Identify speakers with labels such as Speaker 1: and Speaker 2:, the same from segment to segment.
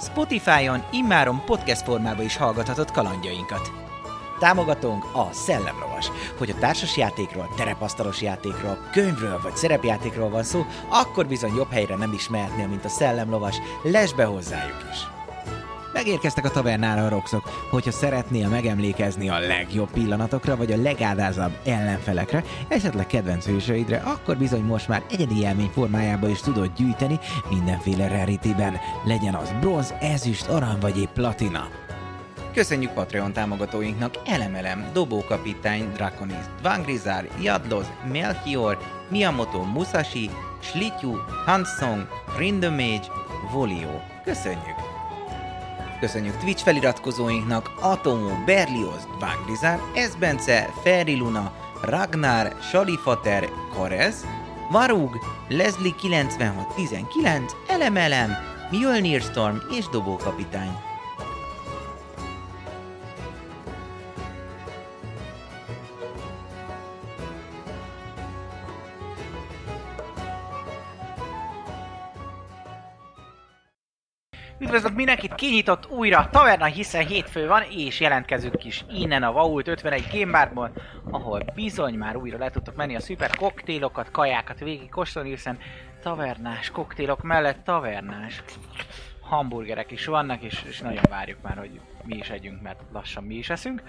Speaker 1: Spotify-on immáron podcast formában is hallgathatod kalandjainkat. Támogatónk a Szellemlovas. Hogy a társas játékról, terepasztalos játékról, könyvről vagy szerepjátékról van szó, akkor bizony jobb helyre nem is mehetnél, mint a Szellemlovas. Lesz be hozzájuk is! Megérkeztek a tavernára a roxok. Hogyha szeretnél megemlékezni a legjobb pillanatokra, vagy a legádázabb ellenfelekre, esetleg kedvenc hősöidre, akkor bizony most már egyedi élmény formájába is tudod gyűjteni mindenféle rarityben. Legyen az bronz, ezüst, arany vagy épp platina. Köszönjük Patreon támogatóinknak Elemelem, Dobókapitány, Draconis, Dvangrizár, Jadloz, Melchior, Miyamoto Musashi, Slityu, Hansong, Rindemage, Volio. Köszönjük! Köszönjük Twitch feliratkozóinknak Atomó, Berlioz, Banglizár, Esbence, Ferri Luna, Ragnar, Salifater, Karez, Varug, Leslie 9619, Elemelem, Mjölnir Storm és Dobókapitány.
Speaker 2: Üdvözlök mindenkit, kinyitott újra a taverna, hiszen hétfő van, és jelentkezünk is innen a Vault 51 Gémbárból, ahol bizony már újra le tudtok menni a szuper koktélokat, kajákat végig kóstolni, hiszen tavernás koktélok mellett tavernás hamburgerek is vannak, és, és nagyon várjuk már, hogy mi is együnk, mert lassan mi is eszünk.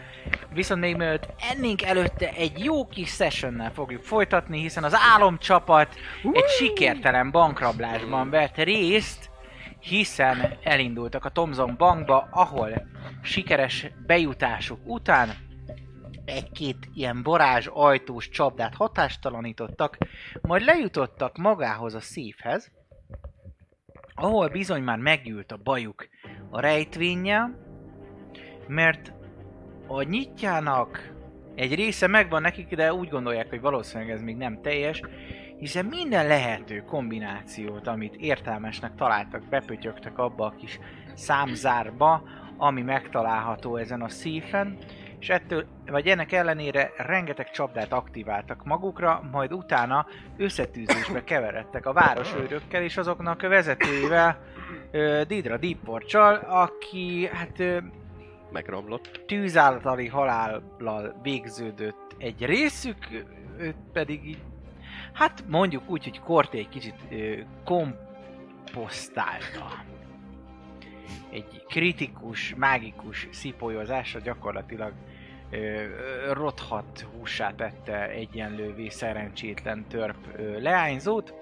Speaker 2: Viszont még mielőtt ennénk előtte egy jó kis sessionnel fogjuk folytatni, hiszen az álomcsapat egy sikertelen bankrablásban vett részt, hiszen elindultak a Thomson bankba, ahol sikeres bejutásuk után egy-két ilyen varázs ajtós csapdát hatástalanítottak, majd lejutottak magához a szívhez, ahol bizony már meggyűlt a bajuk a rejtvényjel, mert a nyitjának egy része megvan nekik, de úgy gondolják, hogy valószínűleg ez még nem teljes, hiszen minden lehető kombinációt, amit értelmesnek találtak, bepötyögtek abba a kis számzárba, ami megtalálható ezen a szífen, és ettől, vagy ennek ellenére rengeteg csapdát aktiváltak magukra, majd utána összetűzésbe keveredtek a városőrökkel és azoknak a vezetőivel, ö, Didra Deepportsal, aki hát ö,
Speaker 3: megromlott.
Speaker 2: tűzálltali halállal végződött egy részük, őt pedig így, hát mondjuk úgy, hogy Korté egy kicsit ö, komposztálta. Egy kritikus, mágikus szipolyozásra gyakorlatilag ö, ö, rothat húsá tette egyenlővé szerencsétlen törp ö, leányzót.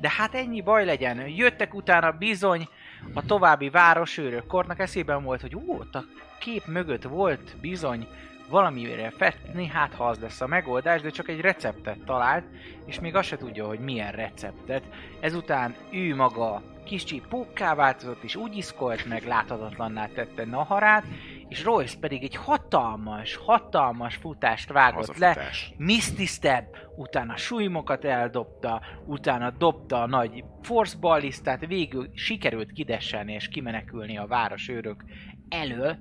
Speaker 2: De hát ennyi baj legyen, jöttek utána bizony a további városőrök kornak eszében volt, hogy ú, ott a kép mögött volt bizony valamire fetni, hát ha az lesz a megoldás, de csak egy receptet talált, és még azt se tudja, hogy milyen receptet. Ezután ő maga kicsi pukká változott, és úgy iszkolt meg, láthatatlanná tette Naharát, és Royce pedig egy hatalmas, hatalmas futást vágott Hát le,
Speaker 3: Hazafutás.
Speaker 2: Misty Step, utána súlymokat eldobta, utána dobta a nagy force ballisztát, végül sikerült kidesselni és kimenekülni a városőrök elől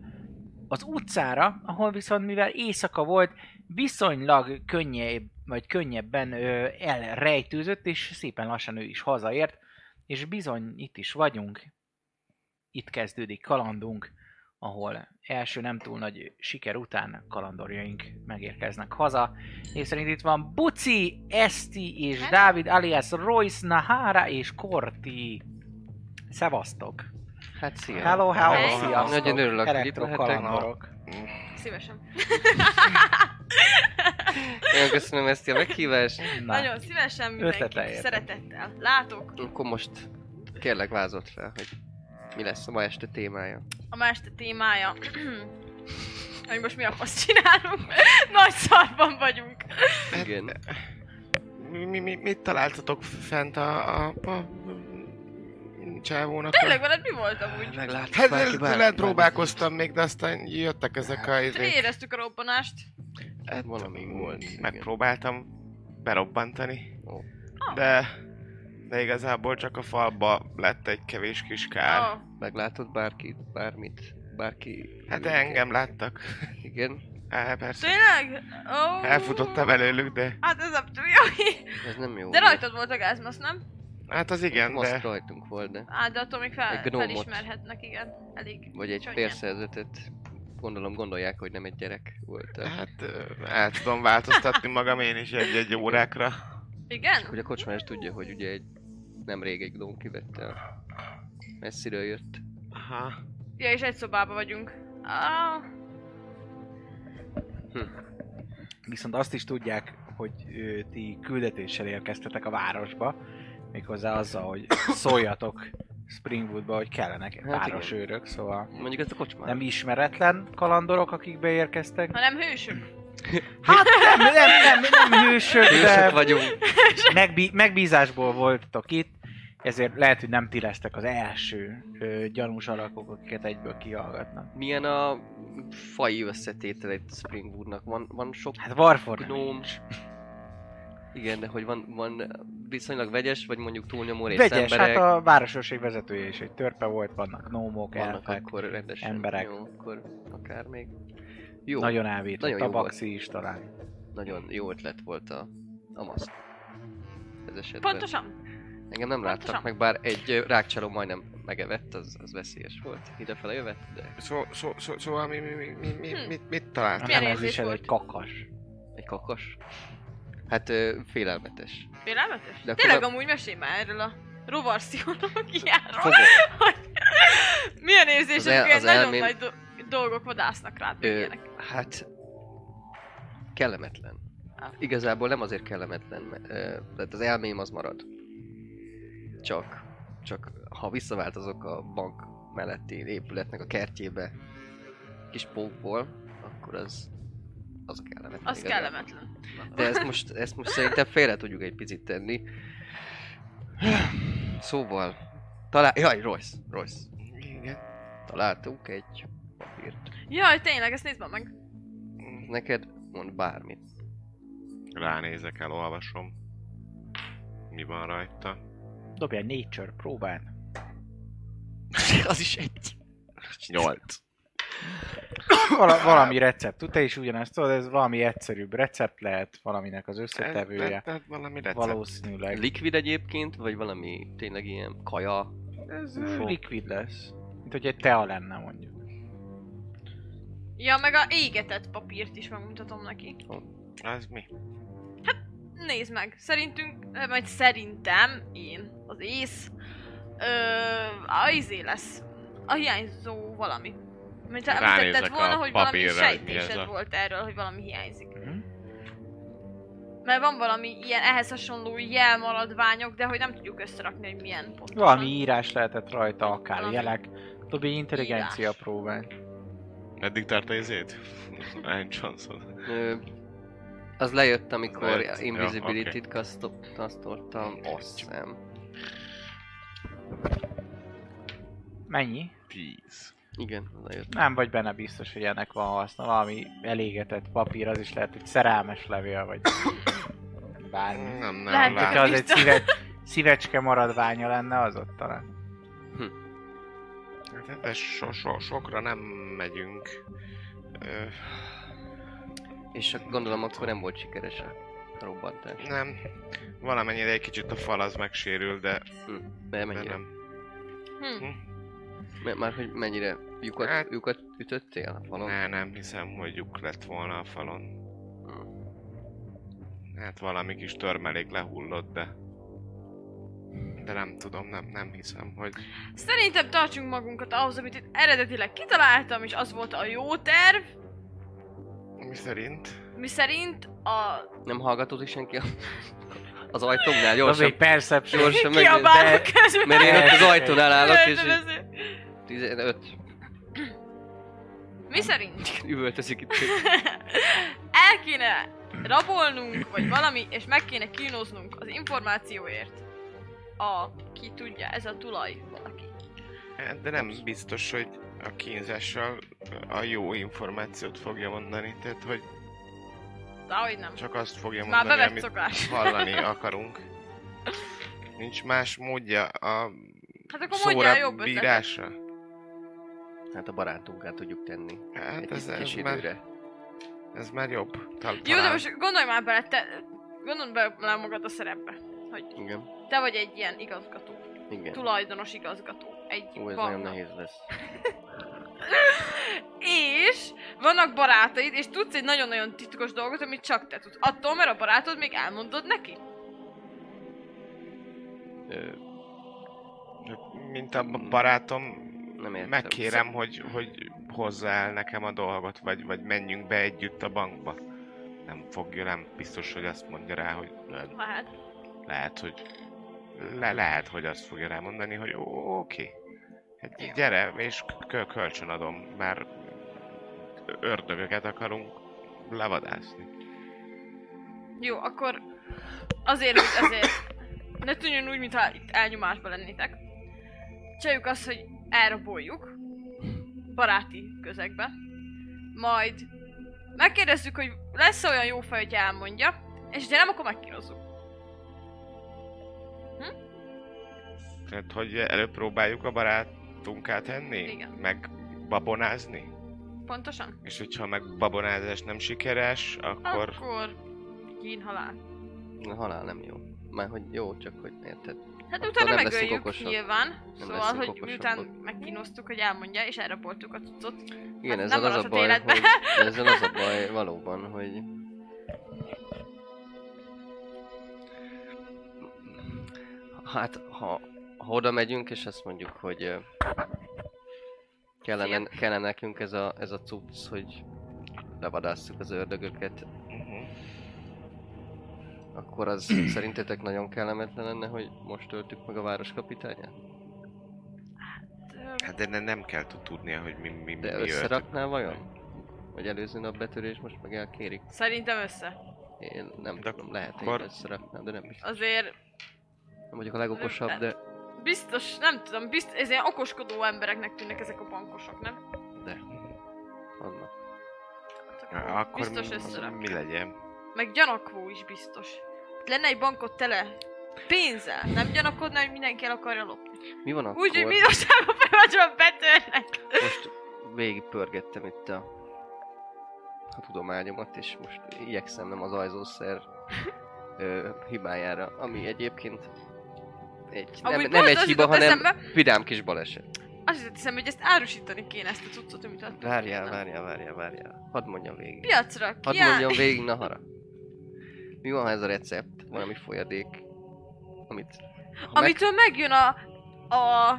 Speaker 2: az utcára, ahol viszont mivel éjszaka volt, viszonylag könnyebb, vagy könnyebben ö, elrejtőzött, és szépen lassan ő is hazaért, és bizony itt is vagyunk. Itt kezdődik kalandunk, ahol első nem túl nagy siker után kalandorjaink megérkeznek haza. És szerint itt van Buci, Esti és Dávid alias Royce, Nahara és Korti. Szevasztok!
Speaker 3: Hát szia.
Speaker 2: Hello, hello,
Speaker 4: Hey.
Speaker 2: sziasztok!
Speaker 3: Nagyon örülök, hogy itt lehetek ma.
Speaker 2: kalandorok.
Speaker 4: Szívesen.
Speaker 3: Nagyon köszönöm ezt a meghívást.
Speaker 2: Na.
Speaker 4: Nagyon szívesen
Speaker 2: Ötletel
Speaker 4: mindenkit
Speaker 2: értem.
Speaker 4: szeretettel látok.
Speaker 3: Akkor most kérlek vázolt fel, hogy mi lesz a ma este témája.
Speaker 4: A ma este témája, hogy most mi a fasz csinálunk. Nagy szarban vagyunk.
Speaker 5: Hát,
Speaker 3: Igen.
Speaker 5: Mi, mi, mi, mit találtatok fent a, a, a csávónak.
Speaker 4: Tényleg veled mi volt amúgy?
Speaker 3: Meglátsz
Speaker 5: Hát
Speaker 3: bárki,
Speaker 5: el-
Speaker 3: bárki,
Speaker 5: lehet
Speaker 3: bárki.
Speaker 5: próbálkoztam még, de aztán jöttek ezek a izé- izék.
Speaker 4: Éreztük a robbanást.
Speaker 3: Hát valami volt. igen.
Speaker 5: Megpróbáltam berobbantani.
Speaker 3: Ó.
Speaker 4: Ah.
Speaker 5: De, de igazából csak a falba lett egy kevés kis kár.
Speaker 4: Ó,
Speaker 3: Meglátod bárkit, bármit, bárki...
Speaker 5: Hát engem láttak.
Speaker 3: Igen,
Speaker 5: Á, persze.
Speaker 4: Tényleg? Ó.
Speaker 5: Elfutottam előlük, de
Speaker 4: Hát ez a tűjai.
Speaker 3: ez nem jó.
Speaker 4: De rajtad volt a gázmasz, nem?
Speaker 5: hát az igen,
Speaker 3: Most
Speaker 5: de
Speaker 3: rajtunk volt, de...
Speaker 4: Hát de attól még fel,
Speaker 3: Egy gnómot.
Speaker 4: felismerhetnek, igen. Elég.
Speaker 3: Vagy egy
Speaker 4: csonnyán.
Speaker 3: félszerzetet. Gondolom gondolják, hogy nem egy gyerek volt.
Speaker 5: hát ö, el tudom változtatni magam én is egy-egy órákra.
Speaker 4: Igen?
Speaker 3: Hogy a kocsmás tudja, hogy ugye egy... Nemrég egy gnóm kivette a... Messziről jött.
Speaker 5: Aha.
Speaker 4: Ja, és egy szobában vagyunk. Ah,
Speaker 6: Viszont azt is tudják, hogy ö, ti küldetéssel érkeztetek a városba, méghozzá azzal, hogy szóljatok Springwoodba, hogy kellenek
Speaker 3: igen.
Speaker 6: városőrök, szóval
Speaker 3: Mondjuk ez a kocsmár.
Speaker 6: nem ismeretlen kalandorok, akik beérkeztek.
Speaker 4: hanem hősök.
Speaker 6: Hát nem, nem, nem, nem hősök,
Speaker 3: Hősök
Speaker 6: de
Speaker 3: vagyunk.
Speaker 6: megbí- megbízásból voltatok itt, ezért lehet, hogy nem ti lesztek az első ö, gyanús alakok, akiket egyből kihallgatnak.
Speaker 3: Milyen a fai összetétele itt Springwoodnak? Van, van sok
Speaker 6: Hát Warford nem
Speaker 3: gnóm. Igen, de hogy van, van viszonylag vegyes, vagy mondjuk túlnyomó rész
Speaker 6: Vegyes,
Speaker 3: emberek.
Speaker 6: hát a városőrség vezetője is egy törpe volt, vannak nómok,
Speaker 3: vannak
Speaker 6: elfek,
Speaker 3: akkor rendesen.
Speaker 6: emberek.
Speaker 3: Jó, akkor akár még. Jó, nagyon,
Speaker 6: nagyon elvétett,
Speaker 3: Nagyon
Speaker 6: a
Speaker 3: jó volt.
Speaker 6: baxi is talán.
Speaker 3: nagyon jó ötlet volt a, a maszt. Ez esetben.
Speaker 4: Pontosan.
Speaker 3: Engem nem láttak
Speaker 4: pontosan.
Speaker 3: meg, bár egy ö, rákcsáló majdnem megevett, az, az veszélyes volt. Idefele jövett, de
Speaker 5: Szó, szó, szó, szóval mi, mi, mi, mi, mi
Speaker 4: Hm.
Speaker 5: mit, mit talált?
Speaker 4: Milyen
Speaker 6: Nem ez
Speaker 4: érzés
Speaker 6: is, ez
Speaker 4: volt?
Speaker 6: egy kakas.
Speaker 3: egy kakas. Hát ö, félelmetes.
Speaker 4: Félelmetes?
Speaker 3: De akkor
Speaker 4: Tényleg
Speaker 3: a-
Speaker 4: amúgy mesélj már erről a rovar pszichológiáról.
Speaker 3: Fogok.
Speaker 4: hogy milyen érzés,
Speaker 3: Az el-
Speaker 4: amikor
Speaker 3: az
Speaker 4: nagyon
Speaker 3: elmém-
Speaker 4: nagy do- dolgok vadásznak rád, meg
Speaker 3: Ö,
Speaker 4: ilyenek.
Speaker 3: hát kellemetlen.
Speaker 4: Ah.
Speaker 3: Igazából nem azért kellemetlen, mert ö, tehát az elmém az marad. Csak, csak ha visszaváltozok a bank melletti épületnek a kertjébe kis pókból, akkor az az kellemetlen.
Speaker 4: Az
Speaker 3: igazából.
Speaker 4: kellemetlen.
Speaker 3: De ezt most, ezt most szerintem félre tudjuk egy picit tenni. Szóval, talál... Jaj, Royce, Royce.
Speaker 5: Hm, Igen.
Speaker 3: Találtunk egy papírt.
Speaker 4: Jaj, tényleg, ezt nézd már meg.
Speaker 3: Neked mond bármit.
Speaker 5: Ránézek, elolvasom. Mi van rajta?
Speaker 6: Dobja egy nature próbán.
Speaker 3: az is egy.
Speaker 5: Nyolc.
Speaker 6: Val- valami recept. Te is ugyanezt tudod, ez valami egyszerűbb recept lehet, valaminek az
Speaker 5: Ez- ez-
Speaker 6: összetevője.
Speaker 5: ez valami recept.
Speaker 6: Valószínűleg.
Speaker 3: Likvid egyébként, vagy valami tényleg ilyen kaja?
Speaker 6: Ez
Speaker 3: Ufó.
Speaker 6: likvid lesz. Mint hogy egy tea lenne mondjuk.
Speaker 4: Ja, meg a égetett papírt is megmutatom neki.
Speaker 5: Ez mi?
Speaker 4: Nézd meg, szerintünk, ö, majd szerintem, én, az ész, ö, a izé lesz. A hiányzó valami. Mint ha említetted
Speaker 5: Ránézek
Speaker 4: volna,
Speaker 5: a
Speaker 4: hogy valami
Speaker 5: papírra, hogy mi ez
Speaker 4: sejtésed
Speaker 5: a-
Speaker 4: volt erről, hogy valami hiányzik.
Speaker 6: Mhm.
Speaker 4: Mert van valami ilyen ehhez hasonló jelmaradványok, de hogy nem tudjuk összerakni, hogy milyen pontosan.
Speaker 6: Valami írás lehetett rajta, akár
Speaker 4: Valami.
Speaker 6: jelek. Dobj egy intelligencia
Speaker 4: Írás.
Speaker 6: próbán.
Speaker 5: Eddig tart a izét? Ryan Johnson.
Speaker 3: Ö, az lejött, amikor
Speaker 5: Lejött. Ja,
Speaker 3: Invisibility-t kaszto- kasztoltam, azt hiszem.
Speaker 6: Mennyi?
Speaker 5: Tíz.
Speaker 3: Igen, az lejött.
Speaker 6: Nem vagy benne biztos, hogy ennek van haszna. Valami elégetett papír, az is lehet egy szerelmes levél, vagy bármi.
Speaker 5: Nem, nem,
Speaker 4: Lehet,
Speaker 5: lát-
Speaker 6: Hogyha az egy
Speaker 4: Biztos.
Speaker 6: szíve, szívecske maradványa lenne, az ott talán.
Speaker 5: Hát ebbe so, so, sokra nem megyünk. Ö,
Speaker 3: És ak- gondolom akkor nem volt sikeres a robbantás.
Speaker 5: nem. Valamennyire egy kicsit a fal az megsérül, de,
Speaker 3: De
Speaker 5: de
Speaker 3: mennyire?
Speaker 5: nem.
Speaker 4: Hm.
Speaker 3: M- már hogy mennyire lyukat,
Speaker 5: Hát-
Speaker 3: lyukat ütöttél a falon?
Speaker 5: Ne, nem hiszem, hogy lyuk lett volna a falon. Hát valami kis törmelék lehullott, de... De nem tudom, nem, nem hiszem, hogy...
Speaker 4: Szerintem tartsunk magunkat ahhoz, amit itt eredetileg kitaláltam, és az volt a jó terv,
Speaker 5: Mi szerint?
Speaker 4: mi szerint a
Speaker 3: Nem hallgatózik senki a... az ajtóknál
Speaker 6: Az
Speaker 3: gyorsan?
Speaker 6: egy perception.
Speaker 3: Gyorsan megnézem.
Speaker 4: kiabálok közben.
Speaker 3: Mert én ott az ajtónál állok, és így
Speaker 4: Üvöltöm ezért.
Speaker 3: 15
Speaker 4: Mi szerint?
Speaker 3: üvöltözik itt.
Speaker 4: El kéne rabolnunk, vagy valami, és meg kéne kínoznunk az információért. A, ki tudja, ez a tulaj valaki.
Speaker 5: Hát, De nem biztos, hogy a kínzással a jó információt fogja mondani, tehát hogy
Speaker 4: Dehogy nem.
Speaker 5: csak azt fogja
Speaker 4: Már
Speaker 5: mondani,
Speaker 4: bevett
Speaker 5: amit
Speaker 4: szokás.
Speaker 5: hallani akarunk. Nincs más módja a
Speaker 4: Hát akkor mondjál
Speaker 5: szóra
Speaker 4: jobb ötletet.
Speaker 5: bírásra.
Speaker 3: Hát a barátunkat tudjuk tenni.
Speaker 5: Hát
Speaker 3: Egy
Speaker 5: ez, ez,
Speaker 3: kis
Speaker 5: már,
Speaker 3: időre.
Speaker 5: ez már jobb. Tal-
Speaker 4: Jó, de
Speaker 5: talán.
Speaker 4: most gondolj már bele, te... Gondolj bele magad a szerepbe. Hogy
Speaker 3: Igen.
Speaker 4: te vagy egy ilyen igazgató.
Speaker 3: Igen.
Speaker 4: Tulajdonos igazgató. Egy
Speaker 3: Ó, ez nagyon
Speaker 4: banknak.
Speaker 3: nehéz lesz.
Speaker 4: És vannak barátaid, és tudsz egy nagyon-nagyon titkos dolgot, amit csak te tudsz. Attól, mert a barátod még elmondod neki.
Speaker 3: Ö,
Speaker 5: Mint a barátom,
Speaker 3: nem értem.
Speaker 5: megkérem, hogy, hogy hozzá el nekem a dolgot, vagy, vagy menjünk be együtt a bankba. Nem fogja, nem biztos, hogy azt mondja rá, hogy le-
Speaker 4: Lehet.
Speaker 5: lehet, hogy le, lehet, hogy azt fogja rá mondani, hogy ó, oké. Hát gyere, és kö- kölcsön adom, mert ördögöket akarunk levadászni.
Speaker 4: Jó, akkor azért, hogy azért ne tűnjön úgy, mintha itt elnyomásban lennétek. Csináljuk azt, hogy elraboljuk baráti közegbe. Majd megkérdezzük, hogy lesz olyan jó fej, hogy elmondja, és de nem, akkor megkírozzuk.
Speaker 5: Tehát, hogy előbb próbáljuk a barátunká tenni?
Speaker 4: Igen.
Speaker 5: Meg babonázni?
Speaker 4: Pontosan?
Speaker 5: És hogyha meg babonázás nem sikeres, akkor...
Speaker 4: Akkor kínhalál.
Speaker 3: A halál nem jó. Már hogy jó, csak hogy érted.
Speaker 4: Hát
Speaker 3: Attól
Speaker 4: utána
Speaker 3: nem leszünk
Speaker 4: megöljük
Speaker 3: okosabb.
Speaker 4: nyilván, szóval,
Speaker 3: leszünk
Speaker 4: hogy
Speaker 3: okosabbak.
Speaker 4: miután megkínoztuk, hogy elmondja, és elraboltuk a cuccot.
Speaker 3: Igen,
Speaker 4: Hát
Speaker 3: ezzel
Speaker 4: nem
Speaker 3: az a
Speaker 4: maradhat
Speaker 3: baj,
Speaker 4: életben.
Speaker 3: hogy, ezzel az a baj valóban, hogy... Hát, ha, ha oda megyünk, és azt mondjuk, hogy ö, kellene, kellene nekünk ez a, ez a cucc, hogy levadásszuk az ördögöket,
Speaker 5: Mhm.
Speaker 3: akkor az szerintetek nagyon kellemetlen lenne, hogy most öltük meg a város kapitányát?
Speaker 4: Ö,
Speaker 5: Hát de ne, nem kell tud- tudnia, hogy mi, mi,
Speaker 3: De
Speaker 5: mi jött.
Speaker 3: összeraknál vajon? Vagy előző nap betörés, most meg elkérik?
Speaker 4: Szerintem össze.
Speaker 3: Én nem
Speaker 5: De
Speaker 3: tudom, lehet, hogy
Speaker 5: akkor-
Speaker 3: összeraknál, de nem biztos.
Speaker 4: Azért
Speaker 3: Nem vagyok a legokosabb, de...
Speaker 4: biztos, nem tudom, biztos, ez ilyen okoskodó embereknek tűnnek ezek a bankosok, nem?
Speaker 3: de... Anna.
Speaker 4: Hát
Speaker 5: Ja, Akkor
Speaker 4: biztos
Speaker 5: mi,
Speaker 4: összerak.
Speaker 5: mi legyen?
Speaker 4: Meg gyanakvó is biztos. Lenne egy bankot tele pénzzel, nem gyanakodna, hogy mindenki el akarja lopni.
Speaker 3: Mi van akkor?
Speaker 4: Úgy, hogy mindaságban fel betörnek.
Speaker 3: Most végig pörgettem itt a... a tudományomat, és most igyekszem nem az ajzószer ö, hibájára, ami egyébként egy, nem,
Speaker 4: Amúgy
Speaker 3: nem
Speaker 4: pont
Speaker 3: egy
Speaker 4: az
Speaker 3: hiba,
Speaker 4: jutott
Speaker 3: hanem
Speaker 4: eszembe.
Speaker 3: vidám kis baleset.
Speaker 4: Azt jutott eszembe, hogy ezt árusítani kéne ezt a cuccot, amit adtam.
Speaker 3: Várjál, várjál, várjál, várjál. Hadd mondjam végig.
Speaker 4: Piacra,
Speaker 3: Hadd
Speaker 4: kiáll...
Speaker 3: mondjam végig, Nahara. Mi van, ha ez a recept? Valami folyadék, amit... ha meg-
Speaker 4: Amitől megjön a... A...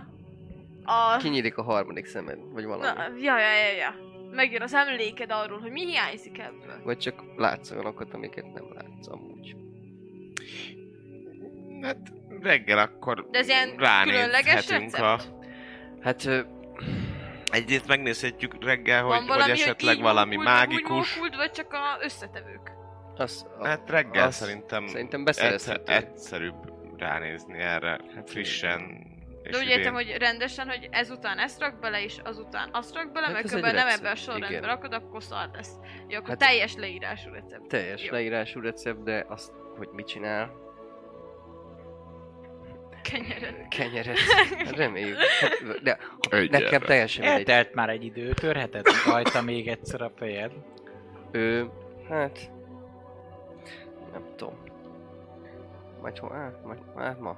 Speaker 4: A...
Speaker 3: Kinyílik a harmadik szemed, vagy valami.
Speaker 4: Na, ja, ja, ja, ja. Megjön az emléked arról, hogy mi hiányzik ebből.
Speaker 3: Vagy csak látsz olyanokat, amiket nem látsz amúgy.
Speaker 5: Hát reggel akkor
Speaker 4: De ez ilyen különleges
Speaker 5: ránézhetünk
Speaker 4: recept?
Speaker 5: a...
Speaker 3: Hát ö,
Speaker 5: Egyrészt megnézhetjük reggel,
Speaker 4: Van
Speaker 5: hogy, hogy esetleg
Speaker 4: így
Speaker 5: valami
Speaker 4: mókult, vagy úgy
Speaker 5: mágikus.
Speaker 4: mókult, vagy csak a összetevők.
Speaker 3: az, a,
Speaker 5: Hát reggel
Speaker 3: Azt
Speaker 5: szerintem,
Speaker 3: szerintem
Speaker 5: egyszer,
Speaker 3: beszerezhető.
Speaker 5: egyszerűbb ránézni erre
Speaker 3: Hát
Speaker 5: frissen. és
Speaker 4: De úgy
Speaker 5: idén.
Speaker 4: értem, hogy rendesen, hogy ezután ezt rak bele, és azután azt rak bele,
Speaker 3: Hát
Speaker 4: mert
Speaker 3: ez egy
Speaker 4: körülbelül nem
Speaker 3: recept,
Speaker 4: ebben a sorrendben
Speaker 3: igen.
Speaker 4: rakod, akkor szar lesz. Jó, akkor
Speaker 3: Hát-
Speaker 4: teljes leírású recept.
Speaker 3: teljes
Speaker 4: Jó.
Speaker 3: leírású recept, de azt, hogy mit csinál,
Speaker 4: Kenyeret.
Speaker 3: kenyeret, hát reméljük. Hát, De
Speaker 5: Egyenre.
Speaker 3: nekem teljesen mindegy.
Speaker 6: Eltelt már egy idő, törheted rajta még egyszer a fejed.
Speaker 3: Ő, hát... Nem tudom. Majd hol, á, majd, á, ma.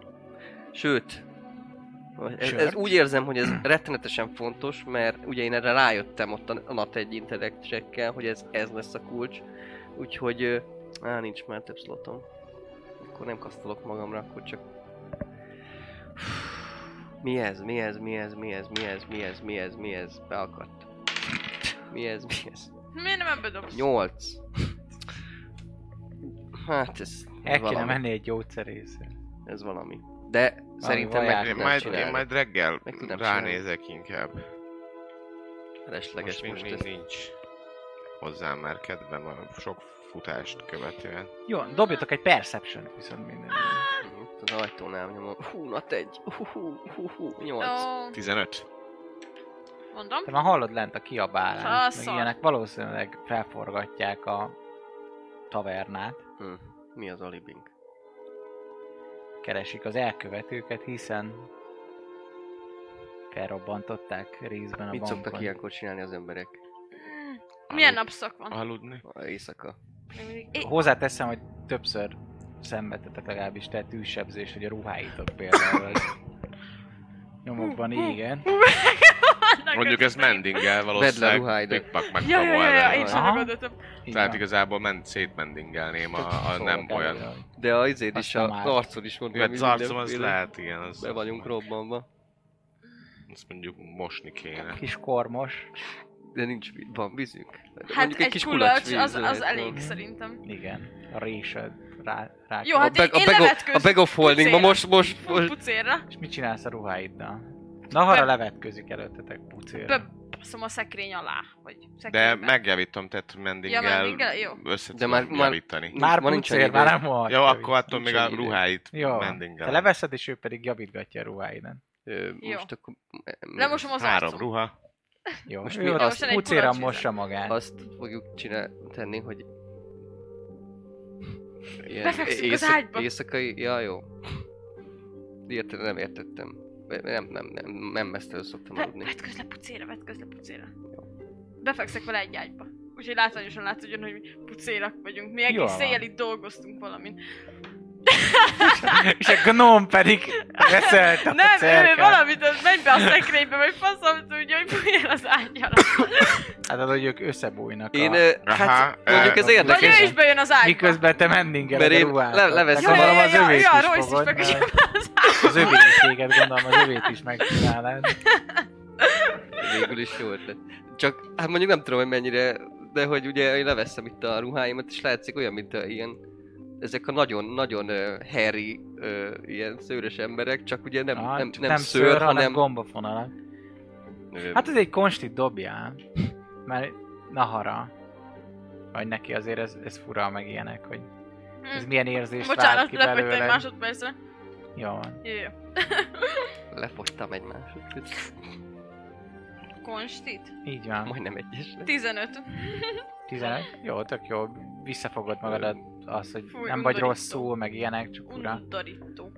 Speaker 3: Sőt, ez, ez
Speaker 6: Sört?
Speaker 3: úgy érzem, hogy ez rettenetesen fontos, mert ugye én erre rájöttem ott a a nat egy intellect checkkel, hogy ez, ez lesz a kulcs. Úgyhogy, ö, á, nincs már több slotom. Akkor nem kasztolok magamra, akkor csak... Mi ez, mi ez, mi ez, mi ez, mi ez, mi ez, mi ez, mi ez, beakadt. Mi ez, mi ez.
Speaker 4: Miért nem ebbe dobsz?
Speaker 3: Nyolc. Hát ez
Speaker 6: El kéne
Speaker 3: valami.
Speaker 6: menni egy gyógyszerészre.
Speaker 3: Ez valami. De szerintem meg
Speaker 6: vaják.
Speaker 5: Én
Speaker 3: tudnám
Speaker 5: majd, én
Speaker 3: csinálni.
Speaker 5: majd reggel
Speaker 3: Meg tudnám
Speaker 5: ránézek inkább.
Speaker 3: Felesleges
Speaker 5: most,
Speaker 3: most,
Speaker 5: nincs,
Speaker 3: ez.
Speaker 5: nincs hozzám már kedvem, a sok futást követően.
Speaker 6: Jó, dobjatok egy perception viszont minden.
Speaker 3: Itt az ajtónál nyomom. Hú, na egy. Hú, hú, hú, hú, nyolc.
Speaker 4: Ó,
Speaker 5: 15.
Speaker 4: mondom.
Speaker 6: Te már hallod lent a kiabálást, meg
Speaker 4: Faszal.
Speaker 6: ilyenek valószínűleg felforgatják a tavernát,
Speaker 3: Hm. Mi az alibink?
Speaker 6: keresik az elkövetőket, hiszen felrobbantották részben a
Speaker 3: Mit szoktak
Speaker 6: bankon.
Speaker 3: ilyenkor csinálni az emberek?
Speaker 4: Milyen napszak van?
Speaker 5: Aludni.
Speaker 3: A éjszaka.
Speaker 4: Még mindig- É,
Speaker 6: Hozzáteszem, hogy többször szenvedtetek legalábbis te tűzsebzés, hogy a ruháitok például az nyomokban igen.
Speaker 4: vannak
Speaker 5: Mondjuk ez
Speaker 4: ötletek.
Speaker 5: mendinggel
Speaker 3: Vedd le
Speaker 5: valószínűleg
Speaker 3: ruháidat.
Speaker 5: pikpak
Speaker 4: Ja, ja, ja, ja, én
Speaker 5: megkabolni.
Speaker 4: sem
Speaker 6: Aha.
Speaker 4: megoldottam.
Speaker 6: Így
Speaker 5: Tehát
Speaker 6: van.
Speaker 5: igazából ment, szétmendingelném a, a nem
Speaker 3: Szóval
Speaker 5: olyan.
Speaker 3: De a izéd is,
Speaker 6: Aztán már.
Speaker 3: a arcod is van.
Speaker 5: Mert
Speaker 3: valami
Speaker 5: zarcom az
Speaker 3: mindenféle.
Speaker 5: lehet, igen. Az,
Speaker 3: Be vagyunk robbanva.
Speaker 5: Azt mondjuk mosni kéne.
Speaker 6: Kis kormos.
Speaker 3: De nincs, vi- van vízünk.
Speaker 4: Hát egy, kulacs, az,
Speaker 3: víz
Speaker 4: az
Speaker 3: lehet,
Speaker 4: elég
Speaker 3: van.
Speaker 4: szerintem.
Speaker 6: Igen. A résed rá, rá
Speaker 4: Jó,
Speaker 3: A
Speaker 4: hát
Speaker 3: bag,
Speaker 4: én,
Speaker 3: a,
Speaker 4: Izé- én
Speaker 3: bag of, a
Speaker 4: levetköztem.
Speaker 3: bag of holding, ma
Speaker 4: pucérra.
Speaker 3: most, most,
Speaker 4: Fú,
Speaker 3: most.
Speaker 4: Pucérra.
Speaker 6: És mit csinálsz a ruháiddal? Na, arra levetkőzik előttetek pucér.
Speaker 4: Bebaszom a szekrény alá. Vagy
Speaker 5: De
Speaker 4: szekrénybe.
Speaker 5: megjavítom, tehát
Speaker 4: Ja,
Speaker 5: mendinggel
Speaker 4: mendinggel, jó.
Speaker 5: össze
Speaker 3: De
Speaker 5: tudom
Speaker 3: már- már-
Speaker 5: javítani.
Speaker 6: Már
Speaker 3: Ma nincs
Speaker 6: pucér,
Speaker 3: idő.
Speaker 6: már nem volt.
Speaker 5: Jó, akkor attól még
Speaker 3: nincs
Speaker 5: a
Speaker 3: ennyi idő.
Speaker 5: ruháit
Speaker 6: Jó.
Speaker 5: mendinggel.
Speaker 6: Te leveszed, és ő pedig javítgatja a ruháidat.
Speaker 3: Ö,
Speaker 4: Jó.
Speaker 3: Most akkor...
Speaker 4: Lemosom az
Speaker 5: Három
Speaker 4: arcom.
Speaker 5: ruha.
Speaker 6: Jó,
Speaker 3: Most
Speaker 6: Most ő
Speaker 3: mi-
Speaker 6: mi?
Speaker 4: Gyorsan
Speaker 6: azt
Speaker 4: egy
Speaker 6: pucéran
Speaker 4: kulacsizat.
Speaker 6: mossa magát.
Speaker 3: Azt fogjuk csinálni, tenni, hogy ilyen
Speaker 4: Befekszünk az
Speaker 3: éjszak-
Speaker 4: ágyba.
Speaker 3: Éjszakai... Ja, jó. Értem, nem értettem. Nem, nem, nem, nem mesztelenül szoktam
Speaker 4: Ve-
Speaker 3: aludni.
Speaker 4: Vetközz le pucéra, vetközz le pucéra. Befekszek vele egy ágyba. Úgyhogy látványosan látszódjon, hogy mi pucérak vagyunk. Mi
Speaker 6: Jól
Speaker 4: egész
Speaker 6: van.
Speaker 4: éjjel itt dolgoztunk valamin.
Speaker 6: És a gnóm pedig beszélt a
Speaker 4: Nem, ő
Speaker 6: cerkát.
Speaker 4: valamit, az menj be a szekrénybe, vagy faszom tudja, hogy fújjál az ágy alá.
Speaker 6: Hát az, hogy ők összebújnak
Speaker 3: Én,
Speaker 6: a...
Speaker 3: ö,
Speaker 5: Aha,
Speaker 3: hát,
Speaker 5: ö,
Speaker 3: mondjuk ez
Speaker 6: Vagy
Speaker 4: Vagy ő
Speaker 3: érdekes.
Speaker 4: is bejön az ágyba.
Speaker 6: Miközben te mendingeled
Speaker 3: Mert
Speaker 6: a
Speaker 3: én
Speaker 6: ruhát.
Speaker 3: le- leveszem
Speaker 4: Ja,
Speaker 6: Gondolom
Speaker 4: ja,
Speaker 6: az
Speaker 4: ja,
Speaker 6: övét
Speaker 4: ja,
Speaker 6: is
Speaker 4: ja, Royce is
Speaker 6: fogod,
Speaker 4: megküzdöm
Speaker 6: mert
Speaker 4: az
Speaker 6: az övét is téged gondolom, az övét is megcsinálnád.
Speaker 3: Végül is jó ötlet. Csak, hát mondjuk nem tudom, hogy mennyire, de hogy ugye én leveszem itt a ruháimat, és látszik olyan, mint a ilyen ezek a nagyon-nagyon uh, hairy, uh, ilyen szőrös emberek, csak ugye nem,
Speaker 6: Ah,
Speaker 3: nem, nem,
Speaker 6: csak
Speaker 3: szőr, hanem...
Speaker 6: gombafonalak.
Speaker 3: ö,
Speaker 6: Hát ez egy konstit dobjál. Mert nahara. Vagy neki azért ez, ez fura meg ilyenek, hogy ez
Speaker 4: ágyba.
Speaker 6: milyen érzés vált
Speaker 4: Hm. Bocsánat,
Speaker 6: ki
Speaker 4: lefogytam egy
Speaker 6: belőle.
Speaker 4: másodpercre.
Speaker 6: Jó van.
Speaker 4: Jó, jó.
Speaker 3: Lefogytam egy másodperc.
Speaker 4: Konstit?
Speaker 6: Így van.
Speaker 3: Majdnem egyes.
Speaker 4: 15.
Speaker 6: 11. Jó, tök jó. Visszafogod magadat azt, hogy
Speaker 4: Fúj,
Speaker 6: nem vagy
Speaker 4: undorító.
Speaker 6: rosszul, meg ilyenek, csak ura.
Speaker 4: Undorító.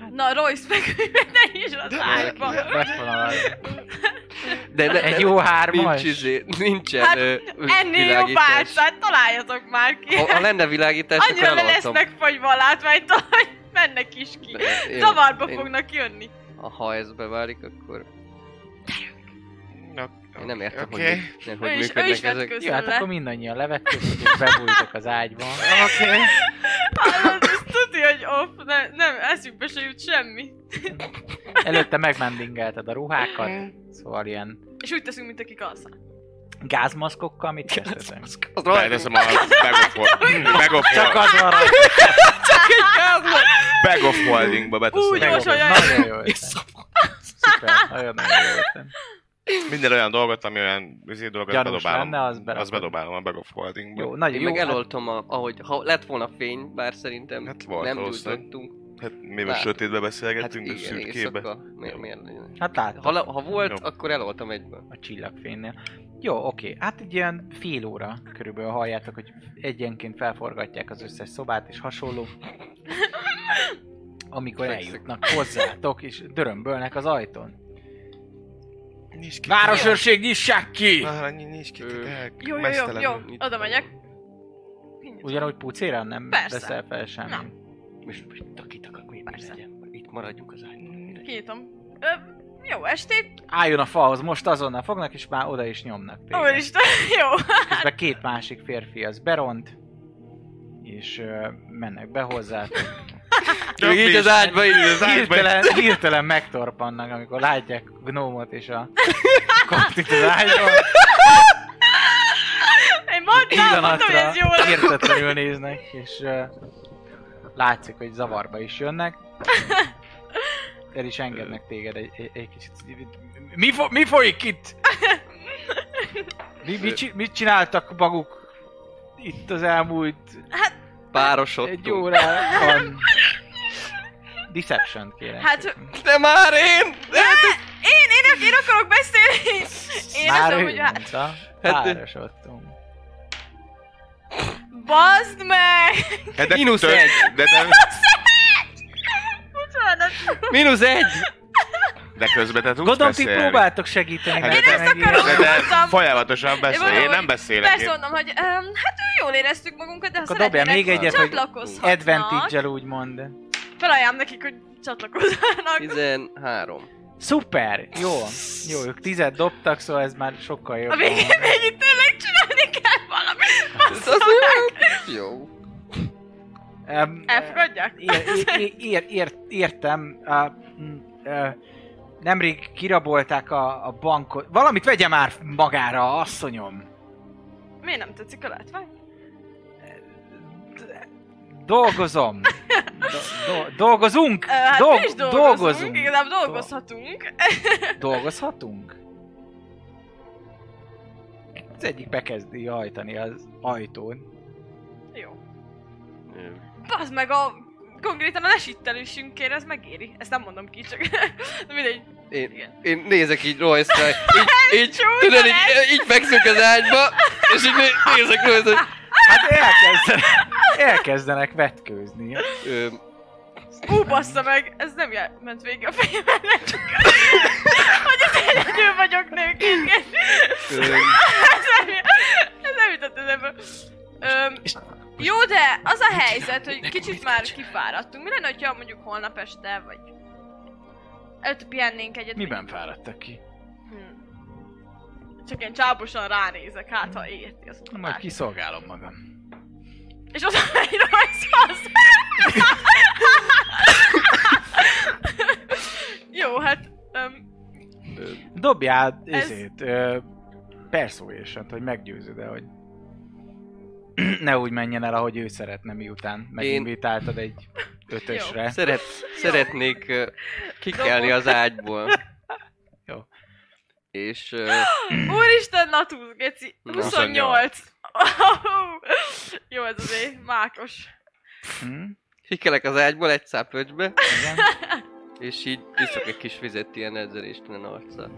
Speaker 6: Hát-
Speaker 4: Na, Royce, feküdj be te is az ágyba.
Speaker 6: Befonalak.
Speaker 3: De ne,
Speaker 6: Egy jó hármas.
Speaker 3: nincs, izé, nincsen
Speaker 4: Hát,
Speaker 3: ö,
Speaker 4: Ennél jobb
Speaker 3: világítás.
Speaker 4: álcát találjatok már ki.
Speaker 3: Ha, ha lenne világítás, akkor
Speaker 4: Annyira le
Speaker 3: elaltam.
Speaker 4: lesznek fagyva a látványtól, hogy mennek is ki.
Speaker 3: De én-
Speaker 4: Zavarba
Speaker 3: én-
Speaker 4: fognak jönni.
Speaker 3: Ha ez beválik, akkor
Speaker 5: Na,
Speaker 3: én nem értem,
Speaker 5: Oké.
Speaker 3: hogy, mi- nem, hogy
Speaker 4: Ő is, ő
Speaker 3: működnek
Speaker 4: is
Speaker 3: ezek.
Speaker 6: Jó,
Speaker 4: vetközön
Speaker 6: hát akkor
Speaker 4: le.
Speaker 6: mindannyian levetkőztök, és bebújtok az ágyba.
Speaker 5: Oké.
Speaker 4: Hát, az- az tudja, hogy off, ne, nem, eszünkbe se jut semmi.
Speaker 6: Előtte megmendingelted a ruhákat, szóval ilyen
Speaker 4: És úgy teszünk, mint akik alszanak.
Speaker 6: gázmaszkokkal mit kezdtetek?
Speaker 3: Az rajta.
Speaker 5: Beleteszem a
Speaker 6: Csak az van rajta.
Speaker 5: bag of holdingba
Speaker 4: Úgy
Speaker 5: beteszem.
Speaker 4: olvasom. olyan-
Speaker 6: Nagyon jó ötlet. Szuper, nagyon-nagyon jó ötlet.
Speaker 5: Minden olyan dolgot, ami olyan üzé dolgot
Speaker 6: Gyanús
Speaker 5: bedobálom.
Speaker 6: lenne, az
Speaker 5: azt
Speaker 6: berakod.
Speaker 5: bedobálom a bag of holdingba.
Speaker 6: Jó, nagyon
Speaker 3: Én
Speaker 6: jó. hát-
Speaker 3: meg eloltom, a, ahogy ha lett volna fény, bár szerintem
Speaker 5: Hát volt
Speaker 3: nem
Speaker 5: valószínűleg.
Speaker 3: gyújtottunk.
Speaker 5: Hát mivel
Speaker 3: Lát.
Speaker 5: sötétbe
Speaker 3: Hát
Speaker 5: beszélgettünk, hát,
Speaker 3: igen,
Speaker 5: szürkébe.
Speaker 3: éjszaka. Miért,
Speaker 5: Jó.
Speaker 3: miért legyen?
Speaker 6: Hát
Speaker 3: ha,
Speaker 6: látod
Speaker 3: le- ha volt,
Speaker 5: Jó.
Speaker 3: akkor eloltam egyből.
Speaker 6: a csillagfénynél. Jó, oké. Hát egy ilyen fél óra körülbelül halljátok, hogy egyenként felforgatják az összes szobát és hasonló. Amikor
Speaker 3: Fekszek.
Speaker 6: eljutnak hozzátok, és dörömbölnek az ajtón.
Speaker 5: Nyisd ki.
Speaker 6: Városőrség, nyissák ki!
Speaker 5: Már annyi nincs ki,
Speaker 3: Ö,
Speaker 5: te
Speaker 4: Jó, jó, jó,
Speaker 5: mesztelenül.
Speaker 4: jó, oda megyek.
Speaker 6: Ugyanúgy pucéra nem
Speaker 4: Persze.
Speaker 6: veszel fel semmit.
Speaker 4: Nem.
Speaker 3: Most most takitak, mi
Speaker 4: Persze.
Speaker 3: legyen? Itt maradjunk az ágyban.
Speaker 4: Kinyitom. Ö, jó estét,
Speaker 6: Álljon a falhoz, most azonnal fognak, és már oda is nyomnak téged.
Speaker 4: úristen, jó.
Speaker 6: Közben két másik férfi az beront, és ö, mennek be hozzá.
Speaker 5: Csak
Speaker 3: Így az
Speaker 5: is.
Speaker 3: ágyba, így az ágyba.
Speaker 6: Hirtelen, hirtelen megtorpannak, amikor látják Gnómot és a kaktit az ágyban.
Speaker 4: Én mondtam, mondtam, hogy
Speaker 6: Pillanatra
Speaker 4: ez jó lesz.
Speaker 6: hirtetlenül néznek, és ö, látszik, hogy zavarba is jönnek. El is engednek téged egy, egy, egy kicsit. Mi, fo- mi folyik itt? Mi, mit, csi- mit csináltak maguk? itt az elmúlt egy
Speaker 3: Párosodtunk.
Speaker 6: órában. Deception kérek.
Speaker 4: Hát,
Speaker 3: De már én!
Speaker 4: Én, én, ak- én akarok beszélni! Én
Speaker 6: Már
Speaker 4: azt
Speaker 6: ő
Speaker 4: tudom, hogy hát...
Speaker 6: mondta,
Speaker 3: Hát-
Speaker 6: párosodtunk.
Speaker 4: Bazd meg!
Speaker 5: Hát de
Speaker 3: Mínusz
Speaker 5: tök-
Speaker 3: egy.
Speaker 5: De, de,
Speaker 4: Bocsánat!
Speaker 3: Mínusz egy!
Speaker 5: de közben te tudsz
Speaker 6: Gondolom, ti
Speaker 5: beszélni.
Speaker 6: próbáltok segíteni.
Speaker 5: Hát
Speaker 6: meg
Speaker 5: de-
Speaker 6: megírni.
Speaker 4: akarom.
Speaker 5: De, de
Speaker 4: Mondtam.
Speaker 5: folyamatosan beszél.
Speaker 4: mondom,
Speaker 5: Én nem
Speaker 4: hogy
Speaker 5: beszélek.
Speaker 4: Persze
Speaker 5: Én,
Speaker 4: mondom, hogy um, hát ő jól éreztük magunkat, de ha
Speaker 6: Akkor dobjál
Speaker 4: szeretnének,
Speaker 6: még egyet, hogy
Speaker 4: csatlakozhatnak.
Speaker 6: advantage-el úgymond.
Speaker 4: Felajánlom nekik, hogy csatlakozzanak.
Speaker 3: 13.
Speaker 6: Szuper! Jó, jó, ők tizet dobtak, szóval ez már sokkal jobb.
Speaker 4: A végén még itt tényleg csinálni kell valamit.
Speaker 3: Ez az jó. Hát Jó.
Speaker 6: Um,
Speaker 4: Elfogadják?
Speaker 6: Ér, ér, ér, ér, értem. Uh, uh, nemrég kirabolták a, a bankot. Valamit vegye már magára, asszonyom.
Speaker 4: Miért nem tetszik a látvány?
Speaker 6: Dolgozom. Do, do, dolgozunk?
Speaker 4: Ö, Hát
Speaker 6: Dol-
Speaker 4: mi is dolgozunk, dolgozunk. igazából
Speaker 6: Dol-
Speaker 4: dolgozhatunk.
Speaker 6: Dolgozhatunk? Az egyik bekezdi hajtani az ajtón.
Speaker 4: Jó.
Speaker 3: Jó.
Speaker 4: Bazd meg a... Konkrétan a lesittelősünkért, ez megéri. Ezt nem mondom ki, csak... De mindegy.
Speaker 3: Én,
Speaker 4: Igen.
Speaker 3: én nézek így Royce-ra, így, így,
Speaker 4: Csúnya
Speaker 3: tudod,
Speaker 4: lesz.
Speaker 3: így, így fekszünk az ágyba, és így né- nézek Royce-ra, hogy,
Speaker 6: Hát elkezdenek, elkezdenek vetkőzni.
Speaker 3: öm,
Speaker 4: Ú, bassza meg! Ez nem jár, ment végig a fejemben, csak... Hogy az egyedül vagyok nőként.
Speaker 3: öm,
Speaker 4: Ez nem, ez nem jutott eszembe. Öm, jó, de az a helyzet, hogy kicsit már kifáradtunk. Mi lenne, ha mondjuk holnap este, vagy... Előtt pihennénk egyet.
Speaker 6: Miben fáradtak ki?
Speaker 4: Hm. Csak én csábosan ránézek, hát ha érti azt a
Speaker 6: Majd
Speaker 4: másik.
Speaker 6: kiszolgálom magam.
Speaker 4: És oda megy rajzhoz. Jó, hát... Um,
Speaker 6: Dobjál
Speaker 4: Ez-
Speaker 6: ezért, ö, persuasion hogy meggyőződ-e, hogy ne úgy menjen el, ahogy ő szeretne, miután meginvitáltad egy ötösre.
Speaker 3: szeret, szeretnék ö, kikelni az ágyból.
Speaker 6: Jó.
Speaker 3: És ö,
Speaker 5: Mm.
Speaker 4: úristen, Natusz, geci.
Speaker 3: Na.
Speaker 4: 28. Jó, ez azért mákos.
Speaker 6: Hm?
Speaker 3: kikelek az ágyból egy szápöcsbe,
Speaker 6: Igen?
Speaker 3: és így iszok egy kis vizet ilyen edzeléstelen arccal.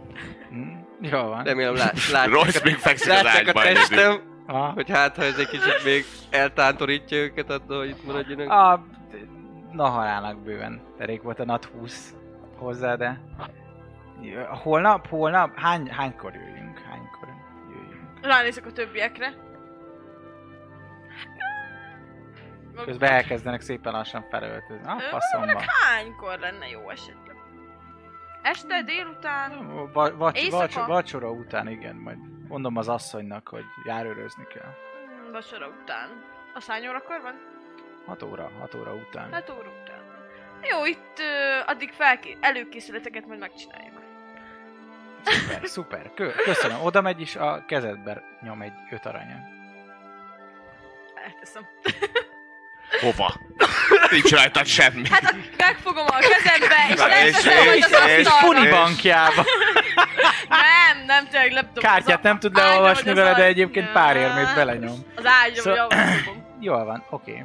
Speaker 5: Mm.
Speaker 6: Hm? Jól van.
Speaker 3: Remélem lát,
Speaker 5: Royce
Speaker 3: látják,
Speaker 5: még fekszik
Speaker 3: a,
Speaker 5: az
Speaker 3: látják a
Speaker 5: ágyban. egyedül.
Speaker 3: testem,
Speaker 6: Ha?
Speaker 3: hogy hát ha ez egy kicsit még eltántorítja őket attól, hogy itt maradjanak.
Speaker 6: A nahalának bőven elég volt a nat 20 hozzá, de... Jö, Holnap, holnap, hány, hánykor jöjjünk? Hánykor jöjjünk?
Speaker 4: Ránézek a többiekre.
Speaker 6: Közben elkezdenek szépen lassan felöltözni. Ah,
Speaker 4: Ö,
Speaker 6: faszomba.
Speaker 4: Hánykor lenne jó esetleg? Este, délután?
Speaker 6: Va- vacs-
Speaker 4: Éjszaka?
Speaker 6: vacs- vacsora után, igen, majd mondom az asszonynak, hogy járőrözni kell.
Speaker 4: Hmm, Vacsora után. A hány órakor van?
Speaker 6: 6 óra, 6 óra után.
Speaker 4: Hát óra után. Jó, itt ö, addig felké- előkészületeket majd megcsináljuk.
Speaker 6: Szuper, szuper. Kö- köszönöm. Oda megy is a kezedbe nyom egy öt aranyat.
Speaker 4: Elteszem.
Speaker 5: Hova? Nincs rajtad semmi.
Speaker 4: Hát a, megfogom a kezembe, és
Speaker 5: Na, és-
Speaker 4: leteszem, hogy
Speaker 5: és-
Speaker 4: az
Speaker 5: és-
Speaker 4: asztalra.
Speaker 5: és-
Speaker 6: Puni bankjába.
Speaker 4: Nem, nem, tényleg lepdobom.
Speaker 6: Kártyát nem tud leolvasni vele, de egyébként pár érmét belenyom.
Speaker 4: Az ágyam,
Speaker 6: Szó-
Speaker 4: szóval... javaslokom.
Speaker 6: Jól van, oké.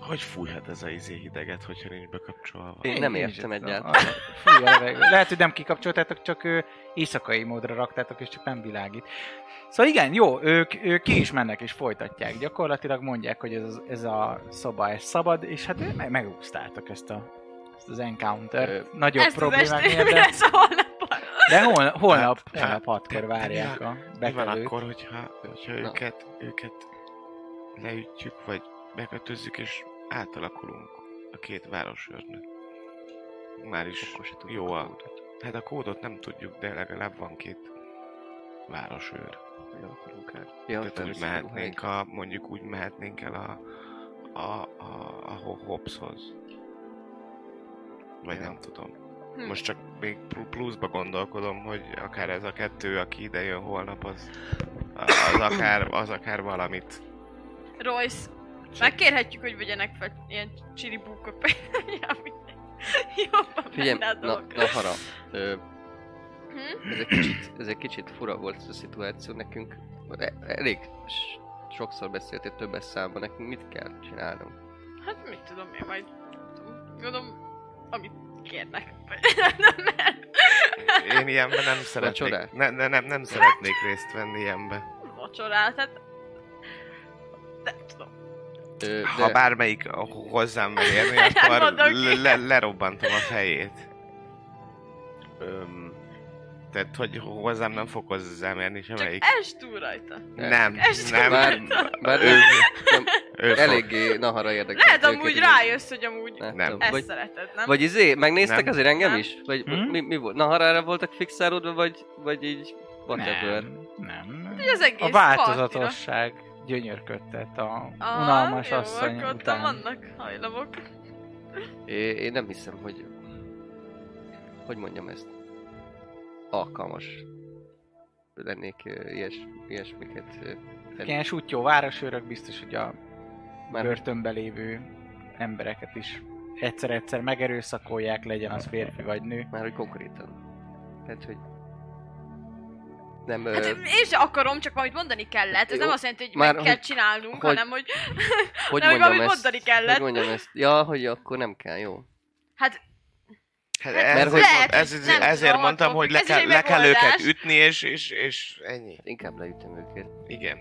Speaker 5: Hogy fújhat ez a izé hideget, hogyha nincs bekapcsolva?
Speaker 3: Én nem
Speaker 6: is
Speaker 3: értem
Speaker 6: tudom.
Speaker 3: egyáltalán.
Speaker 6: Ah, Fú, a levegő. Lehet, hogy nem kikapcsoltátok, csak ő éjszakai módra raktátok, és csak nem világít. Szóval igen, jó, ők, ők ki is mennek és folytatják. Gyakorlatilag mondják, hogy ez, az- ez a szoba ez szabad, és hát meg, megúsztátok ezt, a, ezt az encounter.
Speaker 3: Ö,
Speaker 6: Nagyobb
Speaker 4: Ezt az
Speaker 6: problémák
Speaker 4: estét mi
Speaker 6: de,
Speaker 4: lesz a holnapban?
Speaker 6: de hol, holnap,
Speaker 5: Hát,
Speaker 6: holnap hatkor
Speaker 5: de-
Speaker 6: várják a
Speaker 5: Mi van
Speaker 6: bekelőt.
Speaker 5: akkor, hogyha, hogyha
Speaker 3: Na.
Speaker 5: őket, őket leütjük, vagy bekötözzük, és átalakulunk a két városőrnek? Már is
Speaker 3: Akkor se tudjuk
Speaker 5: jó
Speaker 3: a
Speaker 5: a... Hát a kódot nem tudjuk, de legalább van két városőr.
Speaker 3: Jó, akarunk el. Ja,
Speaker 5: Tehát úgy
Speaker 3: persze,
Speaker 5: mehetnénk a, mondjuk úgy mehetnénk el a, a, a, a Ho- Hobbshoz. Vagy
Speaker 3: Ja.
Speaker 5: nem tudom.
Speaker 4: Hm.
Speaker 5: Most csak még pl- pluszba gondolkodom, hogy akár ez a kettő, aki ide jön holnap, az, az, akár, az akár valamit.
Speaker 4: Royce, megkérhetjük, hogy vegyenek fel ilyen csiribúkot, vagy valami. Jobban
Speaker 3: Figyelj,
Speaker 4: menne a Hm?
Speaker 3: na,
Speaker 4: dolog.
Speaker 3: na hara. Ö,
Speaker 4: Hm?
Speaker 3: ez, egy kicsit, ez egy kicsit fura volt ez a szituáció nekünk. E- Elég s- sokszor beszéltél többes számban, nekünk mit kell csinálnunk?
Speaker 4: Hát mit tudom én, majd... Gondolom, amit kérnek. Nem, nem.
Speaker 5: Én ilyenben nem szeretnék,
Speaker 3: csodát?
Speaker 5: ne, ne, nem, nem szeretnék részt venni ilyenbe.
Speaker 4: Vacsorát, hát... Nem tudom.
Speaker 3: Ö, de,
Speaker 5: Ha bármelyik hozzám megy érni,
Speaker 4: Nem
Speaker 5: akkor
Speaker 4: mondok
Speaker 5: le, le, lerobbantom a fejét. Öm, tehát, hogy hozzám nem fog hozzám érni
Speaker 4: Csak
Speaker 5: semmelyik.
Speaker 4: es túl rajta.
Speaker 5: Nem,
Speaker 4: ez-
Speaker 5: nem,
Speaker 3: bár, bár ő, nem,
Speaker 5: ő fog.
Speaker 3: eléggé nahara érdekel.
Speaker 4: Lehet amúgy rájössz, hogy amúgy
Speaker 3: Nem.
Speaker 5: Nem.
Speaker 3: nem.
Speaker 4: ezt
Speaker 3: Vagy,
Speaker 4: szereted, nem?
Speaker 3: vagy izé, megnéztek
Speaker 5: Nem.
Speaker 3: azért engem
Speaker 4: Nem.
Speaker 3: is? Vagy
Speaker 6: Hm?
Speaker 3: mi, mi volt? Naharára voltak fixálódva, vagy, vagy így whatever?
Speaker 6: Nem, nem.
Speaker 4: Így az egész
Speaker 6: A változatosság gyönyörködtet a
Speaker 4: partira.
Speaker 6: unalmas
Speaker 4: jó,
Speaker 6: asszony
Speaker 4: akkor ott
Speaker 6: után.
Speaker 4: vannak hajlamok.
Speaker 3: É, én nem hiszem, hogy... Hogy mondjam ezt? Alkalmas lennék ö, ilyes, ilyesmiket. e, ö, tenni.
Speaker 6: Ilyen sutyó várasőrök biztos, hogy a
Speaker 3: Már-
Speaker 6: börtönben lévő embereket is egyszer-egyszer megerőszakolják, legyen az férfi vagy nő.
Speaker 3: Már hogy konkrétan. Tehát, hogy... Nem... e,
Speaker 4: Hát
Speaker 3: ö,
Speaker 4: én sem akarom, csak valamit mondani kellett. Ez
Speaker 3: Jó.
Speaker 4: nem azt jelenti, hogy
Speaker 3: Már
Speaker 4: meg kell
Speaker 3: hogy-
Speaker 4: csinálnunk,
Speaker 3: hogy-
Speaker 4: hanem hogy...
Speaker 3: hogy
Speaker 4: nem, hogy
Speaker 3: mondjam
Speaker 4: valamit
Speaker 3: ezt?
Speaker 4: mondani kellett.
Speaker 3: Hogy mondjam ezt? Ja, hogy akkor nem kell, jó.
Speaker 4: Hát
Speaker 5: Hát
Speaker 4: Hát
Speaker 5: ez,
Speaker 3: mert hogy-
Speaker 5: ez,
Speaker 4: lehet,
Speaker 5: ez,
Speaker 4: hogy
Speaker 5: ez,
Speaker 4: nem
Speaker 5: ezért
Speaker 4: tudom,
Speaker 5: mondtam,
Speaker 4: attól
Speaker 5: hogy
Speaker 4: függ.
Speaker 5: le
Speaker 4: Ez is
Speaker 5: kell,
Speaker 4: egy
Speaker 5: le kell őket
Speaker 4: megoldás.
Speaker 5: ütni, és, és, és ennyi.
Speaker 3: Inkább leütöm őket.
Speaker 5: Igen.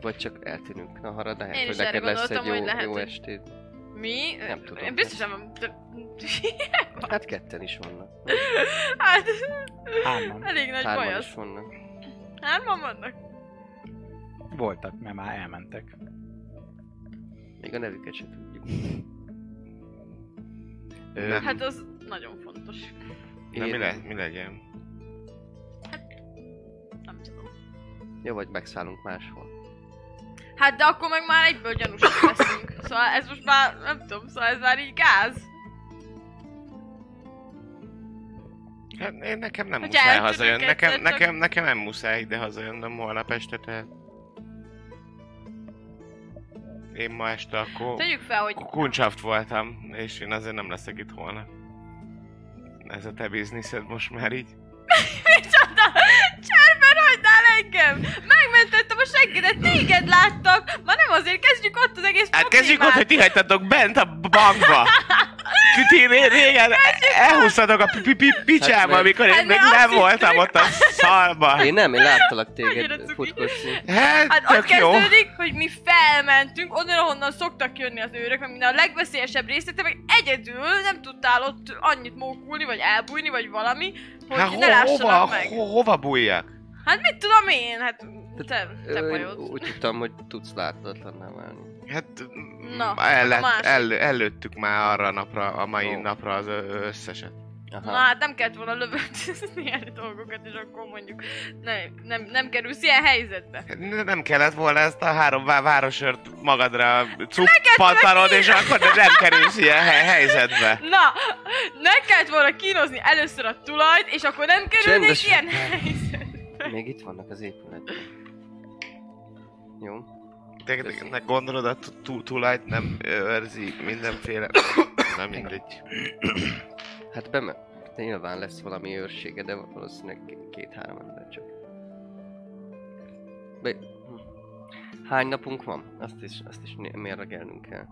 Speaker 3: Vagy csak eltűnünk. Na harad, lehet,
Speaker 4: Én
Speaker 3: hogy
Speaker 4: is erre
Speaker 3: neked lesz egy
Speaker 4: gondoltam,
Speaker 3: jó,
Speaker 4: hogy lehet,
Speaker 3: jó
Speaker 4: hogy-
Speaker 3: estét.
Speaker 4: mi?
Speaker 3: Nem tudom.
Speaker 4: Én biztosan nem...
Speaker 3: Hát ketten is vannak.
Speaker 4: Hát,
Speaker 6: Hárman
Speaker 4: elég nagy baj
Speaker 3: Hárman
Speaker 4: az.
Speaker 3: is vannak.
Speaker 4: Hárman vannak?
Speaker 6: voltak, mert már elmentek.
Speaker 3: Még a nevüket sem tudjuk. Ö,
Speaker 5: Nem.
Speaker 4: Hát az nagyon fontos.
Speaker 5: Na, mi,
Speaker 3: én-
Speaker 5: le, mi legyen?
Speaker 4: Nem tudom.
Speaker 3: Jó, vagy megszállunk máshol.
Speaker 4: Hát de akkor meg már egyből gyanúsak leszünk. Szóval ez most már, nem tudom, szóval ez már így gáz.
Speaker 5: Hát, én nekem nem
Speaker 4: Hogy
Speaker 5: muszáj
Speaker 4: eltűnünk
Speaker 5: hazajön. Nekem,
Speaker 4: egyszer, csak-
Speaker 5: nekem, nekem nem muszáj ide hazajönnöm holnap este, tehát... Én ma este akkor
Speaker 4: Tegyük fel, hogy
Speaker 5: kuncsaft voltam, és én azért nem leszek itt holnap. Ez a te bizniszed most már így.
Speaker 4: Micsoda! Hát, Cserben hagynál engem! Megmentettem a seggedet, téged láttak! Már nem azért, kezdjük ott az egész
Speaker 5: Hát kezdjük ott, hogy
Speaker 4: problémát.
Speaker 5: ti hagytatok bent a bankba! Ti- Ti ré- régen elhúztatok a pi- pi- pi- picsába,
Speaker 3: Hát,
Speaker 5: amikor én
Speaker 4: Hát,
Speaker 5: még
Speaker 4: mert
Speaker 5: nem
Speaker 4: azt
Speaker 5: voltam ott a szarba.
Speaker 3: Én nem, én láttalak
Speaker 4: Annyira
Speaker 3: téged
Speaker 4: cuki.
Speaker 3: futkosni.
Speaker 5: Hát,
Speaker 4: Hát ott
Speaker 5: tök jó.
Speaker 4: kezdődik, hogy mi felmentünk, onnan, ahonnan szoktak jönni az őrök, mert minden a legveszélyesebb részét, te meg egyedül nem tudtál ott annyit mókulni, vagy elbújni, vagy valami, hogy
Speaker 5: Hát
Speaker 4: ne
Speaker 5: ho- hova,
Speaker 4: lássanak meg.
Speaker 5: ho- hova bújjak?
Speaker 4: Hát mit tudom én, hát te, te
Speaker 3: Ö, én
Speaker 4: bajod.
Speaker 3: Úgy tudtam, hogy tudsz láthatatlanná válni.
Speaker 5: Hát
Speaker 4: Na,
Speaker 5: Na, el,
Speaker 4: a másik.
Speaker 5: el, előttük már arra a napra, a mai
Speaker 3: Ó.
Speaker 5: napra az ö- összeset.
Speaker 3: Aha.
Speaker 4: Na hát nem kellett volna lövöldözni el dolgokat, és akkor mondjuk nem, nem, nem kerülsz ilyen helyzetbe.
Speaker 5: Hát ne- Nem kellett volna ezt a három vá- városört magadra cuppantanod, és akkor nem kerülsz ilyen he- helyzetbe.
Speaker 4: Na, nem kellett volna kínozni először a tulajt, és akkor nem kerülnék
Speaker 3: Csendesen.
Speaker 4: ilyen helyzet.
Speaker 3: Még itt vannak az épületben. Jó.
Speaker 5: Te, te- te gondolod, a tu- tu- tulajt nem őrzi mindenféle... Nem mindegy.
Speaker 3: Hát beme... De nyilván lesz valami őrsége, de valószínűleg k- két-három ember csak. Be... hm. Hány napunk van? Azt is, azt is né- mérlegelnünk kell.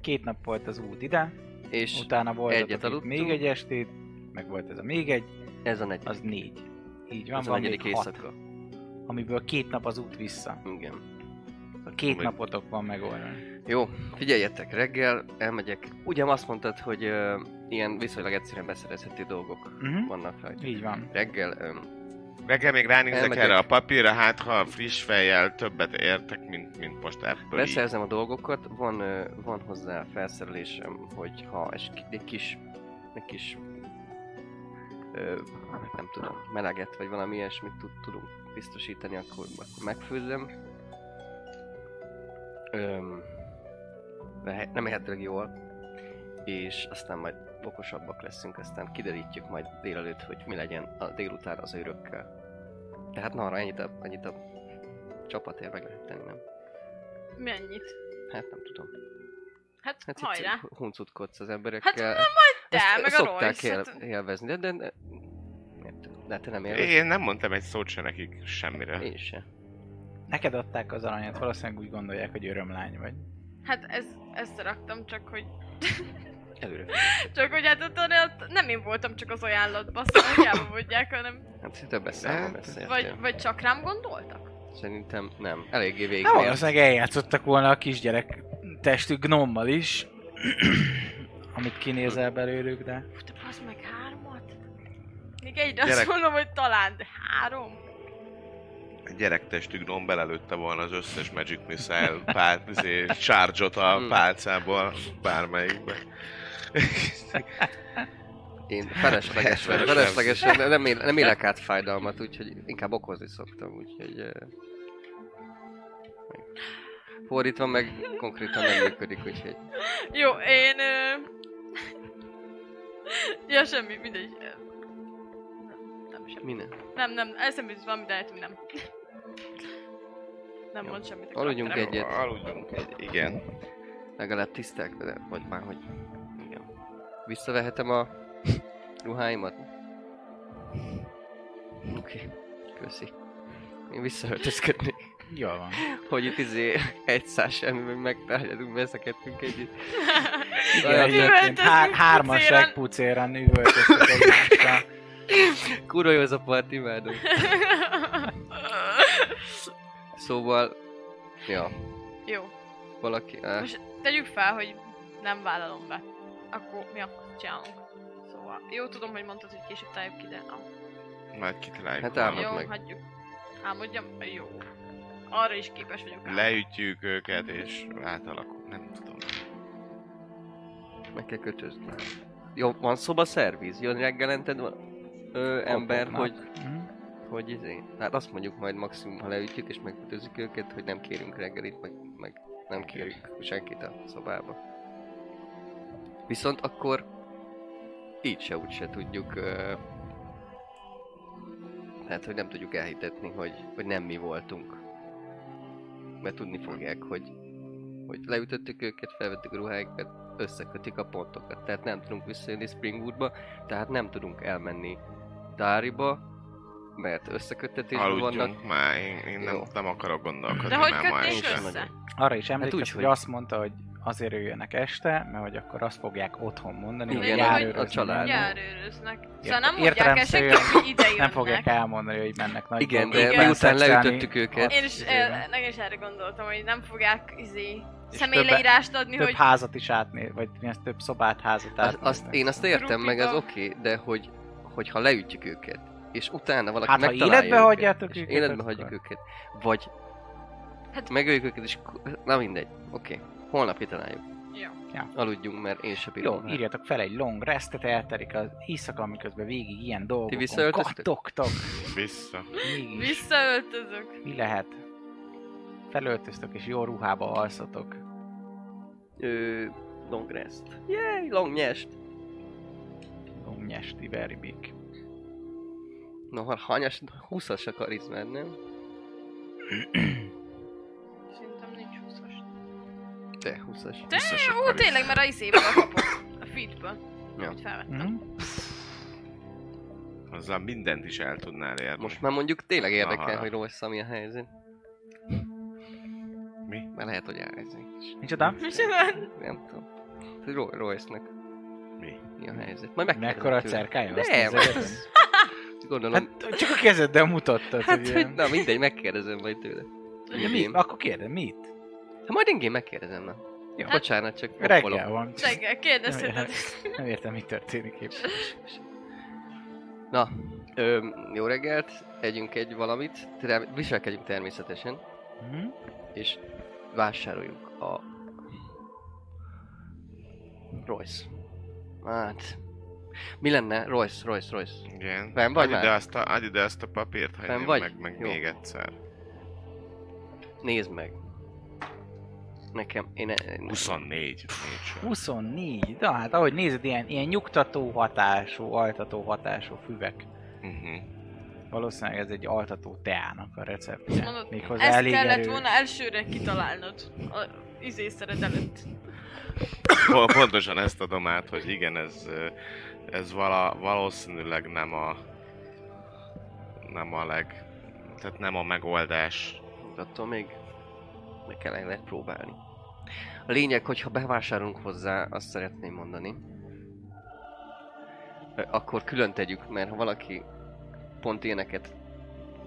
Speaker 6: Két nap volt az út ide,
Speaker 3: És
Speaker 6: utána volt
Speaker 3: egyet aludtunk.
Speaker 6: még egy estét, meg volt ez a még egy,
Speaker 3: ez a negyedik.
Speaker 6: az négy. Így van,
Speaker 3: ez a
Speaker 6: van még
Speaker 3: negyedik
Speaker 6: hat,
Speaker 3: éjszaka.
Speaker 6: amiből két nap az út vissza.
Speaker 3: Igen.
Speaker 6: A két
Speaker 5: Vagy-
Speaker 6: napotok van megoldva.
Speaker 3: Jó, figyeljetek, reggel elmegyek. Ugyan azt mondtad, hogy ö, ilyen viszonylag egyszerűen beszerezhető dolgok
Speaker 6: Mhm.
Speaker 3: vannak rajta.
Speaker 6: Így van.
Speaker 3: Reggel ö,
Speaker 5: Nekem még ránézek
Speaker 3: Elmegyek.
Speaker 5: erre a papírra, hát ha friss fejjel többet értek, mint, mint most ebből így.
Speaker 3: Beszerzem a dolgokat, van, ö, van hozzá felszerelésem, hogy ha es- egy kis, egy kis, ö, nem tudom, meleget vagy valami ilyesmit tud, tudunk biztosítani, akkor, akkor megfőzzem. Öm, lehe- remélhetőleg jól, és aztán majd okosabbak leszünk, aztán kiderítjük majd délelőtt, hogy mi legyen a délután az őrökkel. Tehát na arra ennyit a, ennyit a csapatért meg lehet tenni, nem?
Speaker 4: Mennyit?
Speaker 3: Hát nem tudom.
Speaker 4: Hát,
Speaker 3: Hát
Speaker 4: hajrá. Hát
Speaker 3: itt huncutkodsz az emberekkel.
Speaker 4: na,
Speaker 3: majd
Speaker 4: te, meg a
Speaker 3: szokták
Speaker 4: Royce,
Speaker 3: él,
Speaker 4: hát-
Speaker 3: élvezni, de, de, de... Értem. De hát te nem élvezed?
Speaker 5: Én nem mondtam egy szót se nekik semmiről.
Speaker 3: Én se.
Speaker 6: Neked adták az aranyat, valószínűleg úgy gondolják, hogy örömlány vagy.
Speaker 4: Hát ez, ezt raktam, csak hogy...
Speaker 3: Előre.
Speaker 4: Csak hogy hát ott, ott nem én voltam csak az ajánlatban, szóval hiába mondják, hanem...
Speaker 3: Hát többes számmal
Speaker 5: Hát,
Speaker 3: beszéltél.
Speaker 4: Vagy, vagy csak rám gondoltak?
Speaker 3: Szerintem nem. Eléggé végig.
Speaker 6: Na, valószínűleg eljátszottak volna a kisgyerek testű gnommal is, amit kinézel belőlük, de...
Speaker 4: Fú, te bassz meg hármat? Még egyre
Speaker 5: Gyerek.
Speaker 4: azt mondom, hogy talán, de három?
Speaker 5: Egy gyerektestű gnom belelőtte volna az összes Magic Missile pál, izé, charge-ot
Speaker 3: Hmm.
Speaker 5: a pálcából bármelyikbe.
Speaker 3: Én felesleges vagyok.
Speaker 5: Felesleges.
Speaker 3: Felesleges. Nem, él, nem élek át fájdalmat, úgyhogy inkább okozni szoktam, úgyhogy... eh, Fordítva meg konkrétan nem működik, úgyhogy...
Speaker 4: Jó, én... Ö... ja, semmi, mindegy. Ö, Nem, semmi.
Speaker 3: Minden.
Speaker 4: Nem, nem, eszembe jut valami, de hát nem. Nem
Speaker 3: Jó.
Speaker 4: mond semmit. a
Speaker 3: Aludjunk
Speaker 4: karakterem.
Speaker 3: egyet.
Speaker 5: Aludjunk egy, igen.
Speaker 3: Legalább tiszták, de vagy már, hogy... Igen. Visszavehetem a ruháimat? Oké, okay. köszi. Én visszaöltözködnék.
Speaker 6: Jól van.
Speaker 3: Hogy itt izé egy száz semmiben megtárgyalunk, veszekedtünk együtt.
Speaker 6: Igen,
Speaker 3: Olyan, de-
Speaker 4: hát
Speaker 6: egyébként há-
Speaker 4: Üvöltözünk
Speaker 6: hárman
Speaker 4: pucéran.
Speaker 6: segpucéran üvöltöztek egymással.
Speaker 3: Kurva jó ez a part, imádom. Szóval... Ja,
Speaker 4: Jó,
Speaker 3: valaki... Á,
Speaker 4: most tegyük fel, hogy nem vállalom be. Akkor mi a csinálunk? Szóval, jó tudom, hogy mondtad, hogy később tájébb ki, de na.
Speaker 5: Majd kitaláljuk.
Speaker 3: Hát
Speaker 5: valamit.
Speaker 3: Álmod
Speaker 4: jó,
Speaker 3: meg.
Speaker 4: hagyjuk. Álmodjam? Jó. Arra is képes vagyok. ám.
Speaker 5: Leütjük őket, és átalakul. Nem tudom.
Speaker 3: meg kell kötözni. Jó, van szoba szerviz? Jön reggelented van? Ö, ember,
Speaker 6: Apoknak.
Speaker 3: hogy,
Speaker 6: Hm?
Speaker 3: hogy izé. Hát azt mondjuk majd maximum, ha leütjük és megkötözzük őket, hogy nem kérünk reggelit, meg, meg nem kérünk senkit a szobába. Viszont akkor így se úgy se tudjuk ö, tehát, hogy nem tudjuk elhitetni, hogy, hogy nem mi voltunk. Mert tudni fogják, hogy, hogy leütöttük őket, felvettük a ruháikat, összekötik a pontokat. Tehát nem tudunk visszajönni Springwoodba, tehát nem tudunk elmenni Dáriba, mert összeköttetésben vannak.
Speaker 5: Aludjunk már, én, én nem,
Speaker 3: Jó.
Speaker 5: nem akarok gondolkodni
Speaker 4: De hogy
Speaker 5: már ma
Speaker 4: kötnénk
Speaker 5: este.
Speaker 4: össze?
Speaker 6: Arra is emlékezz,
Speaker 3: Hát úgy,
Speaker 6: hogy,
Speaker 3: hogy-
Speaker 6: azt mondta, hogy azért jöjjenek este, mert hogy akkor azt fogják otthon mondani,
Speaker 3: Igen,
Speaker 6: hogy
Speaker 4: hogy a
Speaker 6: járőrözni
Speaker 3: család.
Speaker 6: mennek.
Speaker 4: Járőröznek. Szóval nem mondják el
Speaker 6: értelemszerűen
Speaker 4: senki, hogy ide
Speaker 6: Nem fogják
Speaker 4: jönnek.
Speaker 6: elmondani, hogy mennek nagy
Speaker 3: Igen, de
Speaker 6: bombákban
Speaker 3: miután
Speaker 6: szexelni.
Speaker 3: leütöttük őket.
Speaker 4: Én is,
Speaker 6: Izével.
Speaker 4: eh, nagyon is erre gondoltam, hogy nem fogják izé,
Speaker 6: És
Speaker 4: személyleírást adni,
Speaker 6: több
Speaker 4: hogy
Speaker 6: házat is átnéz, vagy mi az több szobát, házat
Speaker 3: Azt,
Speaker 6: átnéz.
Speaker 3: Hát, azt, én azt értem meg, az
Speaker 4: Rupiba.
Speaker 3: oké, de hogy, hogyha leütjük őket, és utána valaki
Speaker 6: Hát, ha
Speaker 3: megtalálja
Speaker 6: életbe
Speaker 3: őket,
Speaker 6: hagyjátok
Speaker 3: és
Speaker 6: őket,
Speaker 3: életbe
Speaker 6: akkor-
Speaker 3: hagyjuk őket, vagy
Speaker 4: Hát-
Speaker 3: hát megöljük őket, és ku- na mindegy, oké, holnap kitaláljuk.
Speaker 4: Jó.
Speaker 6: Ja.
Speaker 3: Aludjunk, mert én se bírom.
Speaker 6: Jó,
Speaker 3: már.
Speaker 6: írjatok fel egy long restet, eltelik az éjszaka, miközben végig ilyen dolgokon
Speaker 3: visszaöltöztök?
Speaker 6: kattogtok.
Speaker 5: Vissza.
Speaker 6: Mégis,
Speaker 4: visszaöltözök.
Speaker 6: mi lehet? Felöltöztök és jó ruhába alszotok.
Speaker 3: Ö, long rest. Yay, long nyest.
Speaker 6: Umnyesti veribik.
Speaker 3: No, ha hanyas, 20-as a karizmád, nem?
Speaker 4: Szerintem nincs 20-as.
Speaker 3: Te, 20-as.
Speaker 4: Te,
Speaker 5: Biztos,
Speaker 4: ó,
Speaker 5: akkor
Speaker 4: tényleg,
Speaker 5: is.
Speaker 4: mert a izéből kapom. A feedből.
Speaker 3: Ja.
Speaker 4: Ja. Úgy felvettem.
Speaker 6: Mm-hmm.
Speaker 5: Azzal mindent is el tudnál érni.
Speaker 3: Most már mondjuk tényleg érdekel,
Speaker 5: Aha.
Speaker 3: hogy Rosszam mi a helyzet.
Speaker 5: Mi?
Speaker 3: Mert lehet, hogy állni is.
Speaker 6: Micsoda?
Speaker 4: Micsoda?
Speaker 3: Nem tudom. Ro- Royce-nak
Speaker 5: Mi?
Speaker 3: mi a helyzet. Majd meg
Speaker 6: Mekkora a cerkája? Azt
Speaker 3: Nem,
Speaker 6: nézed,
Speaker 3: hát
Speaker 6: hogy-
Speaker 3: az- Gondolom,
Speaker 6: Hát csak a kezeddel mutattad,
Speaker 3: hát,
Speaker 6: hogy...
Speaker 3: hogy na mindegy, megkérdezem majd tőle.
Speaker 6: Ja, mi?
Speaker 3: Ingém.
Speaker 6: Akkor kérdez, mit?
Speaker 3: Hát majd ingén megkérdezem, na.
Speaker 6: Jó.
Speaker 3: Bocsánat, csak
Speaker 6: Reggel van.
Speaker 4: Reggel, kérdezheted.
Speaker 6: Nem értem, mi történik épp.
Speaker 3: Na, ö, jó reggelt, együnk egy valamit, terem- viselkedjünk természetesen,
Speaker 6: Mhm.
Speaker 3: és vásároljunk a... Royce. Hát... Mi lenne? Royce, Royce, Royce.
Speaker 5: Igen.
Speaker 3: Fenn vagy
Speaker 5: adj,
Speaker 3: már?
Speaker 5: ide azt a, adj ide azt a papírt,
Speaker 3: Fenn
Speaker 5: hagyj
Speaker 3: vagy?
Speaker 5: meg, meg
Speaker 3: Jó.
Speaker 5: még egyszer.
Speaker 3: Nézd meg. Nekem, én... én
Speaker 5: 24. Nincs.
Speaker 6: 24, de hát ahogy nézed, ilyen, ilyen nyugtató hatású, altató hatású füvek.
Speaker 5: Uh-huh.
Speaker 6: Valószínűleg ez egy altató teának a receptje.
Speaker 4: Mondod,
Speaker 6: Méghozzá
Speaker 4: Ezt
Speaker 6: elég
Speaker 4: kellett
Speaker 6: erős.
Speaker 4: volna elsőre kitalálnod. A izészered előtt.
Speaker 5: Po- Pontosan ezt adom át, hogy igen, ez, ö, ez vala, valószínűleg nem a nem a leg... Tehát nem a megoldás.
Speaker 3: De attól még meg kellene lehet próbálni. A lényeg, hogyha bevásárolunk hozzá, azt szeretném mondani, ö, akkor külön tegyük, mert ha valaki pont ilyeneket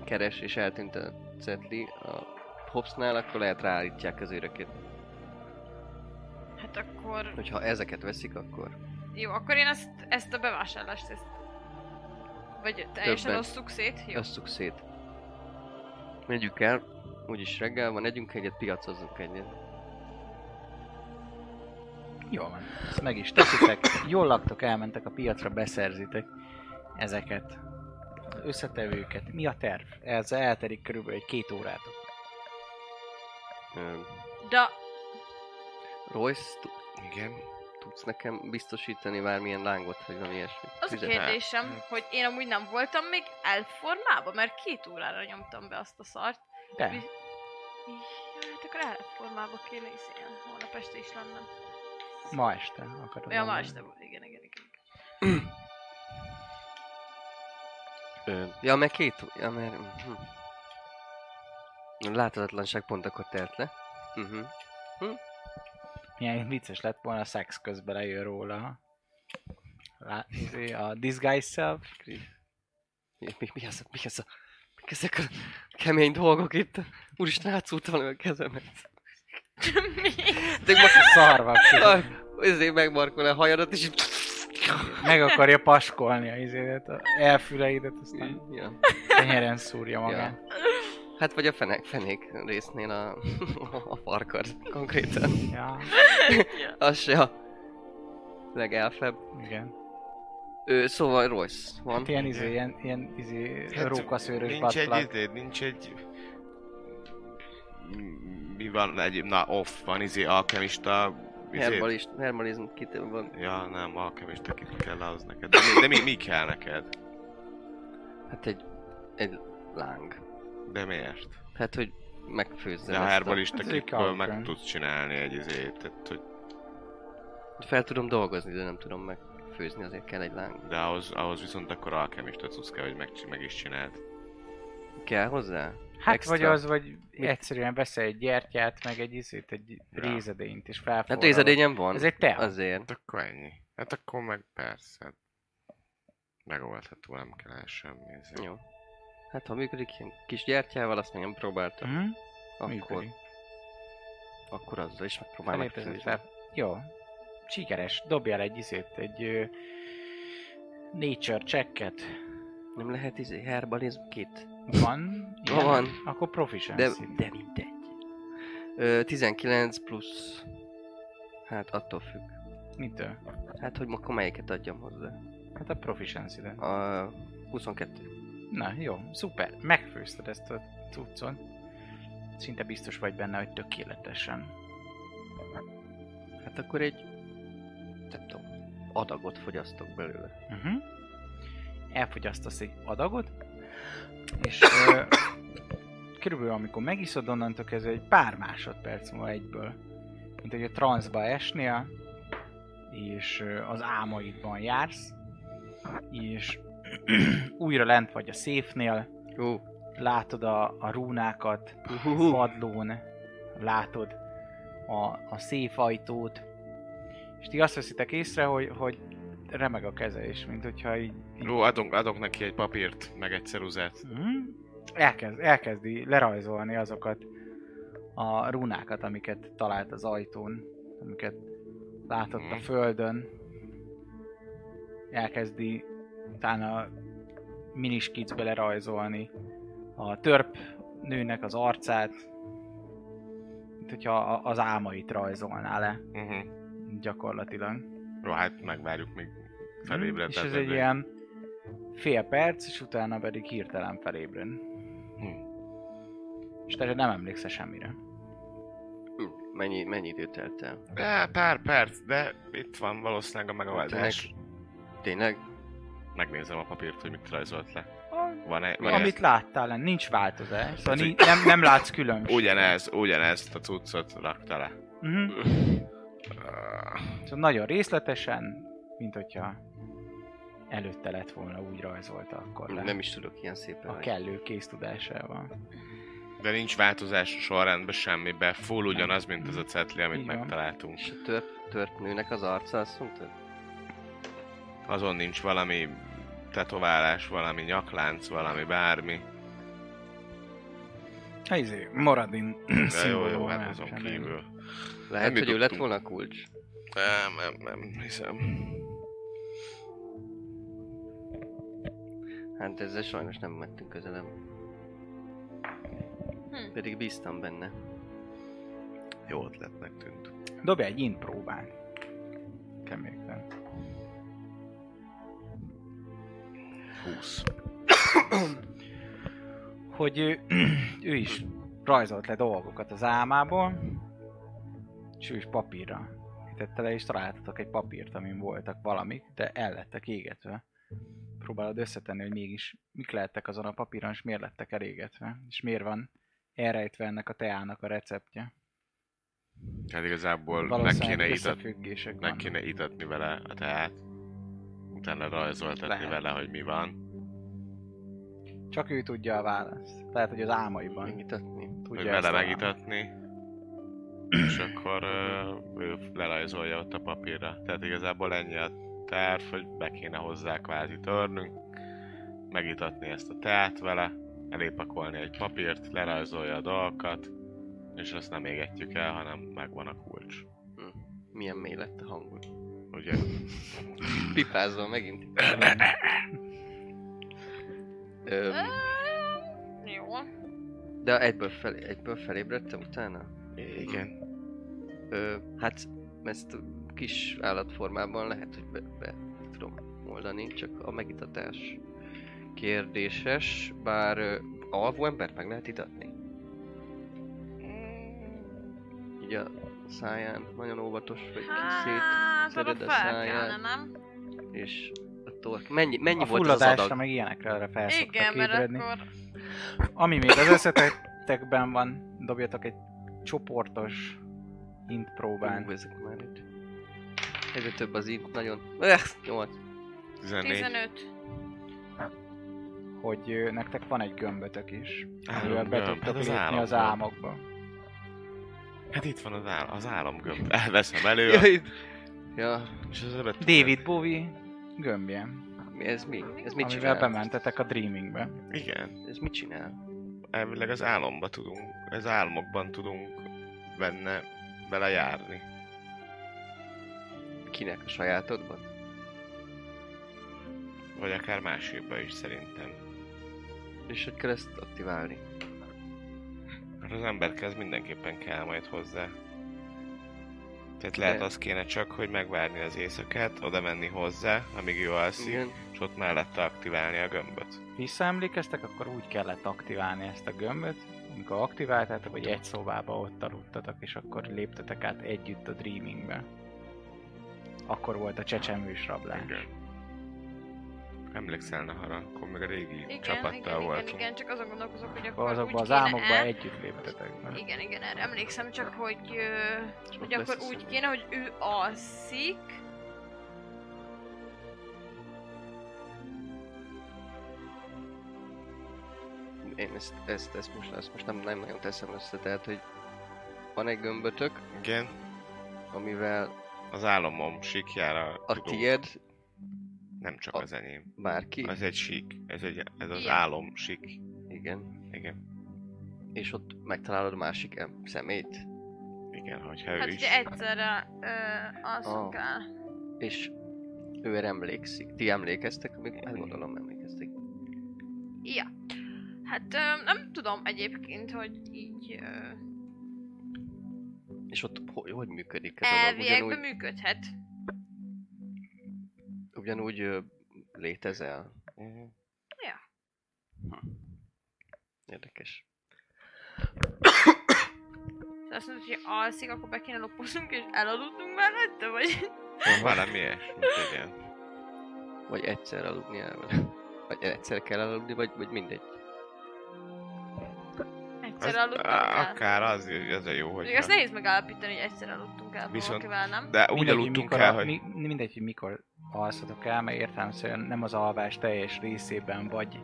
Speaker 3: keres és eltüntetli a Hopsnál, akkor lehet ráállítják az őröket.
Speaker 4: Hát akkor...
Speaker 3: Hogyha ezeket veszik, akkor
Speaker 4: Jó, akkor én ezt, ezt a bevásárlást, ezt... Vagy teljesen
Speaker 3: Többen.
Speaker 4: osszuk szét? Jó.
Speaker 3: Osszuk szét. Megyünk el, úgyis reggel van, együnk egyet, piacozzunk egyet.
Speaker 6: Jó van, ezt meg is teszitek. Jól laktok, elmentek a piacra, beszerzitek ezeket, az összetevőket. Mi a terv? Ez eltelik körülbelül egy két órát.
Speaker 3: Ö,
Speaker 4: De
Speaker 3: Royce, t-
Speaker 5: Igen.
Speaker 3: tudsz nekem biztosítani bármilyen lángot, vagy valami ilyesmi?
Speaker 4: az a
Speaker 3: Tüzet?
Speaker 4: kérdésem, hogy én amúgy nem voltam még elformában, mert két órára nyomtam be azt a szart.
Speaker 6: De,
Speaker 4: Vi- Hát akkor elformába kéne, hiszen én holnap este is lennem.
Speaker 6: ma este akarod.
Speaker 4: Ja, ma
Speaker 6: mondani.
Speaker 4: este volt, igen, igen, igen.
Speaker 3: Ö, ja, mert két, ja, mert... Hm. A Láthatatlanság pont akkor telt le. Uh-huh.
Speaker 6: Milyen vicces lett volna, a szex közben lejön róla. Lá- izé, a disguise self.
Speaker 3: Mi, mi, mi, az, mi az a... Mik ezek a kemény dolgok itt? Úristen, átszúrt valami a kezemet.
Speaker 4: Mi?
Speaker 3: De ma...
Speaker 6: Szarva.
Speaker 3: Ah, Ezért megmarkol a hajadat, és... így-
Speaker 6: Meg akarja paskolni a izédet, a elfüleidet, aztán
Speaker 3: Ja.
Speaker 6: tenyeren szúrja magát.
Speaker 3: Ja. Hát vagy a fenek, fenék résznél a, a farkad konkrétan.
Speaker 6: Ja,
Speaker 3: Az se a legelfebb.
Speaker 6: igen.
Speaker 3: Ő, szóval Royce van.
Speaker 6: Hát ilyen izé, ilyen, ilyen izé, rókaszőrös
Speaker 5: Hát nincs egy,
Speaker 6: batlag.
Speaker 5: izé, nincs egy... Mi van egy... Na, off van, izé, alkemista... Izé,
Speaker 3: Herbalist, herbalizm kit van.
Speaker 5: ja, nem, alkemista ki kell ahhoz neked. De, mi, de mi, mi kell neked?
Speaker 3: Hát egy, egy láng.
Speaker 5: De miért?
Speaker 3: Hát, hogy megfőzze.
Speaker 5: De a
Speaker 3: ezt
Speaker 5: herbalista
Speaker 6: Ez egy
Speaker 5: kikből meg
Speaker 6: kalkán.
Speaker 5: tudsz csinálni egy izét, tehát, hogy,
Speaker 3: Hát Fel tudom dolgozni, de nem tudom megfőzni, azért kell egy láng.
Speaker 5: de ahhoz, ahhoz viszont akkor alkemista cucc kell, hogy meg, meg is csináld.
Speaker 3: Kell hozzá?
Speaker 6: Hát
Speaker 3: extra.
Speaker 6: vagy az, vagy egyszerűen veszel egy gyertyát, meg egy izét, egy rézedényt, és felforralod.
Speaker 3: Hát rézedényem van.
Speaker 6: Ez egy tea.
Speaker 3: Azért.
Speaker 5: Hát akkor ennyi. Hát akkor meg persze. Megoldható, nem kell semmi. izé.
Speaker 3: Jó. Hát ha működik ilyen kis gyertyával, azt még nem próbáltam.
Speaker 6: Mhm,
Speaker 3: Akkor,
Speaker 6: működik.
Speaker 3: akkor azzal is megpróbálom
Speaker 6: Felépezett
Speaker 3: megfőzni.
Speaker 6: fel. Jó. Sikeres. Dobjál egy izét, egy ö, nature checket.
Speaker 3: Nem lehet izé herbalizm kit?
Speaker 6: Van? ilyen?
Speaker 3: van.
Speaker 6: Akkor
Speaker 3: De,
Speaker 6: proficiency.
Speaker 3: de mindegy. Ö, 19 plusz... Hát attól függ.
Speaker 6: Mitől?
Speaker 3: Hát, hogy akkor melyiket adjam hozzá.
Speaker 6: Hát a proficiency -re.
Speaker 3: A 22.
Speaker 6: Na jó, szuper. Megfőzted ezt a cuccon. Szinte biztos vagy benne, hogy tökéletesen.
Speaker 3: Hát akkor egy... Nem tudom. Adagot fogyasztok belőle.
Speaker 6: Uh-huh. Elfogyasztasz egy adagot, és ö, körülbelül amikor megiszod, onnantól kezdve egy pár másodperc múlva egyből, mint hogy a transzba esnél, és ö, az álmaidban jársz, és újra lent vagy a széfnél,
Speaker 3: Jó.
Speaker 6: látod a, a rúnákat, padlón látod a, a széfajtót, és ti azt veszitek észre, hogy, hogy remeg a keze is, mint hogyha így, így
Speaker 5: Jó, adok, adok neki egy papírt, meg egy ceruzát.
Speaker 6: Mhm. elkezd, elkezdi lerajzolni azokat a rúnákat, amiket talált az ajtón, amiket látott a
Speaker 5: Mhm.
Speaker 6: földön. Elkezdi utána minis kicbe lerajzolni a törp nőnek az arcát, mint hogyha a- az álmait rajzolná le
Speaker 5: Uh-huh.
Speaker 6: gyakorlatilag.
Speaker 5: Jó, hát megvárjuk, még felébred.
Speaker 6: és ez egy ilyen fél perc, és utána pedig hirtelen felébren.
Speaker 5: Hm.
Speaker 6: És te nem emlékszel semmire.
Speaker 3: Hm, Mennyi, mennyi idő telt el?
Speaker 5: De, pár perc, de itt van valószínűleg a
Speaker 6: Hát
Speaker 5: megoldás.
Speaker 3: Tényleg?
Speaker 5: Megnézem a papírt, hogy mit rajzolt le. Van-e? Van
Speaker 6: Amit láttál, lenn, nincs változás. Szóval
Speaker 5: Tehát,
Speaker 6: ni- nem, nem látsz különbséget.
Speaker 5: Ugyanez, ugyanezt a cuccot rakta le.
Speaker 6: Uh-huh. Szóval nagyon részletesen, mint hogyha előtte lett volna, úgy rajzolta akkor le.
Speaker 3: Nem is tudok ilyen szépen.
Speaker 6: a
Speaker 3: hogy-
Speaker 6: kellő késztudásával.
Speaker 5: De nincs változás a sorrendben semmiben. Full ugyanaz, mint az a cetli, amit
Speaker 6: Így van.
Speaker 5: megtaláltunk.
Speaker 3: És a tört, tört nőnek az arca, azt mondtad?
Speaker 5: Azon nincs valami tetoválás, valami nyaklánc, valami bármi.
Speaker 6: Ha izé, Moradin
Speaker 5: De jó, jó,
Speaker 6: szimbólum
Speaker 5: hát
Speaker 6: már
Speaker 5: azon
Speaker 6: sem
Speaker 5: kívül.
Speaker 3: Lehet,
Speaker 5: Nem
Speaker 3: hogy ő lett
Speaker 5: jutottunk.
Speaker 3: volna a kulcs.
Speaker 5: Nem, nem, nem hiszem.
Speaker 3: Hát ezzel sajnos nem mentünk közelebb.
Speaker 4: Hm.
Speaker 3: Pedig bíztam benne.
Speaker 5: Jó ötletnek tűnt.
Speaker 6: Dobj egy int próbán. Kemékben.
Speaker 5: 20.
Speaker 6: Hogy ő, ő is rajzolt le dolgokat az álmából, és ő is papírra tette le, és találtatok egy papírt, amin voltak valamik, de el lettek égetve. Próbálod összetenni, hogy mégis mik lehettek azon a papíron, és miért lettek elégetve, és miért van elrejtve ennek a teának a receptje.
Speaker 5: Hát igazából meg
Speaker 6: Valószínűleg
Speaker 5: kéne, itat,
Speaker 6: összefüggések
Speaker 5: meg
Speaker 6: vannak.
Speaker 5: kéne itatni vele a teát. Utána rajzoltatni
Speaker 6: Lehet.
Speaker 5: vele, hogy mi van.
Speaker 6: Csak ő tudja a választ. Lehet, hogy az álmaiban
Speaker 3: Megitatni.
Speaker 6: tudja
Speaker 5: Hogy
Speaker 6: ezt
Speaker 5: vele
Speaker 6: a
Speaker 5: megitatni. És akkor ö, ő lerajzolja ott a papírra. Tehát igazából ennyi a terv, hogy be kéne hozzá kvázi törnünk. Megitatni ezt a teát vele. Elépakolni egy papírt, lerajzolja a dolgokat. És azt nem égetjük el, hanem megvan a kulcs.
Speaker 3: Hm. Milyen mély lett a hangod.
Speaker 5: Ugye?
Speaker 3: Pipázol megint. Öm,
Speaker 4: Öm, Jó.
Speaker 3: de egyből, fel, egyből felébredtem utána?
Speaker 5: Igen.
Speaker 3: Ö, hát ezt a kis állatformában lehet, hogy be, be tudom oldani, csak a megitatás kérdéses, bár ö, alvó embert meg lehet itatni.
Speaker 4: Hm.
Speaker 3: Így a száján nagyon óvatos, vagy
Speaker 4: Hát, arra
Speaker 3: szétszered a
Speaker 4: fel kellene,
Speaker 3: száját,
Speaker 4: nem?
Speaker 3: és a tork... Mennyi, mennyi
Speaker 6: a
Speaker 3: volt az adag?
Speaker 6: fulladásra, meg ilyenekre arra fel
Speaker 4: Igen,
Speaker 6: szoktak
Speaker 4: mert
Speaker 6: ébredni.
Speaker 4: akkor...
Speaker 6: Ami még az összetekben van, dobjatok egy csoportos int
Speaker 3: Ú,
Speaker 6: próbán.
Speaker 3: ezek már itt. Egyre több az int, nagyon. Eh, 8.
Speaker 5: 14.
Speaker 4: 15.
Speaker 6: Hogy ö, nektek van egy gömbötök is, amivel
Speaker 5: Álomgömb.
Speaker 6: be tudtok
Speaker 5: hát az
Speaker 6: lépni az
Speaker 5: álomgömb.
Speaker 6: álmokba.
Speaker 5: Hát itt van az, ál- az álomgömb. Elveszem elő,
Speaker 3: Ja,
Speaker 5: a-
Speaker 3: itt- ja,
Speaker 5: és az ebbe tudom.
Speaker 6: David Bowie gömbje,
Speaker 3: mi ez mi? Ez mit
Speaker 6: amivel
Speaker 3: csinál?
Speaker 6: bementetek a Dreamingbe.
Speaker 5: Igen,
Speaker 3: Ez mit csinál?
Speaker 5: elvileg az álomba tudunk, az álmokban tudunk benne vele járni.
Speaker 3: Kinek a sajátodban?
Speaker 5: Vagy akár másikba is szerintem.
Speaker 3: És hogy kell ezt aktiválni?
Speaker 5: Mert az emberkhez mindenképpen kell majd hozzá. Tehát lehet
Speaker 3: De-
Speaker 5: az kéne csak, hogy megvárni az éjszakát, oda menni hozzá, amíg ő alszik,
Speaker 3: Igen.
Speaker 5: és ott mellette aktiválni a gömböt.
Speaker 6: Visszaemlékeztek, akkor úgy kellett aktiválni ezt a gömböt, amikor aktiváltátok, hogy egy szobába ott aludtatok, és akkor léptetek át együtt a Dreamingbe. Akkor volt a csecsemős rablás.
Speaker 5: Emlékszel Nahara, akkor még a régi
Speaker 4: Igen,
Speaker 5: csapattal
Speaker 4: igen, igen,
Speaker 5: voltunk.
Speaker 4: igen, csak azon gondolkozok, hogy akkor
Speaker 6: Akkor azokba
Speaker 4: Hát úgy
Speaker 6: az
Speaker 4: kéne
Speaker 6: álmokba
Speaker 4: el-
Speaker 6: együtt léptetek. be.
Speaker 4: Igen, igen, erre emlékszem, csak hogy, ö,
Speaker 3: Csak
Speaker 4: hogy akkor
Speaker 3: lesz a
Speaker 4: úgy
Speaker 3: szem.
Speaker 4: kéne, hogy ő alszik.
Speaker 3: Én ezt, ezt, ezt most, ezt most nem, nem nagyon teszem össze, tehát hogy van egy gömbötök,
Speaker 5: igen.
Speaker 3: amivel
Speaker 5: Az álomom síkjára
Speaker 3: a
Speaker 5: tudunk.
Speaker 3: tied,
Speaker 5: Nem csak
Speaker 3: a-
Speaker 5: az enyém.
Speaker 3: bárki,
Speaker 5: Ez egy sík, ez, egy, ez az
Speaker 4: Igen.
Speaker 5: álom sík.
Speaker 3: igen,
Speaker 5: Igen,
Speaker 3: és ott megtalálod a másik em- szemét,
Speaker 5: igen, hogyha ő
Speaker 4: Hát
Speaker 5: is.
Speaker 4: ugye egyszerre ö, alszunk
Speaker 3: Ah.
Speaker 4: el.
Speaker 3: és ő erre emlékszik. Ti emlékeztek, amik hát gondolom emlékeztek.
Speaker 4: Ja. Hát ö, nem tudom egyébként, hogy így ö,
Speaker 3: És ott hogy, hogy működik ez a dolog?
Speaker 4: elviekben
Speaker 3: Ugyanúgy,
Speaker 4: működhet.
Speaker 3: ugyanúgy ö, létezel?
Speaker 5: Mhm.
Speaker 3: Érdekes.
Speaker 4: Tehát Szóval Azt mondod, hogy alszik, akkor be kéne lopoznunk és elaludnunk mellette, vagy?
Speaker 5: Szóval Valami ilyesmi, igen.
Speaker 3: Vagy egyszer aludni el vele. Vagy egyszer kell aludni, vagy, vagy mindegy.
Speaker 5: Az,
Speaker 4: Egyszer aludtunk
Speaker 5: á,
Speaker 4: el.
Speaker 5: akár az, az a jó,
Speaker 4: Még azt
Speaker 5: hogy.
Speaker 4: nehéz megállapítani, hogy egyszer aludtunk el
Speaker 5: Viszont-
Speaker 4: valakivel, nem?
Speaker 5: De úgy
Speaker 6: Mindegy, hogy
Speaker 5: aludtunk
Speaker 6: mikor
Speaker 5: el,
Speaker 6: a-
Speaker 5: hogy
Speaker 6: Mi, mindegy, hogy mikor alszatok el, mert értelemszerűen nem az alvás teljes részében vagy,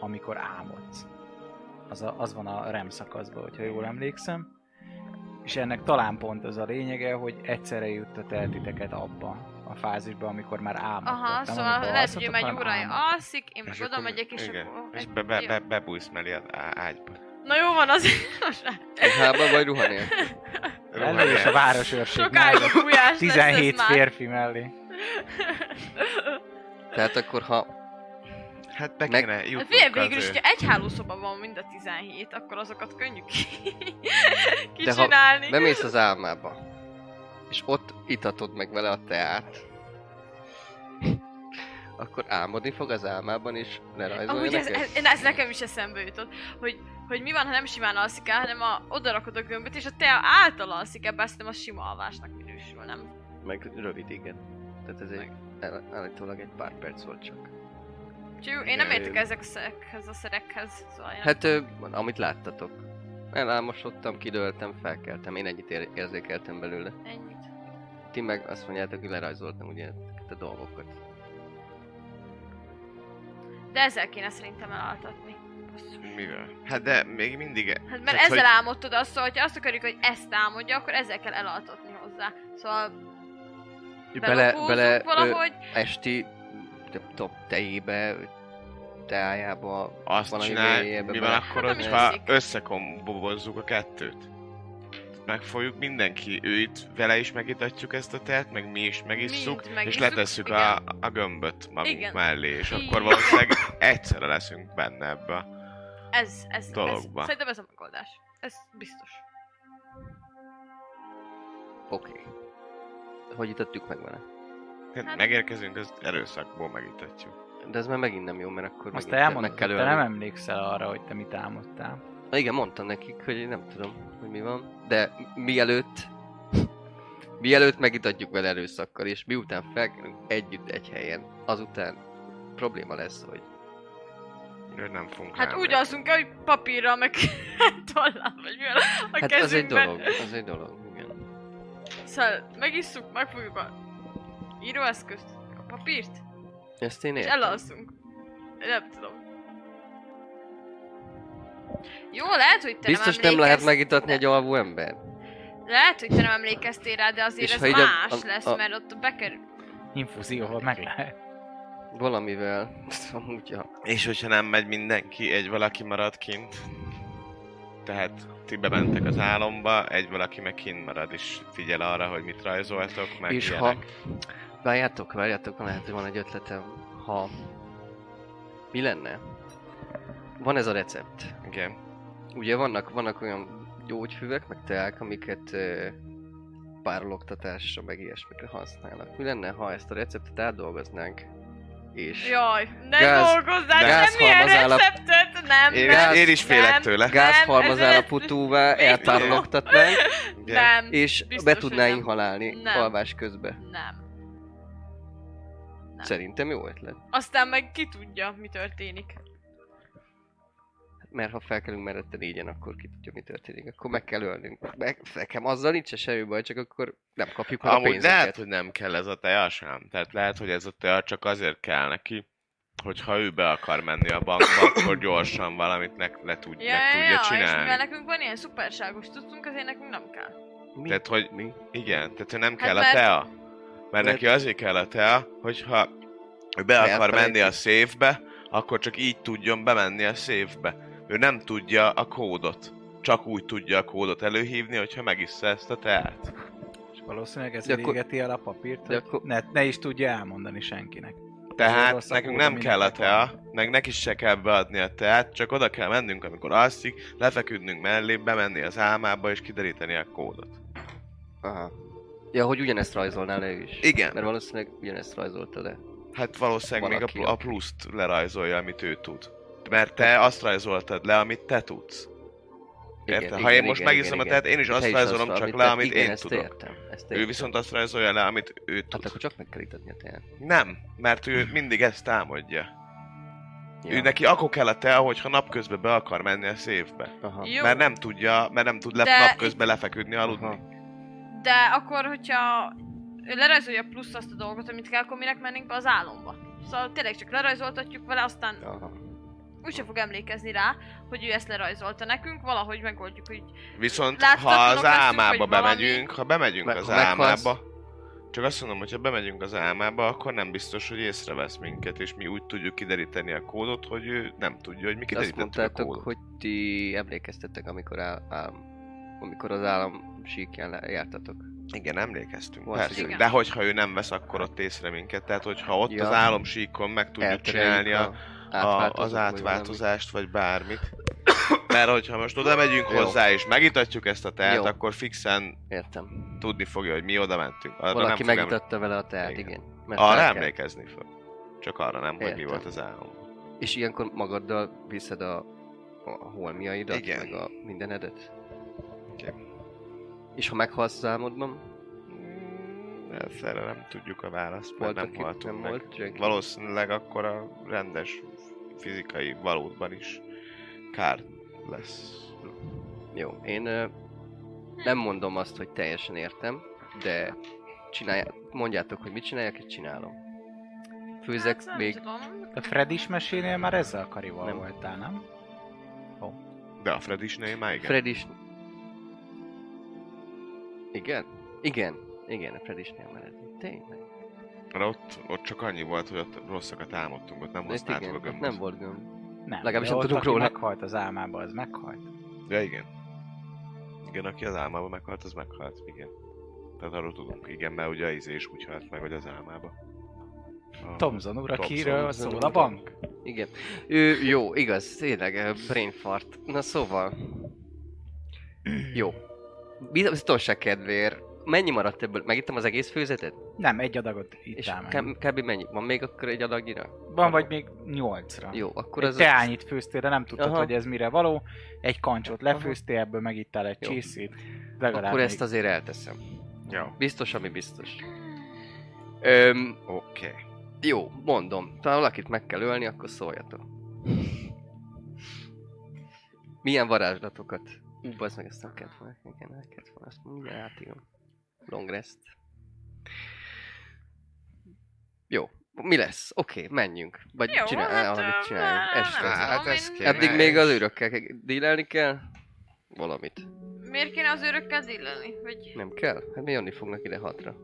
Speaker 6: amikor álmodsz. Az, a, az van a REM szakaszban, hogyha jól emlékszem. És ennek talán pont az a lényege, hogy egyszerre juttat el titeket abba a fázisba, amikor már álmodtok.
Speaker 4: Aha,
Speaker 6: Nem
Speaker 4: szóval
Speaker 6: amikor
Speaker 4: lehet, hogy
Speaker 6: alszatok,
Speaker 4: ő már egy
Speaker 6: hanem
Speaker 4: órája
Speaker 6: álmodtok.
Speaker 4: alszik, én meg oda
Speaker 5: akkor-
Speaker 4: megyek, és
Speaker 5: igen.
Speaker 4: akkor...
Speaker 5: És
Speaker 4: egy-
Speaker 5: be, be,
Speaker 4: jó.
Speaker 5: be, bebújsz mellé az á- ágyba.
Speaker 4: Na jó van, azért most már
Speaker 3: Ruhában vagy ruhanél?
Speaker 6: Elő és a városőrség.
Speaker 4: sokáig
Speaker 6: mellé.
Speaker 4: bujás lesz ez
Speaker 6: 17
Speaker 4: már.
Speaker 6: férfi mellé.
Speaker 3: Tehát akkor ha...
Speaker 5: Hát be
Speaker 3: Meg-
Speaker 5: kéne
Speaker 4: Hát
Speaker 5: jutnunk
Speaker 4: figyelj, végül is,
Speaker 5: az ő-
Speaker 4: hogyha egy hálószoba van mind a 17, akkor azokat könnyű ki-
Speaker 3: De ha
Speaker 4: kicsinálni.
Speaker 3: bemész az álmába, és ott itatod meg vele a teát, akkor álmodni fog az álmában, és lerajzolja
Speaker 4: Amúgy ez,
Speaker 3: neked?
Speaker 4: ez, ez, nekem is eszembe jutott, hogy, hogy mi van, ha nem simán alszik el, hanem a, odarakod a gömböt, és a te által alszik ebbe, azt nem a sima alvásnak minősül, nem?
Speaker 3: Meg rövid, igen. Tehát ez egy, el, állítólag egy pár perc volt csak.
Speaker 4: Úgyhogy jó, én nem
Speaker 5: Igen,
Speaker 4: értek
Speaker 5: jó.
Speaker 4: ezek a szerekhez, a szerekhez, szóval én-
Speaker 3: Hát, ö, amit láttatok. Elámosodtam, kidőltem, felkeltem. Én ennyit ér- érzékeltem belőle.
Speaker 4: ennyit.
Speaker 3: Ti meg azt mondjátok, hogy lerajzoltam ugye ezeket a dolgokat.
Speaker 4: De ezzel kéne szerintem elaltatni.
Speaker 5: Mivel? Hát de még mindig...
Speaker 4: Hát mert
Speaker 5: Tehát,
Speaker 4: ezzel
Speaker 5: hogy-
Speaker 4: álmodtod azt, szóval, hogyha azt akarjuk, hogy ezt álmodja, akkor ezzel kell elaltatni hozzá. Szóval
Speaker 3: Bele, bele ö,
Speaker 4: valahogy,
Speaker 3: esti, nem tudom, tejébe, teájába,
Speaker 5: Azt
Speaker 3: Valami
Speaker 5: csinál,
Speaker 3: mélyebbe
Speaker 5: mi van
Speaker 3: bele-
Speaker 5: akkor,
Speaker 4: Hát nem
Speaker 5: hogyha
Speaker 4: is hiszik.
Speaker 5: összekombobozzuk a kettőt? Megfogjuk mindenki, őt, vele is megitatjuk ezt a teát, meg mi is megisszuk,
Speaker 4: Mind
Speaker 5: és
Speaker 4: megisszuk,
Speaker 5: letesszük a,
Speaker 4: igen.
Speaker 5: a gömböt magunk
Speaker 4: Igen.
Speaker 5: mellé, és
Speaker 4: Így.
Speaker 5: akkor valószínűleg egyszerre leszünk benne ebbe. a-
Speaker 4: ez, ez, ez,
Speaker 5: dologba.
Speaker 4: szerintem ez a megoldás. Ez biztos.
Speaker 3: oké. Hogy itatjuk meg vele?
Speaker 5: Hát
Speaker 4: Hát-
Speaker 5: megérkezünk, az erőszakból megitatjuk.
Speaker 3: De ez már megint nem jó, mert akkor
Speaker 6: Azt te
Speaker 3: megint
Speaker 6: elmondod, hogy te
Speaker 3: ölni.
Speaker 6: nem emlékszel arra, hogy te mit álmodtál.
Speaker 3: Na Igen, mondtam nekik, hogy én nem tudom, hogy mi van, de mi- mielőtt mielőtt megitatjuk vele erőszakkal, és miután felkelünk együtt egy helyen, azután probléma lesz, hogy
Speaker 5: Ő nem fogunk
Speaker 4: Hát
Speaker 5: rámenni.
Speaker 4: úgy alszunk el, hogy papírral, meg tollal, vagy mivel a
Speaker 3: hát az egy
Speaker 4: kezünkben.
Speaker 3: dolog, az egy dolog, igen.
Speaker 4: Szóval megisszuk, megfogjuk a íróeszközt, meg a papírt,
Speaker 3: Ezt én
Speaker 4: és
Speaker 3: értem.
Speaker 4: elalszunk. Nem tudom. Jó, lehet, hogy te
Speaker 3: Biztos
Speaker 4: nem
Speaker 3: nem lehet
Speaker 4: emlékeztél.
Speaker 3: megitatni egy alvó ember.
Speaker 4: Lehet, hogy te nem emlékeztél rá, de azért
Speaker 3: És
Speaker 4: ez
Speaker 3: ha így a-
Speaker 4: más
Speaker 3: a-
Speaker 4: lesz,
Speaker 3: a-
Speaker 4: mert ott bekerül.
Speaker 6: Infúzióval meg lehet.
Speaker 3: Valamivel. Amúgy, ja.
Speaker 5: És hogyha nem megy mindenki, egy valaki marad kint. Tehát ti bementek az álomba, egy valaki meg kint marad, és figyel arra, hogy mit rajzoltok, meg
Speaker 3: És ha...
Speaker 5: ilyenek.
Speaker 3: Várjátok, várjátok, lehet, hogy van egy ötletem. Ha... Mi lenne? Van ez a recept.
Speaker 5: Igen.
Speaker 3: Ugye vannak, vannak olyan gyógyfüvek, meg teák, amiket ö, párologtatásra, meg ilyesmikre használnak. Mi lenne, ha ezt a receptet átdolgoznánk? És
Speaker 4: Jaj, ne
Speaker 3: Gáz-
Speaker 4: dolgozzál
Speaker 3: gáz
Speaker 4: semmilyen
Speaker 3: halmazállap-
Speaker 4: receptet, nem,
Speaker 5: Én,
Speaker 4: nem,
Speaker 5: én is félek
Speaker 4: nem,
Speaker 5: tőle.
Speaker 3: gázhalmazállapotúvá
Speaker 4: ez-
Speaker 3: eltárologtatnánk,
Speaker 5: Ugye?
Speaker 4: Nem,
Speaker 3: és
Speaker 4: Biztos,
Speaker 3: be
Speaker 4: hogy
Speaker 3: tudná
Speaker 4: nem.
Speaker 3: inhalálni
Speaker 4: Nem.
Speaker 3: alvás közben.
Speaker 4: nem. Nem.
Speaker 3: Szerintem jó ötlet.
Speaker 4: Aztán meg ki tudja, mi történik.
Speaker 3: Mert ha felkelünk mellette négyen, akkor ki tudja, mi történik. Akkor meg kell ölnünk. Meg, nekem azzal nincs semmi baj, csak akkor nem kapjuk meg a
Speaker 5: Amúgy
Speaker 3: pénzeket.
Speaker 5: lehet, hogy nem kell ez a teja sem. Tehát lehet, hogy ez a teja csak azért kell neki, hogyha ő be akar menni a bankba, akkor gyorsan valamit le, le, tud,
Speaker 4: Ja,
Speaker 5: le
Speaker 4: ja,
Speaker 5: tudja
Speaker 4: ja, és
Speaker 5: csinálni.
Speaker 4: mivel nekünk van ilyen szuperságos tudtunk, azért nekünk nem kell.
Speaker 3: Mi?
Speaker 5: Tehát, hogy
Speaker 3: Mi?
Speaker 5: igen, tehát ő nem
Speaker 4: Hát
Speaker 5: kell a
Speaker 4: mert-
Speaker 5: tea. Mert
Speaker 3: mert-
Speaker 5: neki azért kell a tea, hogyha ő be
Speaker 3: Elfelejti.
Speaker 5: akar menni a széfbe, akkor csak így tudjon bemenni a széfbe. Ő nem tudja a kódot. Csak úgy tudja a kódot előhívni, hogyha megissza ezt a teát.
Speaker 6: És valószínűleg ez
Speaker 3: De akkor-
Speaker 6: égeti el a papírt,
Speaker 3: de
Speaker 6: hogy
Speaker 3: akkor-
Speaker 6: ne, ne is tudja elmondani senkinek. Azért
Speaker 5: Tehát
Speaker 6: rossz a
Speaker 5: nekünk
Speaker 6: kóda
Speaker 5: nem kell a
Speaker 6: mindenkinek.
Speaker 5: tea, meg neki se kell beadni a teát, csak oda kell mennünk, amikor alszik, lefeküdnünk mellé, bemenni az álmába és kideríteni a kódot.
Speaker 3: Aha. Ja, hogy ugyanezt rajzolná le ő is.
Speaker 5: Igen.
Speaker 3: Mert valószínűleg ugyanezt rajzolta le.
Speaker 5: Hát valószínűleg még a,
Speaker 3: Valaki,
Speaker 5: pl- a pluszt lerajzolja, amit ő tud. Mert te azt rajzoltad le, amit te tudsz. Érted? Ha én most megiszom a teát, én is azt
Speaker 3: Te is
Speaker 5: rajzolom
Speaker 3: azt,
Speaker 5: csak
Speaker 3: amit
Speaker 5: le,
Speaker 3: te-
Speaker 5: amit
Speaker 3: igen,
Speaker 5: én
Speaker 3: ezt
Speaker 5: tudok.
Speaker 3: Értem, ezt értem.
Speaker 5: Ő viszont azt rajzolja le, amit ő
Speaker 3: Hát
Speaker 5: tud.
Speaker 3: akkor csak meg kell itatni a teát.
Speaker 5: Nem, mert ő mindig ezt támadja.
Speaker 3: Ja.
Speaker 5: Ő neki akkor kell a tea, hogyha napközben be akar menni a széfbe.
Speaker 3: Aha.
Speaker 4: Jó,
Speaker 5: Mert nem tudja, mert nem tud le-
Speaker 4: De-
Speaker 5: napközben lefeküdni, aludni.
Speaker 3: Aha.
Speaker 4: de akkor, hogyha ő lerajzolja plusz azt a dolgot, amit kell, akkor minek mennénk be az álomba. Szóval tényleg csak lerajzoltatjuk vele, aztán
Speaker 3: Aha.
Speaker 4: úgyse fog emlékezni rá, hogy ő ezt lerajzolta nekünk, valahogy megoldjuk, hogy
Speaker 5: Viszont ha
Speaker 4: Láthatóak leszünk,
Speaker 5: az
Speaker 4: vagy
Speaker 5: álmába
Speaker 4: valami?
Speaker 5: bemegyünk, ha bemegyünk
Speaker 3: Me-
Speaker 5: az
Speaker 3: ha meghalsz?
Speaker 5: álmába, csak azt mondom, hogy ha bemegyünk az álmába, akkor nem biztos, hogy észrevesz minket, és mi úgy tudjuk kideríteni a kódot, hogy ő nem tudja, hogy mi
Speaker 3: Ti azt
Speaker 5: kiderítettük a
Speaker 3: mondtátok,
Speaker 5: kódot.
Speaker 3: hogy ti emlékeztettek, amikor, áll, állam, amikor az állam síkján le- jártatok.
Speaker 5: Igen, emlékeztünk,
Speaker 3: Volt
Speaker 5: persze.
Speaker 4: Igen.
Speaker 5: De hogyha ő nem vesz, akkor ott észre minket. Tehát, hogyha ott
Speaker 3: Ja.
Speaker 5: az álomsíkon meg tudjuk
Speaker 3: Eltereljük
Speaker 5: csinálni a, a,
Speaker 3: átváltozót, vagy
Speaker 5: az
Speaker 3: valami.
Speaker 5: átváltozást, vagy bármit. Mert hogyha most oda megyünk
Speaker 3: Jó.
Speaker 5: hozzá, és megitatjuk ezt a teát,
Speaker 3: Jó.
Speaker 5: akkor fixen
Speaker 3: Értem.
Speaker 5: tudni fogja, hogy mi oda mentünk. Arra nem
Speaker 3: Valaki
Speaker 5: fog
Speaker 3: megitatta vele a teát,
Speaker 5: Igen.
Speaker 3: igen. Mert
Speaker 5: Arra
Speaker 3: fel kell.
Speaker 5: emlékezni fog. Csak arra nem, hogy mi
Speaker 3: Értem.
Speaker 5: volt az álom.
Speaker 3: És ilyenkor magaddal viszed a, a holmiaidat,
Speaker 5: Igen.
Speaker 3: Igen. meg a mindenedet.
Speaker 5: Oké.
Speaker 3: És ha meghalsz az álmodban,
Speaker 5: Mm, Ezt erre nem tudjuk a választ, mert
Speaker 3: volt,
Speaker 5: nem
Speaker 3: aki
Speaker 5: haltunk
Speaker 3: nem
Speaker 5: meg.
Speaker 3: volt senki.
Speaker 5: Valószínűleg akkor a rendes fizikai valódban is kár lesz.
Speaker 3: Jó, én ö, nem mondom azt, hogy teljesen értem, de csinálja, mondjátok, hogy mit csináljak, és csinálom. Főzek
Speaker 4: hát, nem
Speaker 3: még...
Speaker 4: tudom.
Speaker 6: A Fredis mesénél már ezzel a karival
Speaker 3: Nem.
Speaker 6: voltál, nem?
Speaker 5: De a Fred is nél már igen.
Speaker 3: Fred is... Igen? Igen, igen, a Fred is nem mellett. Tényleg.
Speaker 5: Mert ott, ott csak annyi volt, hogy ott rosszakat álmodtunk, ott nem
Speaker 3: Hát
Speaker 5: használtuk a
Speaker 3: igen, ott
Speaker 5: gömböt.
Speaker 3: nem volt gömb.
Speaker 6: Nem.
Speaker 3: Legalábbis
Speaker 6: de
Speaker 3: nem
Speaker 6: ott,
Speaker 3: tudunk
Speaker 6: aki
Speaker 3: róla.
Speaker 6: meghalt az álmába, az meghalt.
Speaker 5: De igen. Igen, aki az álmába meghalt, az meghalt, igen. Tehát arról tudunk, igen, mert ugye az is úgy halt meg, hogy az álmába. A...
Speaker 6: Tomzon úr,
Speaker 5: Thompson
Speaker 6: akiről
Speaker 5: úr.
Speaker 6: szól a bank.
Speaker 3: Igen. Ő, jó, igaz, tényleg, ö, brain fart. Na szóval... Jó. Biztonság kedvéért. Mennyi maradt ebből? Megittem az egész főzetet?
Speaker 6: Nem, egy adagot itt
Speaker 3: És
Speaker 6: áll meg.
Speaker 3: kb, kb. mennyi? Van még akkor egy adagira?
Speaker 6: Van vagy még nyolcra.
Speaker 3: Jó, akkor
Speaker 6: Egy
Speaker 3: az...
Speaker 6: teányit főztél, de nem tudtad,
Speaker 3: Aha.
Speaker 6: hogy ez mire való. Egy kancsot
Speaker 3: Aha.
Speaker 6: lefőztél, ebből megittál egy
Speaker 3: Jó.
Speaker 6: csészét. Legalább
Speaker 3: Akkor ezt
Speaker 6: még.
Speaker 3: azért elteszem.
Speaker 5: Jó,
Speaker 3: Biztos, ami biztos. Öm,
Speaker 5: Ah, oké. Okay.
Speaker 3: jó, mondom. Ha valakit meg kell ölni, akkor szóljatok. Milyen varázslatokat? Ú, bazd meg, ezt nem kellett volna. Igen, el kellett volna. Azt mindjárt átírom. Long rest. Jó. Mi lesz? Oké, menjünk. Vagy
Speaker 4: Jó,
Speaker 3: csinál,
Speaker 4: hát,
Speaker 5: ah,
Speaker 3: amit
Speaker 4: ö,
Speaker 3: csináljunk.
Speaker 4: nem
Speaker 3: Este.
Speaker 4: tudom,
Speaker 5: Hát
Speaker 4: én-
Speaker 5: ez kéne.
Speaker 3: Addig még az őrökkel dílelni kell? Valamit.
Speaker 4: Miért kéne az őrökkel dillelni? Vagy...
Speaker 3: Nem kell? Hát mi jönni fognak ide hatra.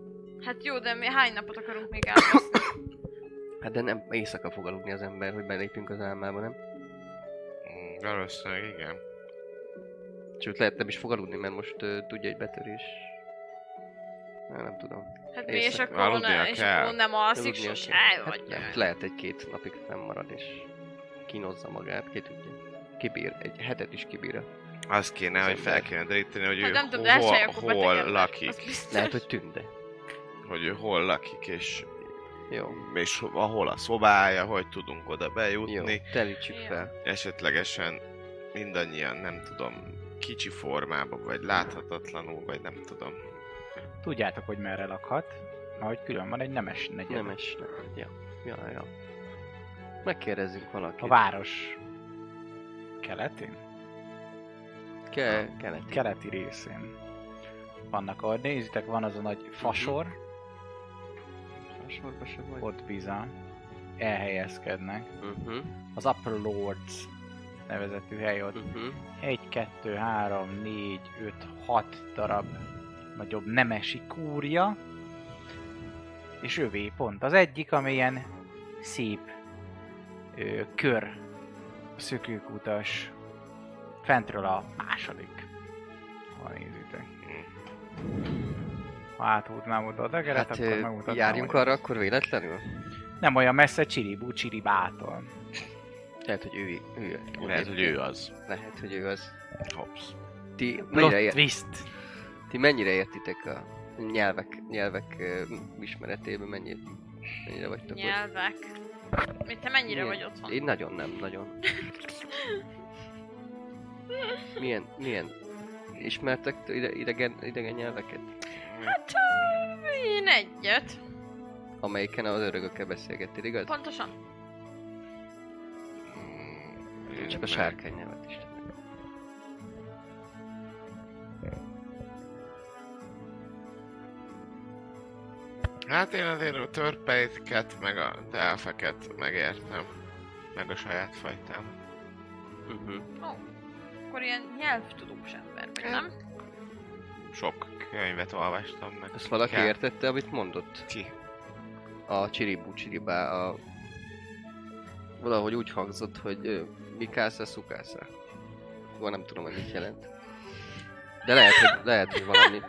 Speaker 4: Hát jó, de mi hány napot akarunk még elveszni?
Speaker 3: Hát de nem éjszaka fog aludni az ember, hogy belépünk az álmába, nem?
Speaker 5: Mm, valószínűleg igen.
Speaker 3: Sőt, lehet nem is fog aludni, mert most uh, tudja egy betörés. Nem, nem tudom.
Speaker 4: Hát mi, és
Speaker 3: Éjszaka.
Speaker 4: akkor,
Speaker 5: Aludnia
Speaker 4: ne, és
Speaker 5: kell.
Speaker 4: akkor nem alszik
Speaker 3: Aludnia
Speaker 4: sose.
Speaker 3: kell.
Speaker 4: El vagy.
Speaker 3: Hát lehet egy-két napig fennmarad és kínozza magát, ki tudja. Kibír, egy hetet is kibír.
Speaker 5: Az kéne,
Speaker 3: Az
Speaker 5: hogy fel
Speaker 3: ember.
Speaker 5: kéne deríteni, hogy
Speaker 4: Hát
Speaker 5: ő
Speaker 4: nem tudom, de
Speaker 5: hol,
Speaker 4: elsője, akkor beteg
Speaker 5: hol
Speaker 4: ember.
Speaker 5: lakik.
Speaker 4: Az biztos.
Speaker 3: Lehet, hogy tünde.
Speaker 5: Hogy ő hol lakik, és,
Speaker 3: Jó.
Speaker 5: és ho- ahol a szobája, hogy tudunk oda
Speaker 3: Jó,
Speaker 5: bejutni.
Speaker 3: telítsük
Speaker 4: Jó.
Speaker 3: fel.
Speaker 5: Esetlegesen mindannyian, nem tudom, kicsi formában, vagy láthatatlanul, vagy nem tudom.
Speaker 6: Tudjátok, hogy merre lakhat. Na, hogy külön van egy nemes negyed.
Speaker 3: Nem esne. Ja. Ja, ja. Megkérdezzünk valakit.
Speaker 6: A város keletén?
Speaker 3: Ke- keleti.
Speaker 6: Keleti részén. Vannak, ahogy nézitek, van az a nagy fasor,
Speaker 3: Sorba se vagy.
Speaker 6: ott bizony elhelyezkednek.
Speaker 3: Mhm,
Speaker 6: Az Upper Lords nevezetű hely ott
Speaker 3: mhm.
Speaker 6: 1, 2, 3, 4, 5, 6 darab nagyobb nemesi kúrja, és ővé pont az egyik, ami ilyen szép ö, kör, szökőkutas, fentről a második, ha nézitek. Ha áthúznám oda a degeret,
Speaker 3: Hát
Speaker 6: akkor
Speaker 3: ö,
Speaker 6: megmutatnám.
Speaker 3: járjunk
Speaker 6: hogy
Speaker 3: arra akkor véletlenül?
Speaker 6: Nem olyan messze Csiribú Csiribától.
Speaker 3: Lehet, hogy ő, ő
Speaker 5: Lehet, hogy ő az.
Speaker 3: Lehet, hogy ő az.
Speaker 5: Hops.
Speaker 3: Ti
Speaker 6: Plot
Speaker 3: mennyire, ér-
Speaker 6: twist.
Speaker 3: ti mennyire értitek a nyelvek, nyelvek ö, ismeretében, mennyit, mennyire vagytok ott?
Speaker 4: Nyelvek. Mi, te mennyire
Speaker 3: Milyen?
Speaker 4: vagy otthon?
Speaker 3: Én nagyon nem, nagyon. Milyen, milyen? Ismertek t- ide, idegen, idegen nyelveket?
Speaker 4: Hát, ö, én egyet.
Speaker 3: Amelyiken az örökökkel beszélgettél, igaz?
Speaker 4: Pontosan.
Speaker 3: Csak a sárkány nyelvet is.
Speaker 5: Hát én azért a törpeiket, meg a delfeket megértem. Meg a saját fajtám.
Speaker 3: Uh-huh.
Speaker 4: Ó, akkor ilyen nyelvtudós ember vagy, nem?
Speaker 3: Hát,
Speaker 5: Sok könyvet olvastam meg.
Speaker 3: Ezt valaki
Speaker 5: Kell-
Speaker 3: értette, amit mondott?
Speaker 5: Ki?
Speaker 3: a csiribú csiribá, a... valahogy úgy hangzott, hogy ö, mikásza, szukásza. Van, nem tudom, hogy mit jelent. De lehet, hogy, lehet, hogy valami...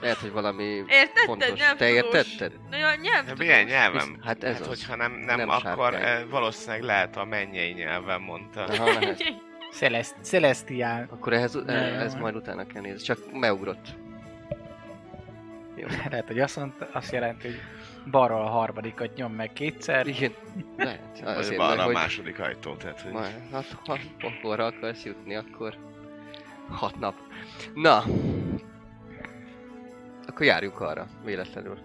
Speaker 3: Lehet, hogy valami...
Speaker 4: Értetted?
Speaker 3: Pontos.
Speaker 4: Nyelvtudós.
Speaker 3: Te értetted?
Speaker 4: Na, ja,
Speaker 5: De
Speaker 4: nyelvtudós.
Speaker 5: milyen nyelven?
Speaker 3: Hát ez
Speaker 5: hát,
Speaker 3: az.
Speaker 5: hogyha nem, nem,
Speaker 3: Nem
Speaker 5: akkor
Speaker 3: sárkány.
Speaker 5: eh, valószínűleg lehet a mennyei nyelven mondta.
Speaker 3: Aha, lehet.
Speaker 6: Celest- Celestiál.
Speaker 3: Akkor ehhez, eh,
Speaker 6: Nem.
Speaker 3: ez majd utána kell nézni. Csak meugrott. Jó.
Speaker 6: Lehet, hogy azt, mondta, azt jelenti, hogy balról a harmadikat nyom meg kétszer.
Speaker 3: Igen. Lehet.
Speaker 5: Azért
Speaker 3: mert
Speaker 5: van a
Speaker 3: hogy-
Speaker 5: második ajtó, tehát hogy...
Speaker 3: Ma, hát, ha pokolra akarsz jutni, akkor hat nap. Na, akkor járjuk arra, véletlenül.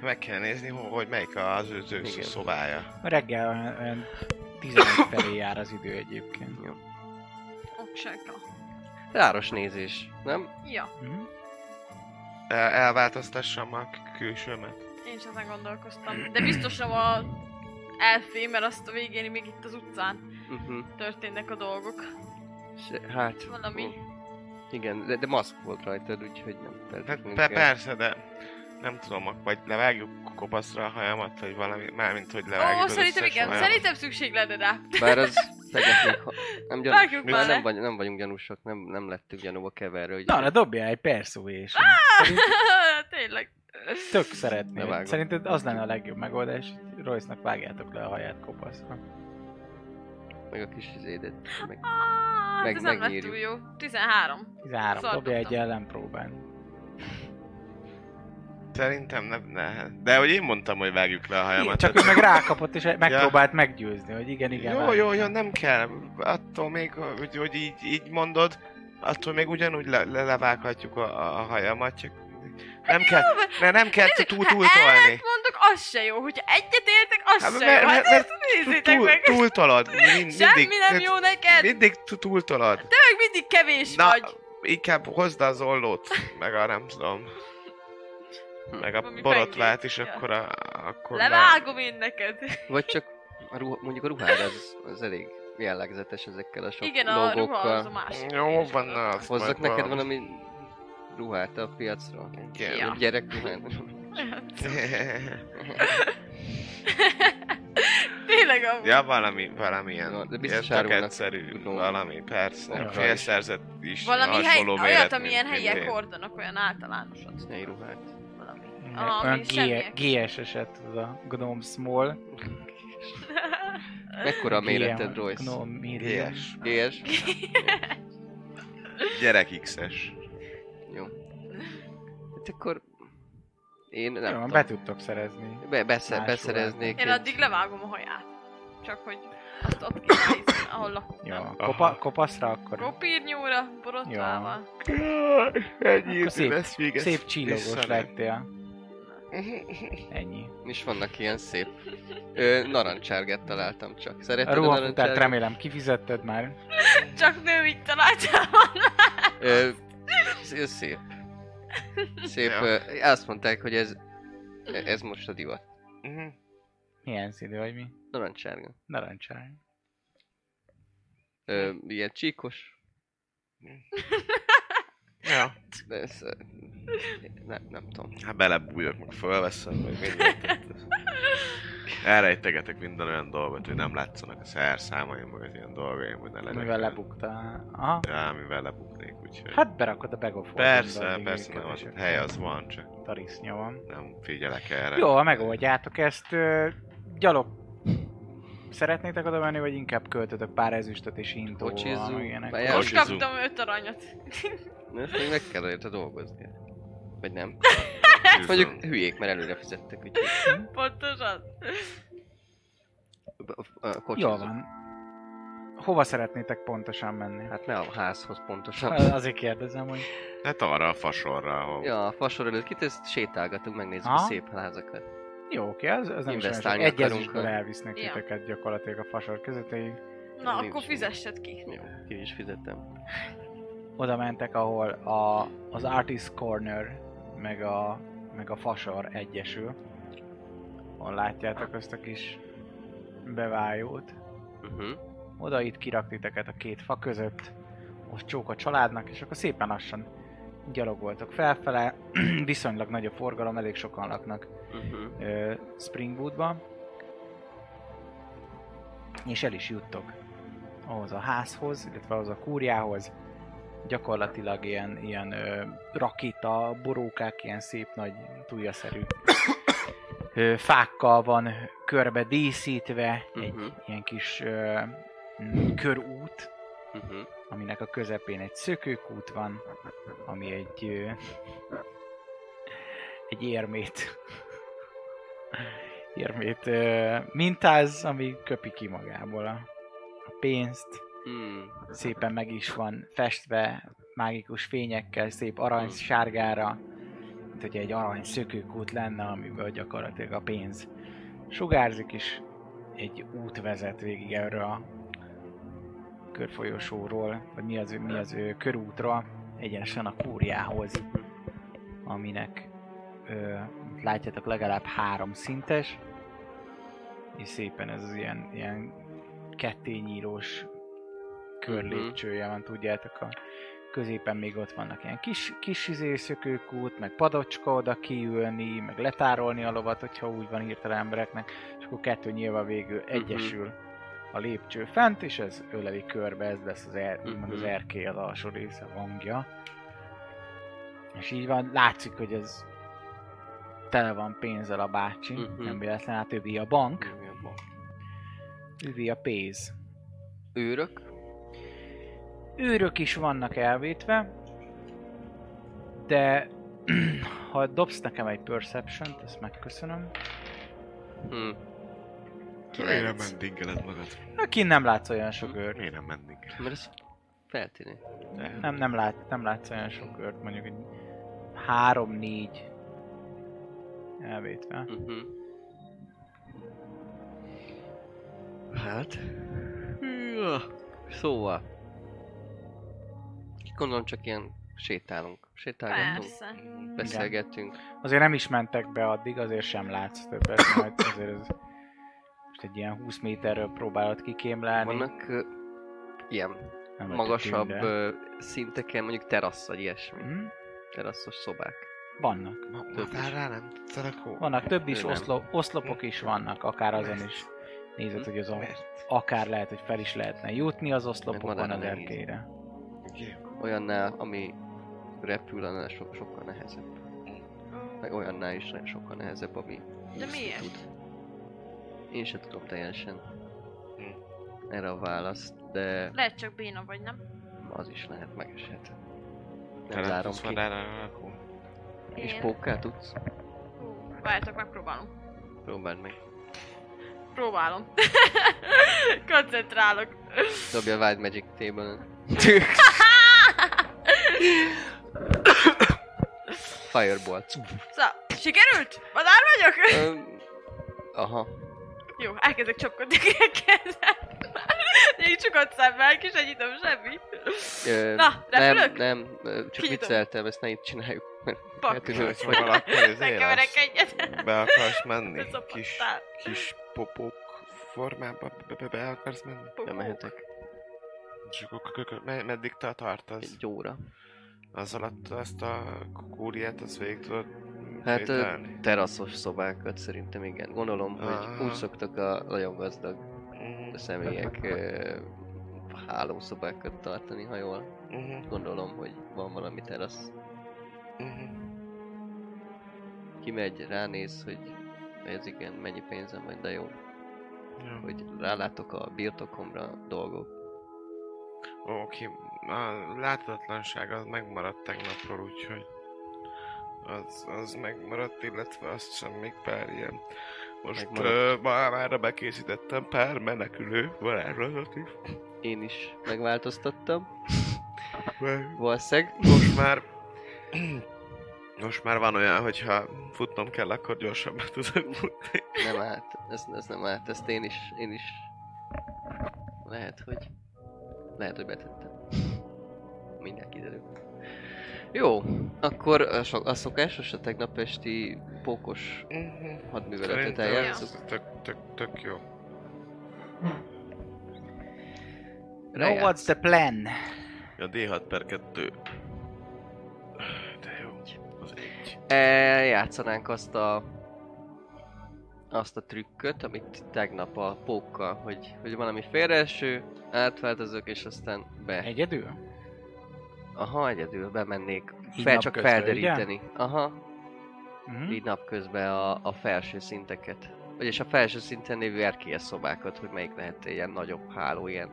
Speaker 5: Meg kell nézni, ho- hogy melyik az őző
Speaker 3: Igen.
Speaker 5: szobája.
Speaker 6: Reggel olyan- olyan 11 felé jár az idő egyébként.
Speaker 4: Oksága.
Speaker 3: Ráros nézés, nem?
Speaker 4: Ja,
Speaker 6: Mhm.
Speaker 5: El- Elváltoztassam a k- külsőmet.
Speaker 4: én is ezen gondolkoztam. De biztos nem a elfé, mert azt a végén még itt az utcán
Speaker 3: Uh-huh.
Speaker 4: történnek a dolgok.
Speaker 3: Hát,
Speaker 4: Valami.
Speaker 3: ó, igen, de, de maszk volt rajtad, úgyhogy nem
Speaker 5: Hát
Speaker 3: feltétlenül
Speaker 5: pe-
Speaker 3: kell.
Speaker 5: persze, de nem tudom, vagy levágjuk kopaszra a hajamat, vagy valami, mármint hogy levágjuk
Speaker 4: Ó,
Speaker 5: az
Speaker 4: szerintem
Speaker 5: összes
Speaker 4: igen,
Speaker 5: hajamat.
Speaker 4: szerintem szükség lenne rá.
Speaker 3: Bár az tegetnék, ha... Nem gyanú...
Speaker 4: Vágjuk
Speaker 3: Már
Speaker 4: már
Speaker 3: nem,
Speaker 4: le.
Speaker 3: vagy, nem vagyunk gyanúsak, nem, nem lettük gyanúba keverve, hogy
Speaker 6: Na, na dobjál egy perszúvés.
Speaker 4: Tényleg.
Speaker 6: Tök szeretném.
Speaker 3: Bevágom.
Speaker 6: Szerinted az lenne a legjobb megoldás, hogy Royce-nak vágjátok le a haját kopaszra.
Speaker 3: meg a kis izédet. Meg...
Speaker 4: Ah,
Speaker 3: Meg-
Speaker 4: ez nem lett
Speaker 3: megnyírjuk.
Speaker 4: túl jó. 13.
Speaker 6: 13,
Speaker 4: Szar
Speaker 6: dobja egy
Speaker 4: dobtam.
Speaker 6: ellenpróbán.
Speaker 5: Szerintem nem, ne. De hogy én mondtam, hogy vágjuk le a hajamat.
Speaker 6: Igen, csak ő
Speaker 5: tehát-
Speaker 6: meg rákapott, és megpróbált meggyőzni, hogy igen, igen.
Speaker 5: Jó,
Speaker 6: vágjuk
Speaker 5: jó,
Speaker 6: le.
Speaker 5: jó, nem kell. Attól még, hogy, hogy így, így mondod, attól még ugyanúgy le, le, levághatjuk a, a- a hajamat, csak nem kell,
Speaker 4: Jó, mert
Speaker 5: ne, nem kell
Speaker 4: nézzük,
Speaker 5: túl
Speaker 4: ha
Speaker 5: túl tolni.
Speaker 4: hát mondok, az se jó. Hogyha egyet értek, az
Speaker 5: Hát,
Speaker 4: se
Speaker 5: mert-
Speaker 4: jó. Hát
Speaker 5: mert- mert
Speaker 4: ezt nézzétek
Speaker 5: Túl,
Speaker 4: meg.
Speaker 5: túl tolod, mindig.
Speaker 4: Semmi nem
Speaker 5: tehát
Speaker 4: jó neked.
Speaker 5: Mindig tú- túl tolod.
Speaker 4: Te meg mindig kevés
Speaker 5: Na,
Speaker 4: vagy.
Speaker 5: inkább hozd az ollót, meg a nem tudom. Meg a
Speaker 4: Valami
Speaker 5: borotvát
Speaker 4: pengét,
Speaker 5: is,
Speaker 4: ja.
Speaker 5: akkor a... Akkor le-
Speaker 4: Levágom én neked.
Speaker 3: Vagy csak a ruha, mondjuk a ruhád az, az elég jellegzetes ezekkel a sok
Speaker 4: Igen, a
Speaker 3: logókkal.
Speaker 4: ruha az a másik.
Speaker 5: Jó van, na, azt
Speaker 3: Hozzak
Speaker 5: majd
Speaker 3: neked
Speaker 5: valam-
Speaker 3: valami ruhát a piacról?
Speaker 5: Igen.
Speaker 4: Ja.
Speaker 3: Gyerek ruhát.
Speaker 4: Hát, Tényleg a...
Speaker 5: Ja, valami, valamilyen.
Speaker 3: Ja,
Speaker 5: Ja,
Speaker 3: de
Speaker 5: de
Speaker 3: biztos
Speaker 5: tök
Speaker 3: árulnak
Speaker 5: egyszerű,
Speaker 3: tudom.
Speaker 5: valami, persze.
Speaker 3: Ja.
Speaker 5: Ja, Félszerzett is
Speaker 4: Valami hely,
Speaker 5: hasonló
Speaker 4: olyat,
Speaker 5: méretű, izé.
Speaker 4: amilyen
Speaker 5: mint
Speaker 4: helyiek
Speaker 5: én.
Speaker 4: hordanak, olyan általánosat.
Speaker 3: Egy ruhát.
Speaker 4: Valami.
Speaker 6: Meg
Speaker 4: Ah,
Speaker 6: Olyan
Speaker 4: mi semmiek.
Speaker 6: G- GS eset, az a Gnome Small.
Speaker 3: Mekkora a méreted,
Speaker 6: GM,
Speaker 3: Royce?
Speaker 6: Gnome Medium.
Speaker 5: Ilyes.
Speaker 3: Gélyes?
Speaker 5: Gyerek X-es.
Speaker 3: Jó. Hát akkor... Én nem
Speaker 6: Jó, be
Speaker 3: tudom.
Speaker 6: tudtok szerezni.
Speaker 3: Be, beszer,
Speaker 6: Más
Speaker 3: beszereznék
Speaker 4: Én
Speaker 3: egy-
Speaker 4: addig levágom a haját. Csak hogy azt ott kell nézni, ahol lakok.
Speaker 6: Jó,
Speaker 4: nem?
Speaker 6: kopa, kopaszra akkor
Speaker 4: Kopírnyóra, borotvával.
Speaker 5: Ennyi
Speaker 6: Akkor szép-
Speaker 5: lesz még ez
Speaker 6: szép csillogós
Speaker 5: visszanem.
Speaker 6: lettél. Ennyi.
Speaker 3: És vannak ilyen szép. Ö, narancsárgát találtam csak.
Speaker 6: A
Speaker 3: Szereted a,
Speaker 6: ruhafutát
Speaker 3: narancsárgát?
Speaker 6: remélem kifizetted már.
Speaker 4: Csak nő így találtál.
Speaker 3: Ö, sz- ö, szép. Szép.
Speaker 5: Ja.
Speaker 3: Ö, azt mondták, hogy ez, ez most a divat.
Speaker 5: Mhm.
Speaker 6: Milyen színű vagy mi?
Speaker 3: Narancsárga.
Speaker 6: Narancsáj.
Speaker 3: Ö, ilyen csíkos.
Speaker 5: Ja.
Speaker 3: De ez, ö, nem, nem tudom.
Speaker 5: Hát belebújok, meg fölveszem, vagy mindent. Elrejtegetek minden olyan dolgot, hogy nem látszanak a szerszámaim, meg az ilyen dolgaim, hogy ne legyen.
Speaker 6: Mivel lebukta. Aha.
Speaker 5: Ja, mivel lebuknék, úgyhogy...
Speaker 6: Hát berakod a bag of holdingba
Speaker 5: persze,
Speaker 6: a
Speaker 5: persze, nem
Speaker 6: végéket,
Speaker 5: az
Speaker 6: és
Speaker 5: ott
Speaker 6: akkor
Speaker 5: hely az van, csak
Speaker 6: Tarisznya van.
Speaker 5: nem figyelek erre.
Speaker 6: Jó, ha megoldjátok ezt. ö, Gyalog. Szeretnétek oda menni, vagy inkább költötök pár ezüstöt és intóval?
Speaker 3: Kocsizzunk,
Speaker 6: meg ilyenek?
Speaker 3: várjál.
Speaker 4: Most
Speaker 5: Elhúzzuk.
Speaker 4: kaptam öt aranyat.
Speaker 3: Ezt még meg kell érte dolgozni. Vagy nem.
Speaker 5: Tűzöm.
Speaker 3: Mondjuk hülyék, mert előre fizettek, úgyhogy
Speaker 4: Pontosan.
Speaker 3: b- a
Speaker 6: Jól
Speaker 3: kocsizunk.
Speaker 6: van. Hova szeretnétek pontosan menni?
Speaker 3: Hát ne a házhoz pontosan.
Speaker 6: Azért kérdezem, hogy...
Speaker 5: Hát arra a fasorra, ahol...
Speaker 3: Ja, a fasor előtt kit ezt sétálgatunk, megnézzük
Speaker 6: Ha?
Speaker 3: a szép házakat.
Speaker 6: Jó, oké, az, az nem is olyan sok.
Speaker 3: Investálni
Speaker 6: Egy
Speaker 3: akarunk,
Speaker 6: ezüstből
Speaker 3: ha?
Speaker 6: elvisznek
Speaker 4: Ja.
Speaker 6: titeket gyakorlatilag a fasor között, így
Speaker 4: Na,
Speaker 3: Nincs
Speaker 4: akkor
Speaker 3: mi.
Speaker 4: fizessed ki.
Speaker 3: Jó, ki is fizettem.
Speaker 6: oda mentek, ahol a, az Artist Corner, meg a meg a Fasar egyesül. Hol látjátok azt a kis bevájót.
Speaker 3: Uh-huh.
Speaker 6: Oda itt kirak titeket a két fa között, ott csók a családnak, és akkor szépen lassan gyalogoltok felfele, viszonylag nagy a forgalom, elég sokan laknak
Speaker 3: Uh-huh.
Speaker 6: ö, Springwoodba. És el is juttok ahhoz a házhoz, illetve ahhoz a kúriához. Gyakorlatilag ilyen, ilyen ö, rakéta borókák, ilyen szép nagy tujaszerű ö, fákkal van körbe díszítve, egy
Speaker 3: Mhm.
Speaker 6: ilyen kis ö, m, körút,
Speaker 3: Uh-huh.
Speaker 6: aminek a közepén egy szökőkút van, ami egy ö, egy érmét érmét ö, mintáz, ami köpi ki magából a, a pénzt.
Speaker 3: Hmm.
Speaker 6: Szépen meg is van festve mágikus fényekkel, szép arany sárgára, mint hogy egy arany szökőkút lenne, amiből gyakorlatilag a pénz sugárzik is. Egy út vezet végig erről a körfolyosóról, vagy mi az, mi az ö, körútra, egyenesen a kúriához, aminek ö, mint látjátok legalább három szintes, és szépen ez az ilyen, ilyen kettényírós körlépcsője van, tudjátok, a középen még ott vannak ilyen kis, kis izé szökőkút, meg padocska oda kiülni, meg letárolni a lovat, hogyha úgy van hirtelen embereknek, és akkor kettő nyilván
Speaker 3: Mhm.
Speaker 6: végül egyesül a lépcső fent, és ez öleli körbe, ez lesz az, er,
Speaker 3: Mhm.
Speaker 6: úgymond az erkély az alsó része, a hangja. És így van, látszik, hogy ez tele van pénzzel a bácsi,
Speaker 3: Mhm.
Speaker 6: nem véletlen, hát övé a bank,
Speaker 3: Mi a bank?
Speaker 6: övé a pénz.
Speaker 3: Őrök?
Speaker 6: Őrök is vannak elvétve, de ha dobsz nekem egy perception-t, ezt megköszönöm.
Speaker 3: Hmm.
Speaker 5: Miért nem
Speaker 3: Kilenc.
Speaker 5: mendingeled magad?
Speaker 6: Aki nem látsz olyan
Speaker 3: Mhm.
Speaker 6: sok őrt.
Speaker 5: Miért nem mendingeled?
Speaker 3: Mert ez feltűnő.
Speaker 6: Nem, nem, lát, nem látsz olyan sok őrt, mondjuk egy három-négy elvétve.
Speaker 3: Uh-huh. Hát... Ja. Szóval... Gondolom csak ilyen sétálunk. Sétálgatunk.
Speaker 4: Persze.
Speaker 3: Beszélgettünk.
Speaker 6: Azért nem is mentek be addig, azért sem látsz többet, majd azért ez most egy ilyen 20 méterről próbálod kikémlelni.
Speaker 3: Vannak ö, ilyen
Speaker 6: nem vagy
Speaker 3: magasabb
Speaker 6: tűnde.
Speaker 3: ö, szinteken, mondjuk terasz vagy ilyesmi.
Speaker 6: Hm?
Speaker 3: Teraszos szobák.
Speaker 6: Vannak.
Speaker 3: Több
Speaker 5: Már rá nem tetszelek
Speaker 6: Vannak több is,
Speaker 3: Ő nem.
Speaker 6: oszlop, oszlopok is vannak, akár azon is. Nézed, hogy azon akár lehet, hogy fel is lehetne jutni az oszlopokon
Speaker 3: madára
Speaker 6: az
Speaker 3: nehéz.
Speaker 6: erkére.
Speaker 3: Olyannál, ami repül, annál so- sokkal nehezebb. Meg olyannál is ne- sokkal nehezebb, ami
Speaker 4: De
Speaker 3: úszni
Speaker 4: miért?
Speaker 3: tud. Én sem tudom teljesen erre a választ, de
Speaker 4: Lehet csak béna vagy, nem?
Speaker 3: az is lehet, megeshet. Nem
Speaker 5: Nem
Speaker 3: zárom
Speaker 5: tudsz
Speaker 3: ki.
Speaker 5: vadára akkor?
Speaker 3: És
Speaker 4: Én-
Speaker 3: pókká tudsz?
Speaker 4: Hú, Várjátok, megpróbálom.
Speaker 3: Próbáld meg.
Speaker 4: Próbálom. Koncentrálok.
Speaker 3: Dobja a Wild Magic table Fireball.
Speaker 4: Szóval, sikerült? Madár vagyok?
Speaker 3: Öm, Aha.
Speaker 4: Jó, elkezdek csapkodni a kezem. Még csukott szemmel, kis egyitom, semmi.
Speaker 3: Ö,
Speaker 4: Na,
Speaker 3: nem,
Speaker 4: repülök?
Speaker 3: nem, ö, csak
Speaker 4: Kinyitom.
Speaker 3: vicceltem, ezt ne itt csináljuk.
Speaker 4: Pak.
Speaker 3: Tudod,
Speaker 5: hogy valaki az
Speaker 4: Megkeverek egyet.
Speaker 5: Be akarsz menni?
Speaker 4: Bezapadtál.
Speaker 5: Kis, kis popók formába be, be, be akarsz menni?
Speaker 3: Nem mehetek.
Speaker 5: És akkor kö- kö- me- meddig te tartasz?
Speaker 3: Egy óra.
Speaker 5: Az alatt azt a kúriát, azt végig tudod
Speaker 3: Hát ö,
Speaker 5: sétálni?
Speaker 3: teraszos szobákat szerintem igen. Gondolom, hogy
Speaker 5: Aha.
Speaker 3: úgy szoktak a nagyon gazdag
Speaker 5: Mhm,
Speaker 3: személyek ö, hálószobákat tartani, ha jól
Speaker 5: mhm,
Speaker 3: gondolom, hogy van valami terasz.
Speaker 5: mhm.
Speaker 3: Kimegy, ránéz, hogy ez igen, mennyi pénzem van, de jó.
Speaker 5: Jó.
Speaker 3: Hogy rálátok a birtokomra dolgok.
Speaker 5: Oké, a láthatatlanság az megmaradt tegnapról, úgyhogy az, az megmaradt, illetve azt sem még pár ilyen. Most
Speaker 3: Megmaradt.
Speaker 5: uh, már bekészítettem pár menekülő varázslatot is.
Speaker 3: Én is megváltoztattam,
Speaker 5: mert
Speaker 3: valószínűleg.
Speaker 5: Most már most már van olyan, hogyha futnom kell, akkor gyorsabban tudok futni.
Speaker 3: Nem állt, ez, ez nem állt, ezt én is, én is. Lehet, hogy... Lehet, hogy betettem. Mindjárt kiderül. Jó, akkor a, so- a szokásos, a tegnap esti pókos
Speaker 5: Mhm.
Speaker 3: hadműveletet
Speaker 5: Szerintem
Speaker 3: eljátszunk.
Speaker 5: ez Tök, tök, tök jó.
Speaker 6: No, what's the plan?
Speaker 7: A D6 per 2. De jó. Az egy.
Speaker 3: Eljátszanánk azt a azt a trükköt, amit tegnap a pókkal, hogy, hogy valami félreeső, átváltozok, és aztán be.
Speaker 6: Egyedül?
Speaker 3: Aha, egyedül bemennék.
Speaker 6: Így
Speaker 3: Fel, csak
Speaker 6: napközben,
Speaker 3: felderíteni. Aha,
Speaker 6: Mhm.
Speaker 3: így napközben a, a felső szinteket. Vagyis a felső szinten lévő erkélyes szobákat, hogy melyik lehet ilyen nagyobb háló, ilyen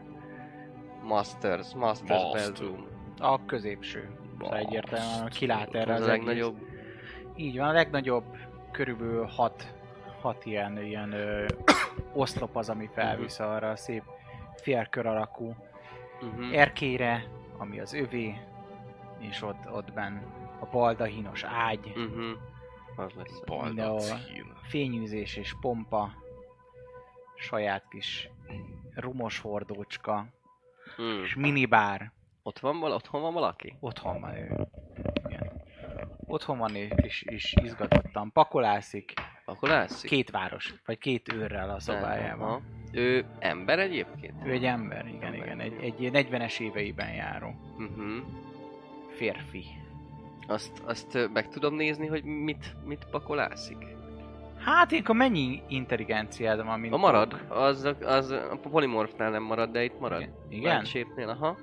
Speaker 3: Masters, Masters
Speaker 7: Master.
Speaker 3: Bedroom.
Speaker 6: A középső. Szóval egyértelműen kilát erre
Speaker 3: Az
Speaker 6: az,
Speaker 3: a
Speaker 6: egész.
Speaker 3: legnagyobb.
Speaker 6: Így van, a legnagyobb körülbelül hat, hat ilyen, ilyen ö, oszlop az, ami felvisz arra a szép félkör alakú
Speaker 3: Uh-huh.
Speaker 6: Er- erkére, ami az övé, és ott, ott benn a baldahinos ágy,
Speaker 3: uh-huh. Az lesz.
Speaker 7: Baldacin.
Speaker 6: fényűzés és pompa, saját kis rumos hordócska,
Speaker 3: Mm.
Speaker 6: és minibár,
Speaker 3: Ott van vala, otthon van valaki?
Speaker 6: otthon van ő. Igen. Otthon van ő, és, és izgatottan pakolászik,
Speaker 3: Akkor látszik.
Speaker 6: két város, vagy két őrrel a szobájában.
Speaker 3: Aha. Ő ember egyébként?
Speaker 6: Ő egy ember, igen, igen, egy, egy 40-es éveiben járó
Speaker 3: Uh-huh.
Speaker 6: férfi.
Speaker 3: Azt, azt ö, meg tudom nézni, hogy mit, mit pakolászik?
Speaker 6: Hát én akkor mennyi intelligenciád van, mint
Speaker 3: A marad,
Speaker 6: Tók?
Speaker 3: az, az a polimorfnál nem marad, de itt marad.
Speaker 6: Igen?
Speaker 3: Lightshapnél, aha.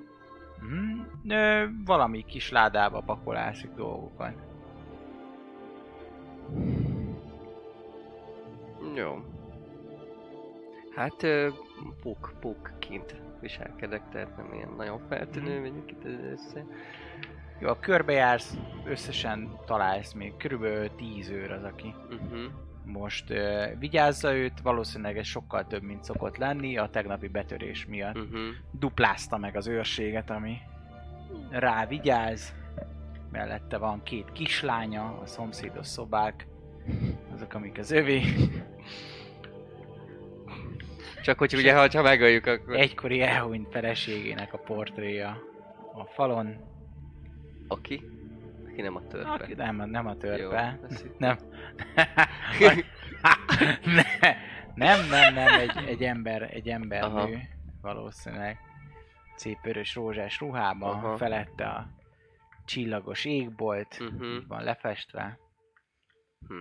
Speaker 6: Mm, ö, valami kis ládába pakolászik dolgokat.
Speaker 3: Jó. Hát ö, pók, pókként viselkedek, tehát nem ilyen nagyon feltűnő
Speaker 6: Mhm.
Speaker 3: vagyok itt össze.
Speaker 6: Jó, a körbejársz, összesen találsz még körülbelül 10 őr az, aki
Speaker 3: Uh-huh.
Speaker 6: most ö, vigyázza őt, valószínűleg ez sokkal több, mint szokott lenni a tegnapi betörés miatt.
Speaker 3: Uh-huh.
Speaker 6: duplázta meg az őrséget, ami rá vigyáz. Mellette van két kislánya, a szomszédos szobák, azok, amik az övé.
Speaker 3: Csak hogy ugye, ha ha megöljük, akkor...
Speaker 6: Egykori elhunyt feleségének a portréja a falon.
Speaker 3: Aki? Aki nem a törpe.
Speaker 6: Aki nem, nem a
Speaker 3: Jó,
Speaker 6: törpe.
Speaker 3: ezt hittem.
Speaker 6: Nem. Ne- nem, nem, nem, egy, egy ember, egy
Speaker 3: Aha.
Speaker 6: embernő valószínűleg. Szép vörös rózsás ruhában,
Speaker 3: Aha.
Speaker 6: felette a csillagos égbolt,
Speaker 3: Mhm. Hát
Speaker 6: így van lefestve.
Speaker 3: Hm.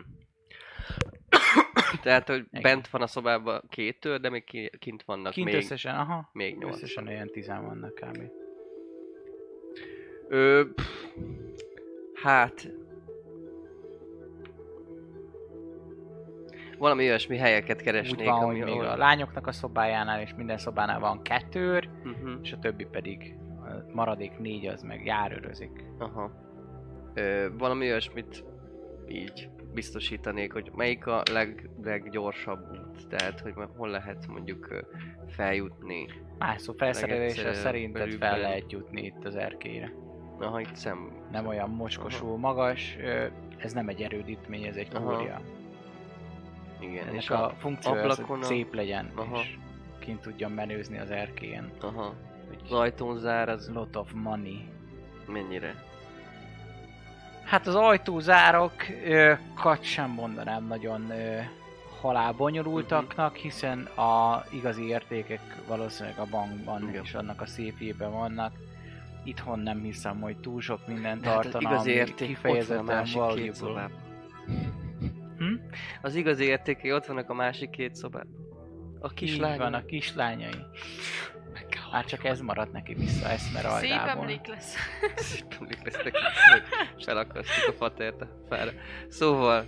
Speaker 3: Tehát, hogy
Speaker 6: Igen.
Speaker 3: bent van a szobában két tör, de még ki- kint vannak
Speaker 6: Kint
Speaker 3: még,
Speaker 6: összesen, aha,
Speaker 3: még nyolc.
Speaker 6: összesen olyan tizen vannak kb.
Speaker 3: Ö, pff, hát... Valami olyasmi helyeket keresnék,
Speaker 6: Úgy van, hogy
Speaker 3: ami
Speaker 6: még
Speaker 3: ahol-
Speaker 6: a lányoknak a szobájánál és minden szobánál van kettőr,
Speaker 3: Mhm,
Speaker 6: és a többi pedig a maradék négy az meg járőrözik.
Speaker 3: Aha. Ö, valami olyasmit így biztosítanék, hogy melyik a leg, leggyorsabb út. Tehát, hogy hol lehet mondjuk ö, feljutni.
Speaker 6: Más szó felszerelése
Speaker 3: Legegyszerűbb,
Speaker 6: szerinted fel
Speaker 3: belül-
Speaker 6: lehet jutni itt az erkélyre.
Speaker 3: Aha, itt szem.
Speaker 6: Nem olyan mocskosú, magas, ö, ez nem egy erődítmény, ez egy
Speaker 3: Aha.
Speaker 6: kúria.
Speaker 3: Igen.
Speaker 6: Ennek
Speaker 3: és
Speaker 6: a funkciója az, hogy
Speaker 3: ablakon a-
Speaker 6: szép legyen,
Speaker 3: Aha.
Speaker 6: és kint tudjon menőzni az erkélyen.
Speaker 3: Aha. Az ajtón zár, az
Speaker 6: Lot of money.
Speaker 3: mennyire?
Speaker 6: Hát az ajtózárok ö, kat sem mondanám nagyon ö, halálbonyolultaknak, hiszen a igazi értékek valószínűleg a bankban
Speaker 3: Igen.
Speaker 6: és annak a szépjében vannak. Itthon nem hiszem, hogy túl sok mindent
Speaker 3: De hát az
Speaker 6: tartana,
Speaker 3: igazi
Speaker 6: ami
Speaker 3: érték ott van a másik két
Speaker 6: valuable.
Speaker 3: szobában.
Speaker 6: Hm?
Speaker 3: Az igazi értékei ott vannak a másik két szobában. A
Speaker 6: Így van,
Speaker 3: kislány.
Speaker 6: a kislányai. Hát csak ez maradt neki vissza
Speaker 4: Szép
Speaker 6: Eszmeraldából.
Speaker 4: emlék lesz.
Speaker 3: Szép lesznek, és elakasztjuk a fatert a fára. Szóval,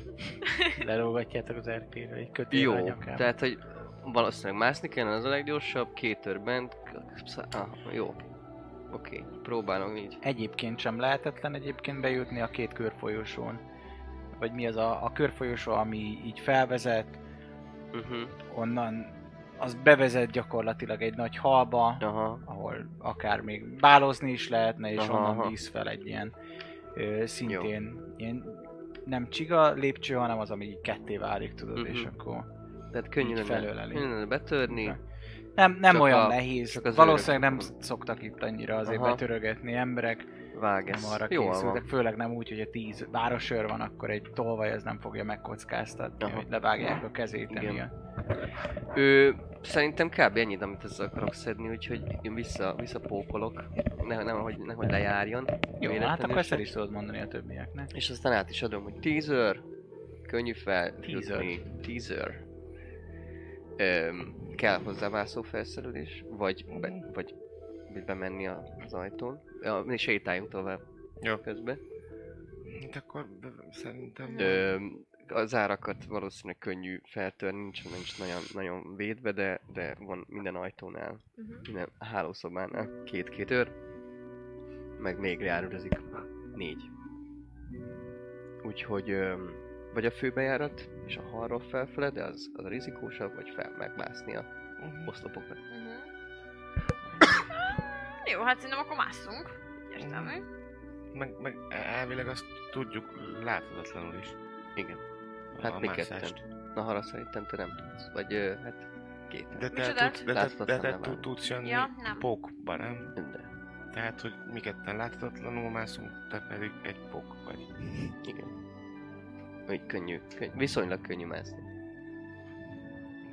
Speaker 6: Lerúgatjátok az erkélyre egy kötélre a
Speaker 3: jó.
Speaker 6: nyakába.
Speaker 3: Tehát, hogy valószínűleg mászni kellene, az a leggyorsabb, két tör bent. szá- Ah, jó. Oké, próbálom így.
Speaker 6: Egyébként sem lehetetlen egyébként bejutni a két körfolyosón. Vagy mi az a, a körfolyosó, ami így felvezet,
Speaker 3: Uh-huh.
Speaker 6: onnan az bevezet gyakorlatilag egy nagy halba,
Speaker 3: Aha.
Speaker 6: ahol akár még bálozni is lehetne, és
Speaker 3: Aha, aha.
Speaker 6: onnan víz fel egy ilyen ö, szintén ilyen nem csiga lépcső, hanem az, ami így ketté válik, tudod,
Speaker 3: Mhm.
Speaker 6: és akkor
Speaker 3: Tehát könnyű
Speaker 6: Így
Speaker 3: lenne,
Speaker 6: felől elé.
Speaker 3: könnyű lenne betörni.
Speaker 6: Be. nem, nem
Speaker 3: Csak
Speaker 6: olyan
Speaker 3: a-
Speaker 6: nehéz,
Speaker 3: csak az
Speaker 6: valószínűleg nem
Speaker 3: őrök.
Speaker 6: szoktak itt annyira azért
Speaker 3: Aha.
Speaker 6: betörögetni emberek,
Speaker 3: Vág
Speaker 6: nem
Speaker 3: ez.
Speaker 6: arra
Speaker 3: Jól
Speaker 6: készültek,
Speaker 3: van.
Speaker 6: főleg nem úgy, hogy a tíz városőr van, akkor egy tolvaj az nem fogja megkockáztatni,
Speaker 3: Aha.
Speaker 6: hogy levágják a kezét
Speaker 3: Igen.
Speaker 6: emiatt.
Speaker 3: Ő, szerintem kb. ennyit, amit ezzel akarok szedni, úgyhogy én vissza, visszapókolok. Ne, nem, hogy, nehogy lejárjon.
Speaker 6: Jó,
Speaker 3: Véletlenül
Speaker 6: hát akkor
Speaker 3: se.
Speaker 6: ezt el is tudod mondani a többieknek.
Speaker 3: És aztán át is adom, hogy teaser, könnyű fel,
Speaker 6: Teaser.
Speaker 3: jutni. teaser. Öm, kell hozzá mászó felszerelés, vagy, be, vagy vagy bemenni a- az ajtón. Ja, mi sétáljunk tovább
Speaker 5: Jó.
Speaker 3: közben.
Speaker 5: Hát akkor b- szerintem...
Speaker 3: Öm, az árakat valószínűleg könnyű feltörni, nincs, nincs nagyon, nagyon védve, de, de van minden ajtónál,
Speaker 4: Uh-huh.
Speaker 3: minden hálószobánál két-két őr, meg még járőrözik négy. Úgyhogy öm, vagy a főbejárat, és a halról felfele, de az, az a rizikósabb, vagy fel megmászni a oszlopoknak.
Speaker 4: Uh-huh. Jó, hát szerintem akkor másszunk. Egyértelmű.
Speaker 5: Meg, meg elvileg azt tudjuk láthatatlanul is.
Speaker 3: Igen.
Speaker 5: a-
Speaker 3: Hát
Speaker 5: a
Speaker 3: mi
Speaker 5: mászást.
Speaker 3: ketten. Na arra szerintem te nem tudsz. Vagy ö, hát két.
Speaker 5: De te,
Speaker 4: Micsodát?
Speaker 5: tud, de te, de te
Speaker 3: Láthatatlan
Speaker 5: tud,
Speaker 3: nem.
Speaker 5: tudsz jönni
Speaker 4: Ja,
Speaker 5: ja,
Speaker 4: nem.
Speaker 5: pókba, nem?
Speaker 3: De.
Speaker 5: Tehát, hogy mi ketten láthatatlanul mászunk, te pedig egy pók vagy.
Speaker 3: Igen. Úgy könnyű, könnyű. Viszonylag könnyű mászni.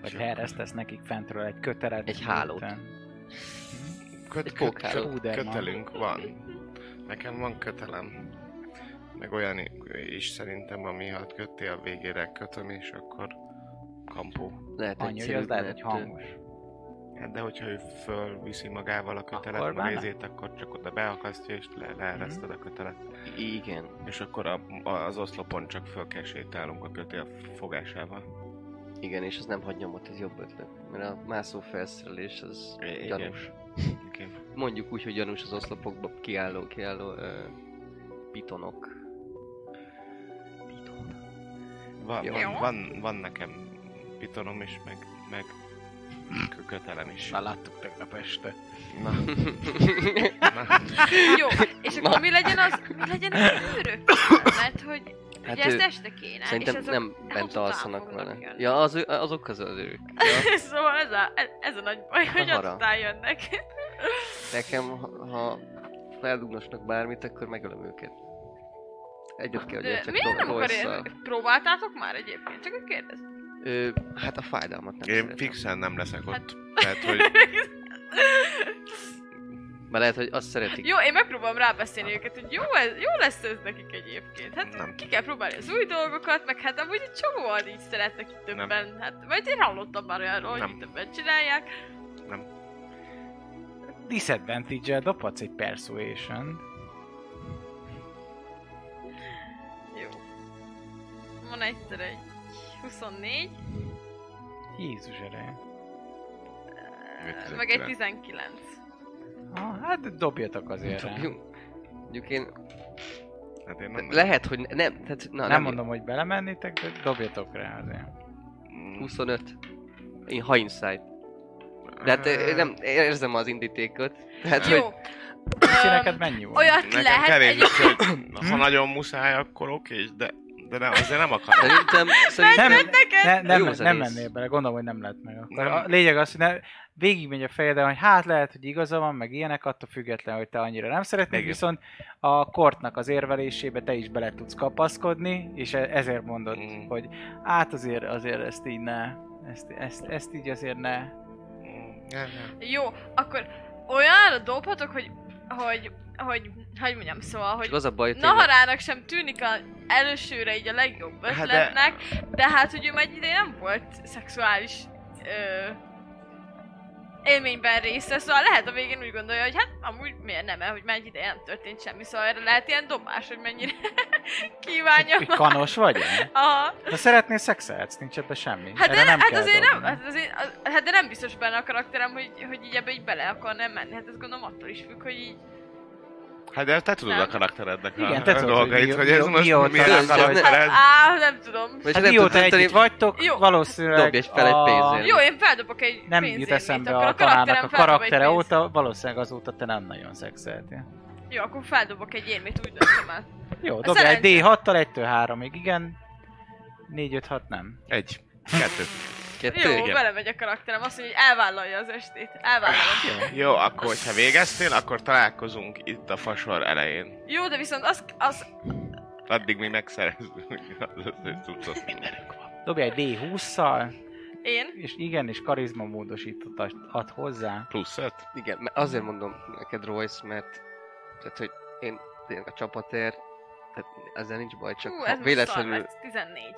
Speaker 6: Vagy
Speaker 5: Csak
Speaker 6: herresztesz nekik fentről egy kötelet.
Speaker 3: Egy hálót.
Speaker 6: miután-
Speaker 5: Köt,
Speaker 3: Egy
Speaker 5: köt,
Speaker 3: pókháló.
Speaker 5: köt,
Speaker 6: Uderman.
Speaker 5: kötelünk van. Nekem van kötelem. Meg olyan is szerintem, ami hat köté a végére kötöm, és akkor kampó.
Speaker 3: Lehet
Speaker 6: Annyi, hogy az
Speaker 3: egyszerűbb,
Speaker 6: lehet, hogy
Speaker 3: lehet, ö,
Speaker 6: hangos.
Speaker 5: Hát de hogyha ő fölviszi magával a kötelet,
Speaker 6: Akkor
Speaker 5: akkor
Speaker 6: már nem.
Speaker 5: mézét, akkor csak oda beakasztja, és le, leereszted a kötelet.
Speaker 3: Igen,
Speaker 5: És akkor a, a, az oszlopon csak föl kell sétálnunk a kötél fogásával.
Speaker 3: igen, és az nem hagy nyomot, ez jobb ötlet. Mert a mászó felszerelés az
Speaker 5: I-
Speaker 3: gyanús.
Speaker 5: Okay.
Speaker 3: Mondjuk úgy, hogy gyanús az oszlopokba kiálló, kiálló ö, pitonok. Piton.
Speaker 5: Van,
Speaker 3: Jó.
Speaker 5: van, van, van, nekem pitonom is, meg, meg kö- kötelem is.
Speaker 6: Már láttuk tegnap este.
Speaker 5: Na, na.
Speaker 4: Jó, és akkor
Speaker 3: Na.
Speaker 4: mi legyen az, mi legyen az őrök? Mert hogy
Speaker 3: Hát
Speaker 4: ugye ezt
Speaker 3: ő-
Speaker 4: este kéne.
Speaker 3: Szerintem
Speaker 4: és azok,
Speaker 3: nem bent
Speaker 4: hosszú
Speaker 3: alszanak
Speaker 4: távon
Speaker 3: vele.
Speaker 4: jönnek.
Speaker 3: Ja, az, ő- azok az őrök. Ja,
Speaker 4: Szóval ez a, ez- ez a nagy baj, hogy
Speaker 3: Hara.
Speaker 4: azután jönnek.
Speaker 3: nekem, ha, ha feldugnosnak bármit, akkor megölöm őket. Egyet kell, hogy
Speaker 4: De
Speaker 3: csak
Speaker 4: miért nem akar
Speaker 3: rosszal.
Speaker 4: én? Próbáltátok már egyébként? Csak hogy kérdez.
Speaker 3: Ö, hát a fájdalmat nem
Speaker 5: Én
Speaker 3: szeretem.
Speaker 5: fixen nem leszek
Speaker 4: Hát-
Speaker 5: ott. Tehát, hogy
Speaker 3: Mert lehet, hogy azt szeretik.
Speaker 4: Jó, én megpróbálom rábeszélni őket, hogy jó, ez, jó lesz ez nekik egyébként. Hát
Speaker 5: nem.
Speaker 4: ki kell próbálni az új dolgokat, meg hát amúgy egy csomóan így szeretnek itt
Speaker 5: Nem.
Speaker 4: többen. Hát, vagy én hallottam már olyanról, hogy
Speaker 5: Nem.
Speaker 4: itt többen csinálják.
Speaker 6: Disadvantage-el dobhatsz egy persuasion
Speaker 4: Jó. Van egyszer egy 24,
Speaker 6: Jézus ereje.
Speaker 5: Ötvenkilenc.
Speaker 4: meg egy 19.
Speaker 6: Ah, hát dobjatok azért rá.
Speaker 3: Jó. Mondjuk én
Speaker 5: Hát én nem
Speaker 3: Lehet, hogy ne, nem, tehát na,
Speaker 6: Nem,
Speaker 3: nem,
Speaker 6: mondom, hogy belemennétek, de dobjatok rá azért.
Speaker 5: Mm,
Speaker 3: 25. Én, ha insight. De hát ö,
Speaker 5: eh,
Speaker 3: nem érzem az indítékot. Tehát,
Speaker 4: Jó.
Speaker 3: Hát, hogy
Speaker 6: Öm,
Speaker 4: Öm,
Speaker 6: neked mennyi volt?
Speaker 4: olyat
Speaker 5: Nekem
Speaker 4: lehet
Speaker 5: kevés,
Speaker 4: egyébként.
Speaker 5: úgyhogy ha nagyon muszáj, akkor oké, is, de, de nem, azért nem akarom.
Speaker 3: szerintem, szerintem
Speaker 6: Nem, ne, nem,
Speaker 3: Jó
Speaker 6: nem,
Speaker 3: zenész.
Speaker 6: nem mennél bele, gondolom, hogy nem lett meg. Akkor
Speaker 5: Nem.
Speaker 6: a lényeg az, hogy ne, végigmegy a fejedben, hogy hát lehet, hogy igaza van, meg ilyenek, attól független, hogy te annyira nem szeretnéd,
Speaker 5: Igen.
Speaker 6: viszont a kortnak az érvelésébe te is bele tudsz kapaszkodni, és e- ezért mondod,
Speaker 5: Mm.
Speaker 6: hogy hát azért, azért ezt így ne, ezt, ezt, ezt így azért ne.
Speaker 5: Mm, ja, ja.
Speaker 4: Jó, akkor olyanra dobhatok, hogy, hogy, hogy, hogy mondjam, szóval, hogy
Speaker 3: csak az a baj, hogy tényleg,
Speaker 4: Naharának sem tűnik a elsőre így a legjobb
Speaker 5: Hát
Speaker 4: ötletnek, de... de hát, hogy ő már egy ideje nem volt szexuális ö, élményben része, szóval lehet a végén úgy gondolja, hogy hát amúgy miért nem, mert hogy már egy ideje nem történt semmi, szóval erre lehet ilyen dobás, hogy mennyire kívánja
Speaker 6: Hogy
Speaker 4: már.
Speaker 6: kanos vagy?
Speaker 4: Aha.
Speaker 6: Ha szeretnél szexelhetsz, nincs ebben semmi.
Speaker 4: Hát, de,
Speaker 6: Erre nem
Speaker 4: nem hát
Speaker 6: kell
Speaker 4: azért
Speaker 6: dobni.
Speaker 4: nem, hát azért, az- hát de nem biztos benne a karakterem, hogy, hogy így ebbe így bele akarnám menni, hát ez gondolom attól is függ, hogy így
Speaker 7: Hát de te tudod
Speaker 4: Nem.
Speaker 7: a karakterednek
Speaker 6: Igen,
Speaker 7: a,
Speaker 6: te
Speaker 7: a
Speaker 6: tudod, hogy
Speaker 7: dolgait,
Speaker 6: mi-
Speaker 7: hogy ez
Speaker 6: mi-
Speaker 7: most
Speaker 6: mióta
Speaker 7: milyen
Speaker 3: látod, hogy-
Speaker 5: karaktered.
Speaker 4: Á, nem tudom.
Speaker 3: vagy
Speaker 6: Hát
Speaker 3: nem
Speaker 6: mióta
Speaker 3: tudod
Speaker 6: együtt
Speaker 3: tenni,
Speaker 6: vagytok,
Speaker 4: Jó,
Speaker 6: valószínűleg
Speaker 3: dobj egy fel egy
Speaker 6: a-
Speaker 3: pénzért.
Speaker 4: Jó, én feldobok egy
Speaker 6: nem
Speaker 4: pénzérmét,
Speaker 6: jut eszembe
Speaker 4: akkor
Speaker 6: a tanának a
Speaker 4: karakterem
Speaker 6: karaktere
Speaker 4: feldob egy
Speaker 6: óta, valószínűleg azóta te nem nagyon szexeltél.
Speaker 4: pénzt. Jó, akkor feldobok egy érmét, úgy döntöm el.
Speaker 6: Jó,
Speaker 4: A
Speaker 6: dobja egy
Speaker 4: szerencse.
Speaker 6: D6-tal, 1-től 3-ig, igen. 4, 5, 6 nem.
Speaker 5: Egy, kettő.
Speaker 3: Kettő?
Speaker 4: Jó,
Speaker 3: Igen.
Speaker 4: belemegy a karakterem. Azt mondja, hogy elvállalja az estét. Elvállalom.
Speaker 5: Jó, akkor hogyha végeztél, akkor találkozunk itt a fasor elején.
Speaker 4: Jó, de viszont az, az
Speaker 5: Addig mi megszerezzük az összes cuccot. Mindenünk van.
Speaker 6: Dobja egy D20-szal,
Speaker 4: én,
Speaker 6: és igen, és karizma módosított ad- ad hozzá.
Speaker 5: Plusz öt?
Speaker 3: Igen, mert azért mondom neked Royce, mert tehát, hogy én tényleg a csapatér, tehát ezzel nincs baj, csak
Speaker 4: hú,
Speaker 3: ha
Speaker 4: ez most szar
Speaker 3: véletlenül
Speaker 4: lett. 14.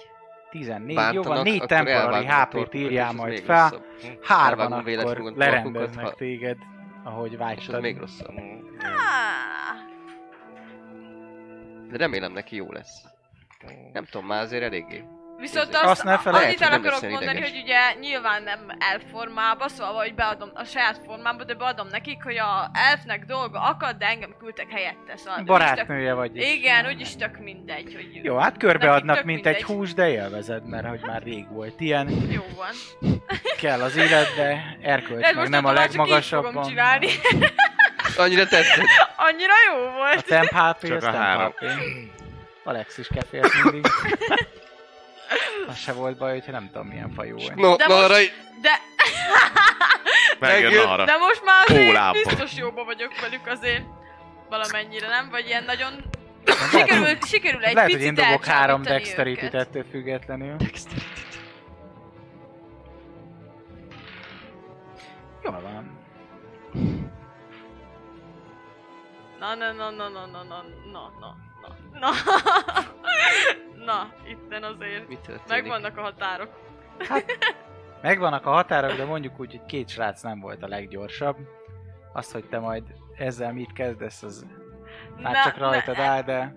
Speaker 6: 14, jó van,
Speaker 3: bántanak,
Speaker 6: 4
Speaker 3: akkor
Speaker 6: temporary
Speaker 3: elvágom a torkot,
Speaker 6: HP-t
Speaker 3: és
Speaker 6: írjál
Speaker 3: az
Speaker 6: majd
Speaker 3: még
Speaker 6: fel,
Speaker 3: rosszabb.
Speaker 6: hárman
Speaker 3: Elvágom
Speaker 6: akkor
Speaker 3: véletlenül a torkokat,
Speaker 6: lerendeznek
Speaker 3: ha-
Speaker 6: téged, ahogy
Speaker 3: És az
Speaker 6: vágytad.
Speaker 3: még rosszabb.
Speaker 4: Ah,
Speaker 3: De remélem neki jó lesz. Nem tudom, már azért eléggé.
Speaker 4: Viszont
Speaker 3: Nézzük.
Speaker 4: azt,
Speaker 6: Azt ne felejtsd,
Speaker 4: annyit el
Speaker 3: nem
Speaker 4: akarok
Speaker 3: leszel
Speaker 4: mondani,
Speaker 3: ideges.
Speaker 4: hogy ugye nyilván nem elformába, szóval hogy beadom a saját formámba, de beadom nekik, hogy a elfnek dolga akad, de engem küldtek helyette, szóval úgyis tök,
Speaker 6: Barátnője vagy is.
Speaker 4: Igen, úgyis tök mindegy, hogy
Speaker 6: Jó, hát körbeadnak,
Speaker 4: Nekik tök
Speaker 6: mint egy
Speaker 4: mindegy.
Speaker 6: hús, de élvezed, mert hogy már rég volt ilyen.
Speaker 4: jó van.
Speaker 6: Kell az életbe, erkölcs
Speaker 4: De
Speaker 6: meg
Speaker 4: most
Speaker 6: nem a
Speaker 4: már csak így fogom
Speaker 6: legmagasabban.
Speaker 4: csinálni.
Speaker 3: Annyira tetszett.
Speaker 4: Annyira jó
Speaker 6: A
Speaker 4: volt.
Speaker 6: temp HP,
Speaker 5: Csak
Speaker 6: az
Speaker 5: a
Speaker 6: temp
Speaker 5: három.
Speaker 6: HP. Alex is kefélt mindig. Az se volt baj, hogyha nem tudom milyen fajú volt.
Speaker 3: No,
Speaker 4: De
Speaker 3: no,
Speaker 4: most-
Speaker 3: arra,
Speaker 4: De,
Speaker 5: Megjön
Speaker 3: Megjön.
Speaker 5: arra.
Speaker 4: de most már azért
Speaker 5: Pólába.
Speaker 4: biztos jóba vagyok velük azért. Valamennyire, nem? Vagy ilyen nagyon... Sikerül, sikerül egy
Speaker 6: Lehet, hogy
Speaker 4: picit
Speaker 6: én dobok három
Speaker 4: elcsábítani
Speaker 6: dexterity
Speaker 4: őket.
Speaker 6: ettől függetlenül. Jó van.
Speaker 4: Na, na, na, na, na, na, na, na, na, na, na. na, itten azért
Speaker 3: mi történik?
Speaker 4: megvannak a határok.
Speaker 6: Megvannak a határok, de mondjuk úgy, hogy két srác nem volt a leggyorsabb. Azt, hogy te majd ezzel mit kezdesz, az már Hát csak
Speaker 4: e-
Speaker 6: rajtad áll, de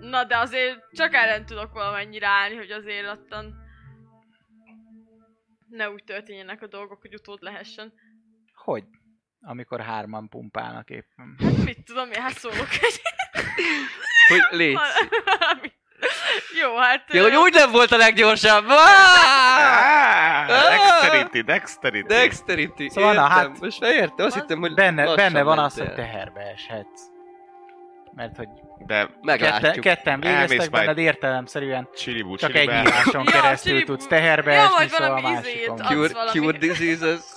Speaker 4: na, de azért csak ellen tudok valamennyire állni, hogy azért attan ne úgy történjenek a dolgok, hogy utód lehessen.
Speaker 6: hogy? Amikor hárman pumpálnak éppen.
Speaker 4: Hát mit tudom én, hát szólok egy
Speaker 3: Hogy légy.
Speaker 4: valami. Jó, hát...
Speaker 3: Ja,
Speaker 4: ö,
Speaker 3: hogy úgy nem volt a leggyorsabb. Ah!
Speaker 5: Ah, Dexterity, dexterity.
Speaker 3: Dexterity.
Speaker 6: Szóval na,
Speaker 3: értem.
Speaker 6: hát-
Speaker 3: Most már értem, azt
Speaker 4: Az-
Speaker 3: hittem, hogy
Speaker 6: Benne,
Speaker 3: lassan
Speaker 6: benne van
Speaker 3: ment
Speaker 6: az, hogy
Speaker 3: el.
Speaker 6: teherbe eshetsz. Mert hogy
Speaker 5: De
Speaker 6: ketten,
Speaker 3: Meglátjuk.
Speaker 6: ketten
Speaker 5: Elmész
Speaker 6: végeztek
Speaker 5: majd.
Speaker 6: benned értelemszerűen.
Speaker 5: csilibu,
Speaker 6: Csak egy
Speaker 5: csilibe.
Speaker 6: nyíláson
Speaker 4: Ja,
Speaker 6: keresztül
Speaker 4: csili-
Speaker 6: tudsz teherbe
Speaker 4: Ja,
Speaker 6: esni,
Speaker 4: vagy
Speaker 6: szóval a
Speaker 4: valami izét
Speaker 6: másikon.
Speaker 4: ad.
Speaker 3: Cure,
Speaker 4: valami-
Speaker 3: cure diseases.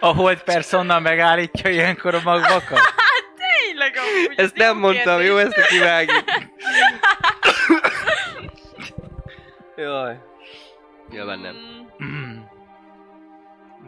Speaker 6: A hold personnal megállítja ilyenkor a magvakat.
Speaker 4: Tényleg amúgy.
Speaker 3: Ezt nem mondtam, jó? Ezt ne kivágjuk. Jaj. Nyilván nem.
Speaker 4: Mm.
Speaker 6: Mm.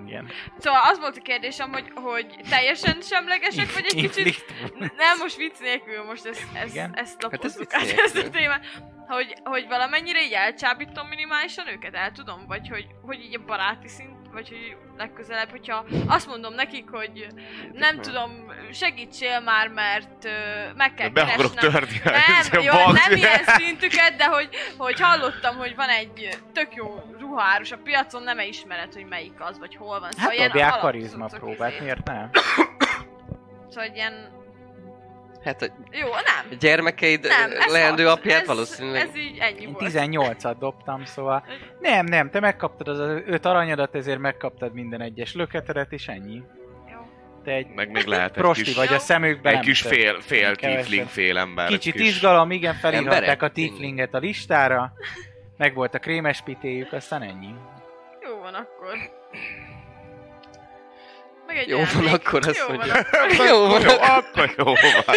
Speaker 6: Igen.
Speaker 4: Szóval az volt a kérdésem, hogy, hogy teljesen semlegesek, vagy egy kicsit... Nem, most vicc nélkül, most ezt, ezt,
Speaker 6: Igen?
Speaker 4: ezt lapozzuk
Speaker 3: Hát
Speaker 4: hát
Speaker 3: ez
Speaker 4: ez
Speaker 3: vicc
Speaker 4: át ezt a
Speaker 3: nélkül.
Speaker 4: témát. Hogy, hogy valamennyire így elcsábítom minimálisan őket, el tudom? Vagy hogy, hogy így a baráti szint, vagy hogy legközelebb, hogyha azt mondom nekik, hogy nem tudom, segítsél már, mert ö, meg kell
Speaker 5: Be akarok
Speaker 4: keresnem.
Speaker 5: törni a
Speaker 4: Nem,
Speaker 5: izé,
Speaker 4: jó,
Speaker 5: bal-
Speaker 4: nem ilyen szintüket, de hogy, hogy hallottam, hogy van egy tök jó ruhaárus a piacon, nem ismered, hogy melyik az, vagy hol van. Szóval
Speaker 6: Hát
Speaker 4: ilyen
Speaker 6: dobják
Speaker 4: alapcuccok
Speaker 6: karizma próbát,
Speaker 4: izé.
Speaker 6: miért nem?
Speaker 4: Szóval ilyen...
Speaker 3: Hát a
Speaker 4: Jó, nem.
Speaker 3: gyermekeid
Speaker 4: Nem,
Speaker 3: ö,
Speaker 4: ez
Speaker 3: leendő
Speaker 4: hat.
Speaker 3: apját
Speaker 4: ez,
Speaker 3: valószínűleg.
Speaker 4: Ez így ennyi
Speaker 6: Én
Speaker 4: volt.
Speaker 6: 18-at dobtam, szóval... Nem, nem, te megkaptad az öt aranyadat, ezért megkaptad minden egyes löketedet, és ennyi.
Speaker 4: Jó.
Speaker 6: Te egy
Speaker 5: Meg még lehet egy
Speaker 6: prosti
Speaker 5: kis,
Speaker 6: vagy a szemükben.
Speaker 5: egy
Speaker 6: nem
Speaker 5: kis
Speaker 6: tört.
Speaker 5: fél, fél
Speaker 6: Kevesebb.
Speaker 5: tiefling, fél ember. egy
Speaker 6: Kicsit
Speaker 5: kis-
Speaker 6: izgalom, igen, felírták
Speaker 3: Emberek?
Speaker 6: a tieflinget a listára. Meg volt a krémes pitéjük, aztán ennyi.
Speaker 4: Jó van akkor. Meg egy
Speaker 3: Jó
Speaker 4: játék.
Speaker 3: van akkor, azt
Speaker 4: Jó van
Speaker 3: mondja.
Speaker 4: akkor.
Speaker 3: Jó van.
Speaker 5: Jó, akkor jó van.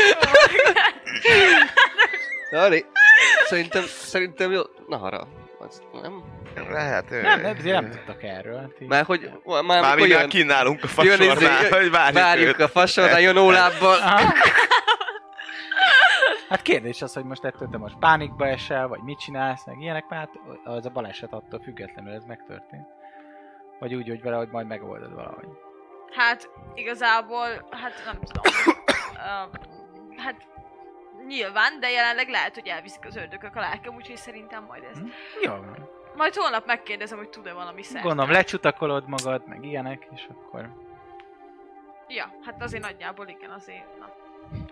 Speaker 3: Ari, szerintem, szerintem jó. Na hara. Az nem.
Speaker 5: Lehet, ő-
Speaker 6: Nem, nem, azért nem tudtak erről. Ti-
Speaker 3: Már hogy, már,
Speaker 5: Már
Speaker 3: amikor
Speaker 5: mi már
Speaker 3: jön,
Speaker 5: kínálunk a
Speaker 3: jön izé,
Speaker 5: fasornál,
Speaker 3: jön-
Speaker 5: hogy várjuk,
Speaker 3: várjuk
Speaker 5: őt.
Speaker 3: a fasorra, jön ólábbal.
Speaker 6: Aha. Hát kérdés az, hogy most ettől te most pánikba esel, vagy mit csinálsz, meg ilyenek, mert hát az a baleset attól függetlenül ez megtörtént. Vagy úgy, hogy vele, hogy majd megoldod valahogy.
Speaker 4: Hát, igazából, hát nem tudom. Ö, hát, nyilván, de jelenleg lehet, hogy elviszik az ördögök a lelkem, úgyhogy szerintem majd ez.
Speaker 6: Hm? Jó van.
Speaker 4: Majd holnap megkérdezem, hogy tud-e valami szert.
Speaker 6: Gondolom, lecsutakolod magad, meg ilyenek, és akkor...
Speaker 4: Ja, hát azért nagyjából igen, azért, na.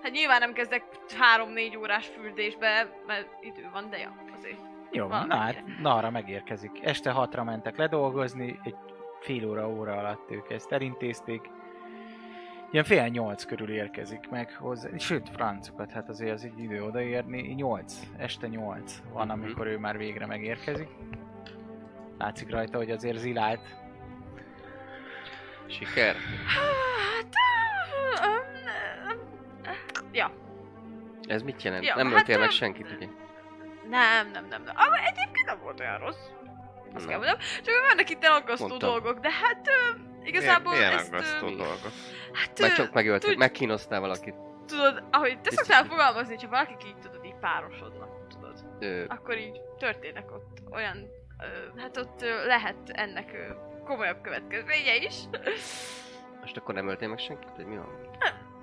Speaker 4: Hát nyilván nem kezdek 3-4 órás fürdésbe, mert idő van, de ja, azért.
Speaker 6: Jó van, na hát, na arra megérkezik. Este hatra mentek ledolgozni, egy fél óra, óra alatt ők ezt elintézték. Ilyen fél nyolc körül érkezik meg hozzá, sőt francokat, hát azért az egy idő odaérni, nyolc, este nyolc van,
Speaker 3: Mhm.
Speaker 6: amikor ő már végre megérkezik. Látszik rajta, hogy azért zilált.
Speaker 3: Siker.
Speaker 4: Hát... ö, ö, ö, Ja.
Speaker 3: Ez mit jelent?
Speaker 4: Ja,
Speaker 3: nem
Speaker 4: hát
Speaker 3: öltél meg
Speaker 4: nem-
Speaker 3: senkit, ugye?
Speaker 4: Nem, nem, nem, nem. Ah, egyébként nem volt olyan rossz. Azt
Speaker 3: Nem.
Speaker 4: kell mondjam. Csak vannak itt aggasztó
Speaker 3: Mondtam.
Speaker 4: dolgok, de hát ö, igazából
Speaker 5: milyen,
Speaker 4: ezt...
Speaker 5: milyen
Speaker 4: ö,
Speaker 5: aggasztó dolgok?
Speaker 4: Hát ö,
Speaker 3: Már csak megöltél,
Speaker 4: tudj-
Speaker 3: megkínoztál valakit.
Speaker 4: tudod, ahogy te
Speaker 3: Biztos,
Speaker 4: szoktál
Speaker 3: hogy-
Speaker 4: fogalmazni, hogyha valakik így tudod, így párosodnak, tudod.
Speaker 3: Ö,
Speaker 4: Akkor így történnek ott olyan... Ö, hát ott ö, lehet ennek ö, komolyabb következménye is. Ah.
Speaker 3: most akkor nem öltél meg senkit, hogy mi van?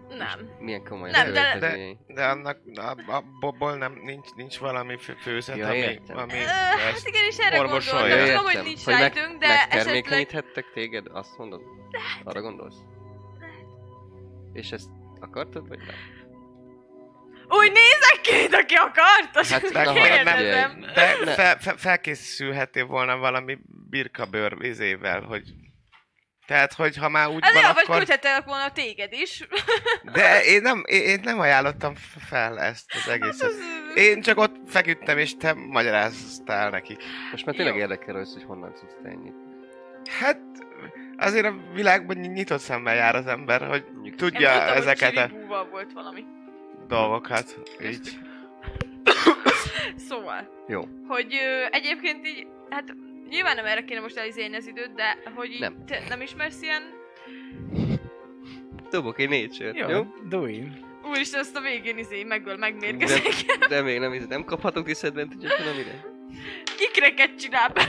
Speaker 4: nem.
Speaker 3: Most milyen komoly
Speaker 4: Nem, de-
Speaker 3: következményei?
Speaker 5: De annak, a, a bobból nem, nincs, nincs valami fő- főzet,
Speaker 3: Ja,
Speaker 5: ja, ami,
Speaker 3: értem.
Speaker 5: ami
Speaker 4: Ö, hát
Speaker 5: ezt,
Speaker 4: igen, és erre
Speaker 5: orvosolja.
Speaker 4: gondoltam. Tudom,
Speaker 3: Értem.
Speaker 4: hogy nincs
Speaker 3: Hogy meg-
Speaker 4: rejtőnk, de esetleg...
Speaker 3: Megtermékenyíthettek téged, azt mondod? Arra gondolsz? És ezt akartad, vagy nem?
Speaker 4: Úgy nézek két, aki akart!
Speaker 3: Hát,
Speaker 4: Hát,
Speaker 3: na,
Speaker 4: kérdezem. Hát
Speaker 3: figyelj.
Speaker 5: de
Speaker 3: Ne.
Speaker 5: fel, fel, felkészülhetél volna valami birkabőr vizével, hogy tehát, hogy ha már úgy
Speaker 4: Hát
Speaker 5: van,
Speaker 4: ja, vagy
Speaker 5: akkor...
Speaker 4: küldhetelek volna téged is.
Speaker 5: De én nem, én, én nem ajánlottam f- fel ezt az egészet.
Speaker 4: Hát
Speaker 5: Én csak ott feküdtem, és te magyaráztál nekik.
Speaker 3: Most már tényleg
Speaker 4: Jó.
Speaker 3: érdekel rajz, hogy honnan tudsz te ennyit.
Speaker 5: Hát, azért a világban ny- nyitott szemmel jár az ember, hogy
Speaker 3: Mondjuk
Speaker 4: Én
Speaker 5: tudja
Speaker 4: tudtam,
Speaker 5: ezeket
Speaker 4: hogy
Speaker 5: a
Speaker 4: Csiribúval volt valami.
Speaker 5: dolgokat. Így.
Speaker 4: Szóval.
Speaker 3: Jó.
Speaker 4: Hogy ö, egyébként így, hát nyilván nem erre kéne most elizélni az időt, de hogy így
Speaker 3: Nem.
Speaker 4: te nem ismersz ilyen...
Speaker 3: Dobok egy nature
Speaker 6: Jó,
Speaker 3: jó? jó?
Speaker 6: Duin.
Speaker 4: Úristen, azt a végén izé megöl,
Speaker 3: De,
Speaker 4: megmérgezik.
Speaker 3: de, még nem, hiszem, nem kaphatok disadvantage-et, hanem ide.
Speaker 4: Kikreket csinál be.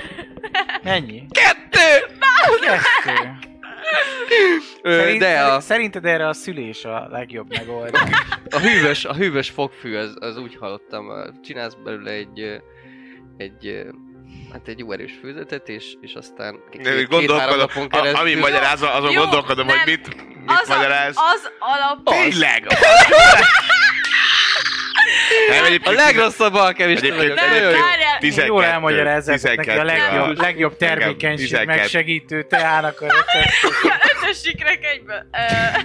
Speaker 6: Ennyi.
Speaker 3: Kettő!
Speaker 6: Kettő.
Speaker 3: Ö, de a,
Speaker 6: Szerinted erre a szülés a legjobb megoldás?
Speaker 3: a, hűvös, a hűvös fogfű, az, az úgy hallottam, ö, csinálsz belőle egy, ö, egy, ö, hát egy jó erős főzetet, és, és aztán k-
Speaker 7: Én
Speaker 3: két-
Speaker 7: gondolkodom,
Speaker 3: két-három napon
Speaker 7: a,
Speaker 3: keresztül...
Speaker 7: ami magyarázva, azon
Speaker 4: Jó,
Speaker 7: gondolkodom,
Speaker 4: nem.
Speaker 7: hogy mit, mit
Speaker 4: Az, a,
Speaker 7: magyaráz.
Speaker 4: az alap...
Speaker 7: Tényleg! nem,
Speaker 3: A
Speaker 7: egyébként
Speaker 3: legrosszabb alkemista vagyok,
Speaker 7: Egyébként-
Speaker 3: nagyon
Speaker 4: Nem,
Speaker 3: jó.
Speaker 4: várjál!
Speaker 7: tizen-
Speaker 6: Jól
Speaker 5: 12,
Speaker 6: elmagyarázzátok neki a
Speaker 5: 12.
Speaker 6: legjobb, legjobb
Speaker 5: Igen,
Speaker 6: termékenység
Speaker 5: 12.
Speaker 6: megsegítő teának a receptet.
Speaker 4: Ötös sikrek egyből. Ö,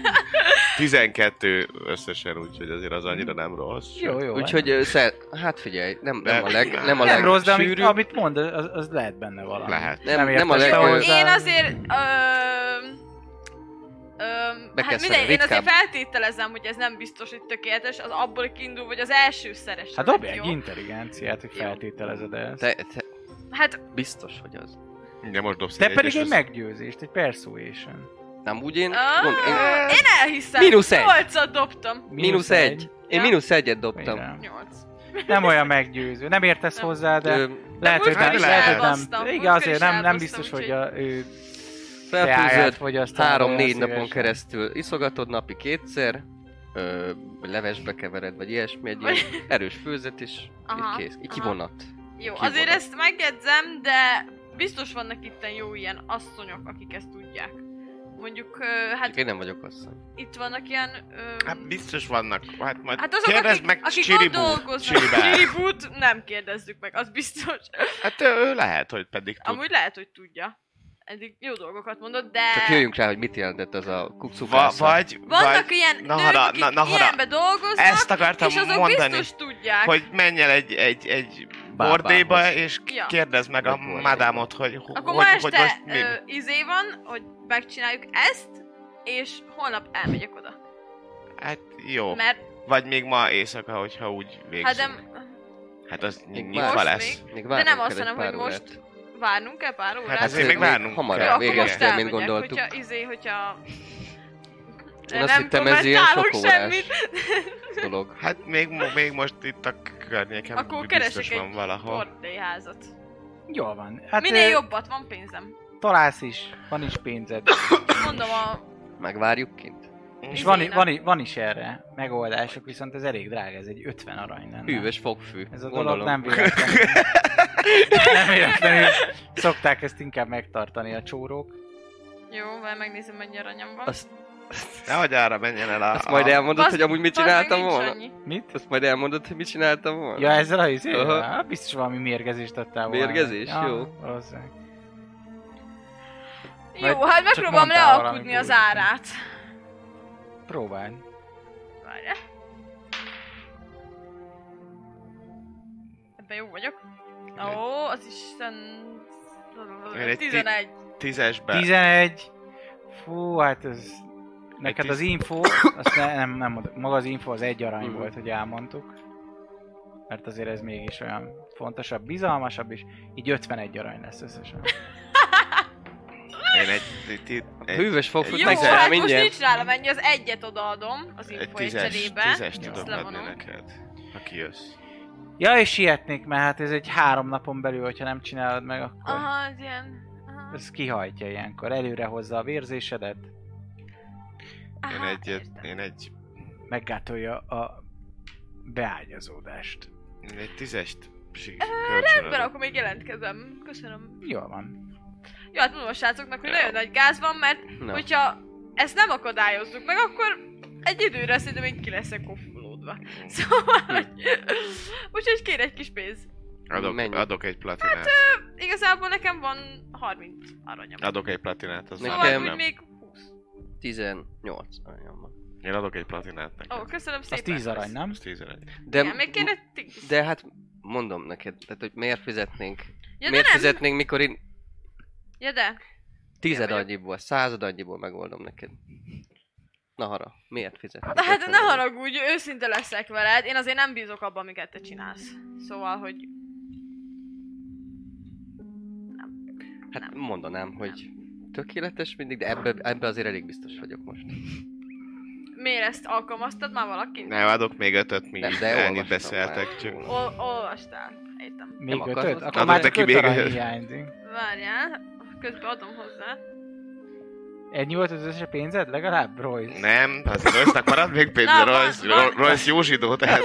Speaker 5: 12 összesen, úgyhogy azért az annyira nem rossz.
Speaker 6: Jó, jó.
Speaker 3: Úgyhogy, ö, szer, hát figyelj, nem, nem, a leg, nem a
Speaker 6: nem
Speaker 3: leg
Speaker 6: rossz, de amit,
Speaker 3: sűrűbb,
Speaker 6: amit mond, az, az lehet benne valami.
Speaker 5: Lehet.
Speaker 3: nem, nem,
Speaker 6: nem
Speaker 3: a
Speaker 6: értettem
Speaker 3: leg...
Speaker 6: hozzá.
Speaker 3: ö,
Speaker 4: Én azért... Öm, öm,
Speaker 3: Be kell
Speaker 4: hát mindegy, én azért
Speaker 3: ritkán.
Speaker 4: feltételezem, hogy ez nem biztos, hogy tökéletes, az abból kiindul, hogy az első szeres.
Speaker 6: Hát dobj egy intelligenciát, hogy
Speaker 4: Jó.
Speaker 6: feltételezed ezt.
Speaker 3: Te, te,
Speaker 4: Hát
Speaker 3: biztos, hogy az.
Speaker 5: De most dobsz
Speaker 6: Te
Speaker 5: egyet,
Speaker 6: pedig
Speaker 5: és
Speaker 6: egy
Speaker 5: az-
Speaker 6: meggyőzést, egy persuasion.
Speaker 3: Nem úgy én...
Speaker 4: Ah,
Speaker 3: gond- én
Speaker 4: Én elhiszem.
Speaker 3: Mínusz egy.
Speaker 4: Nyolcat dobtam.
Speaker 3: mínusz egy. Én
Speaker 4: Ja.
Speaker 3: mínusz egyet dobtam.
Speaker 6: Mire?
Speaker 4: Nyolc.
Speaker 6: Nem olyan meggyőző. Nem értesz hozzá, de
Speaker 3: Ö,
Speaker 6: lehet, hogy
Speaker 5: múltkor
Speaker 6: nem.
Speaker 5: is
Speaker 6: Lehet, hogy
Speaker 4: elbasztam,
Speaker 6: nem. Igen,
Speaker 4: múltkor
Speaker 6: azért
Speaker 4: is
Speaker 6: nem, nem
Speaker 4: elbasztam,
Speaker 6: biztos, hogy
Speaker 4: úgyhogy-
Speaker 6: a ő teáját
Speaker 3: Felfűzöd,
Speaker 6: fogyasztaná olyan
Speaker 3: Három-négy
Speaker 6: szívesen.
Speaker 3: napon keresztül iszogatod napi kétszer, ö, vagy levesbe kevered, vagy ilyesmi, egy ilyen erős főzet, és így
Speaker 4: Aha,
Speaker 3: kész. Így
Speaker 4: aha.
Speaker 3: kivonat.
Speaker 4: Jó,
Speaker 3: Ki
Speaker 4: azért
Speaker 3: volt?
Speaker 4: ezt megjegyzem, de biztos vannak itten jó ilyen asszonyok, akik ezt tudják. Mondjuk, ö,
Speaker 3: Hát,
Speaker 4: hát
Speaker 3: én nem vagyok asszony.
Speaker 4: itt vannak ilyen... Ö,
Speaker 5: Hát biztos vannak. Hát majd
Speaker 4: hát azok,
Speaker 5: kérdezd
Speaker 4: akik,
Speaker 5: meg
Speaker 4: akik ott
Speaker 5: Csiribút.
Speaker 4: dolgoznak.
Speaker 5: Csiribát.
Speaker 4: Csiribút nem kérdezzük meg, az biztos.
Speaker 5: Hát ő, ő lehet, hogy pedig tud.
Speaker 4: Amúgy lehet, hogy tudja. Eddig jó dolgokat mondott, de...
Speaker 3: Csak jöjjünk rá, hogy mit jelentett ez a
Speaker 5: Va,
Speaker 3: kukszukásza.
Speaker 5: vagy,
Speaker 4: Vannak
Speaker 5: vagy
Speaker 4: ilyen
Speaker 5: na
Speaker 4: nők,
Speaker 5: hara,
Speaker 4: akik
Speaker 5: na- na hara.
Speaker 4: ilyenbe dolgoznak,
Speaker 5: Ezt akartam
Speaker 4: és azok
Speaker 5: mondani,
Speaker 4: biztos tudják.
Speaker 5: hogy menj el egy, egy, egy
Speaker 3: Bábához.
Speaker 5: bordéba, és
Speaker 4: Ja.
Speaker 5: kérdezd meg a
Speaker 3: Vagy bordéba.
Speaker 5: madámot, hogy, hogy,
Speaker 4: Akkor ma
Speaker 5: hogy, hogy
Speaker 4: este
Speaker 5: most mi.
Speaker 4: ö, izé van, hogy megcsináljuk ezt, és holnap elmegyek oda.
Speaker 5: Hát jó.
Speaker 4: Mert
Speaker 5: Vagy még ma éjszaka, hogyha úgy végzünk.
Speaker 4: hát
Speaker 5: Hát,
Speaker 4: nem,
Speaker 5: az ny-
Speaker 3: Még
Speaker 5: nyitva
Speaker 4: most
Speaker 5: lesz.
Speaker 4: még.
Speaker 3: Még
Speaker 4: de
Speaker 3: várnunk
Speaker 4: nem
Speaker 3: kell
Speaker 4: azt
Speaker 3: egy
Speaker 4: hanem,
Speaker 3: pár
Speaker 4: hogy most
Speaker 3: órát. Hát
Speaker 4: várnunk kell pár órát.
Speaker 5: azért
Speaker 3: ez
Speaker 5: Hát még
Speaker 4: Jó,
Speaker 5: várnunk kell.
Speaker 3: Hamarabb
Speaker 4: akkor
Speaker 5: most
Speaker 3: véges kell, mint
Speaker 4: elmegyek,
Speaker 3: gondoltuk.
Speaker 4: Hogyha izé, hogyha... De
Speaker 3: Én azt hittem, ez ilyen
Speaker 4: kommentálok
Speaker 3: sok órás dolog.
Speaker 5: Hát még, mo- még most itt a környéken
Speaker 4: Akkor
Speaker 5: biztos
Speaker 4: keresek
Speaker 5: van
Speaker 4: egy
Speaker 5: valahol.
Speaker 4: bordélyházat.
Speaker 6: Jól van. Hát,
Speaker 4: Minél
Speaker 6: ö,
Speaker 4: jobbat, van pénzem.
Speaker 6: Találsz is, van is pénzed.
Speaker 4: Mondom a...
Speaker 3: Megvárjuk kint.
Speaker 5: Mhm.
Speaker 6: És
Speaker 5: Izé,
Speaker 6: van, i-
Speaker 4: Izének.
Speaker 6: van, i- van is erre megoldások, viszont ez elég drága, ez egy 50 arany lenne.
Speaker 3: Hűvös fogfű.
Speaker 6: Ez a dolog
Speaker 3: Gondolom.
Speaker 6: nem véletlenül. nem véletlenül. Szokták ezt inkább megtartani a csórók.
Speaker 4: Jó, mert megnézem, mennyi aranyam van.
Speaker 3: Azt,
Speaker 5: Nehogy arra menjen el a...
Speaker 3: azt majd elmondod,
Speaker 4: Bazd-
Speaker 3: hogy amúgy mit
Speaker 4: bazd meg,
Speaker 3: csináltam
Speaker 4: nincs
Speaker 3: volna?
Speaker 4: annyi.
Speaker 6: Mit?
Speaker 3: Azt majd elmondod, hogy mit csináltam volna?
Speaker 6: Ja, ezzel a izével?
Speaker 3: Aha.
Speaker 6: Uh-huh. Biztos valami mérgezést adtál volna.
Speaker 3: Mérgezés?
Speaker 6: Ja,
Speaker 3: Jó.
Speaker 6: Valószínűleg.
Speaker 4: Jó,
Speaker 6: Vagy
Speaker 4: hát
Speaker 6: csak
Speaker 4: megpróbálom
Speaker 6: mondtál
Speaker 4: hát lealkudni
Speaker 6: valamit
Speaker 4: az
Speaker 6: újra.
Speaker 4: árát.
Speaker 6: Próbáld.
Speaker 4: Várjál. Ebben jó vagyok. Ó, az Isten...
Speaker 7: Én egy ti-
Speaker 4: 11.
Speaker 7: Tízesben.
Speaker 6: 11. Fú, hát ez... Neked
Speaker 7: tíz-
Speaker 6: az info, azt ne, nem, nem, mondom. maga az info az egy arany
Speaker 3: Mhm.
Speaker 6: volt, hogy elmondtuk. Mert azért ez mégis olyan fontosabb, bizalmasabb, és így 51 arany lesz összesen.
Speaker 7: Én egy, ti- ti- egy,
Speaker 3: Hűvös fog
Speaker 4: Jó,
Speaker 3: futni,
Speaker 4: hát most
Speaker 3: mindjárt.
Speaker 4: nincs nálam ennyi, az egyet odaadom az
Speaker 7: egy
Speaker 4: info egy
Speaker 7: tízes,
Speaker 4: cserébe.
Speaker 7: tízes
Speaker 4: Azt
Speaker 7: tudom adni
Speaker 4: levonom.
Speaker 7: neked, ha kijössz.
Speaker 6: Ja, és sietnék, mert hát ez egy három napon belül, hogyha nem csinálod meg, akkor
Speaker 4: Aha, az ilyen... Aha,
Speaker 6: ez kihajtja ilyenkor. Előre hozza a vérzésedet,
Speaker 7: Én
Speaker 4: aha,
Speaker 7: egy,
Speaker 4: értem.
Speaker 7: én egy,
Speaker 6: meggátolja a beágyazódást.
Speaker 7: én egy tízest zsig-
Speaker 4: Ebben
Speaker 7: kölcsönadok.
Speaker 4: akkor még jelentkezem. Köszönöm.
Speaker 6: Jól van.
Speaker 4: Jó, hát mondom a srácoknak, hogy
Speaker 7: Jó.
Speaker 4: nagyon nagy gáz van, mert
Speaker 3: Na,
Speaker 4: hogyha ezt nem akadályozzuk meg, akkor egy időre szerintem én ki leszek kofulódva. Szóval, hogy... Úgyhogy kér egy kis pénz.
Speaker 7: Adok,
Speaker 3: Mennyi?
Speaker 7: adok egy platinát.
Speaker 4: Igazából nekem van 30 aranyam.
Speaker 5: Hát,
Speaker 7: Adok egy platinát, az
Speaker 3: Nekem-
Speaker 4: Szóval
Speaker 7: már
Speaker 4: nekem...
Speaker 3: Nekem-
Speaker 7: nem.
Speaker 4: úgy még 20.
Speaker 3: 18 aranyom van.
Speaker 7: Én adok egy platinát neked.
Speaker 4: Ó, köszönöm
Speaker 6: Az
Speaker 4: szépen.
Speaker 6: 10 arany, nem?
Speaker 7: Ez 11.
Speaker 3: De,
Speaker 4: Igen, még kéne 10.
Speaker 3: de hát mondom neked, tehát hogy miért fizetnénk?
Speaker 4: Ja, de
Speaker 3: miért
Speaker 4: nem.
Speaker 3: fizetnénk, mikor én
Speaker 4: Ja, de.
Speaker 3: Tized
Speaker 4: vagyok.
Speaker 3: annyiból, század annyiból megoldom neked. Na hara, miért fizet?
Speaker 4: Na hát ne haragudj, őszinte leszek veled. Én azért nem bízok abban, amiket te csinálsz. Szóval, hogy
Speaker 3: Hát mondanám, hogy tökéletes mindig, de ebbe, ebbe azért elég biztos vagyok most.
Speaker 4: miért ezt alkalmaztad már valaki?
Speaker 7: Nem, adok még ötöt, mi
Speaker 3: Nem,
Speaker 7: nem,
Speaker 3: de
Speaker 7: ennyit
Speaker 3: olvastam
Speaker 7: beszéltek.
Speaker 3: már.
Speaker 7: Csak...
Speaker 4: Ol- olvastál. Értem.
Speaker 6: Még
Speaker 3: Nem akarod?
Speaker 6: ötöt? Akkor
Speaker 7: Adok
Speaker 6: már
Speaker 7: Hát
Speaker 6: csak
Speaker 7: neki
Speaker 6: öt
Speaker 7: még
Speaker 6: arany
Speaker 7: ötöt.
Speaker 6: hiányzik.
Speaker 4: Várjál, közben adom hozzá.
Speaker 6: Ennyi volt az összes pénzed? Legalább, Roy?
Speaker 7: Nem, Hát, az Royce-nak marad még pénz,
Speaker 4: Na, van-
Speaker 7: Royce,
Speaker 4: van-
Speaker 7: Ro- Royce jó zsidó, tehát...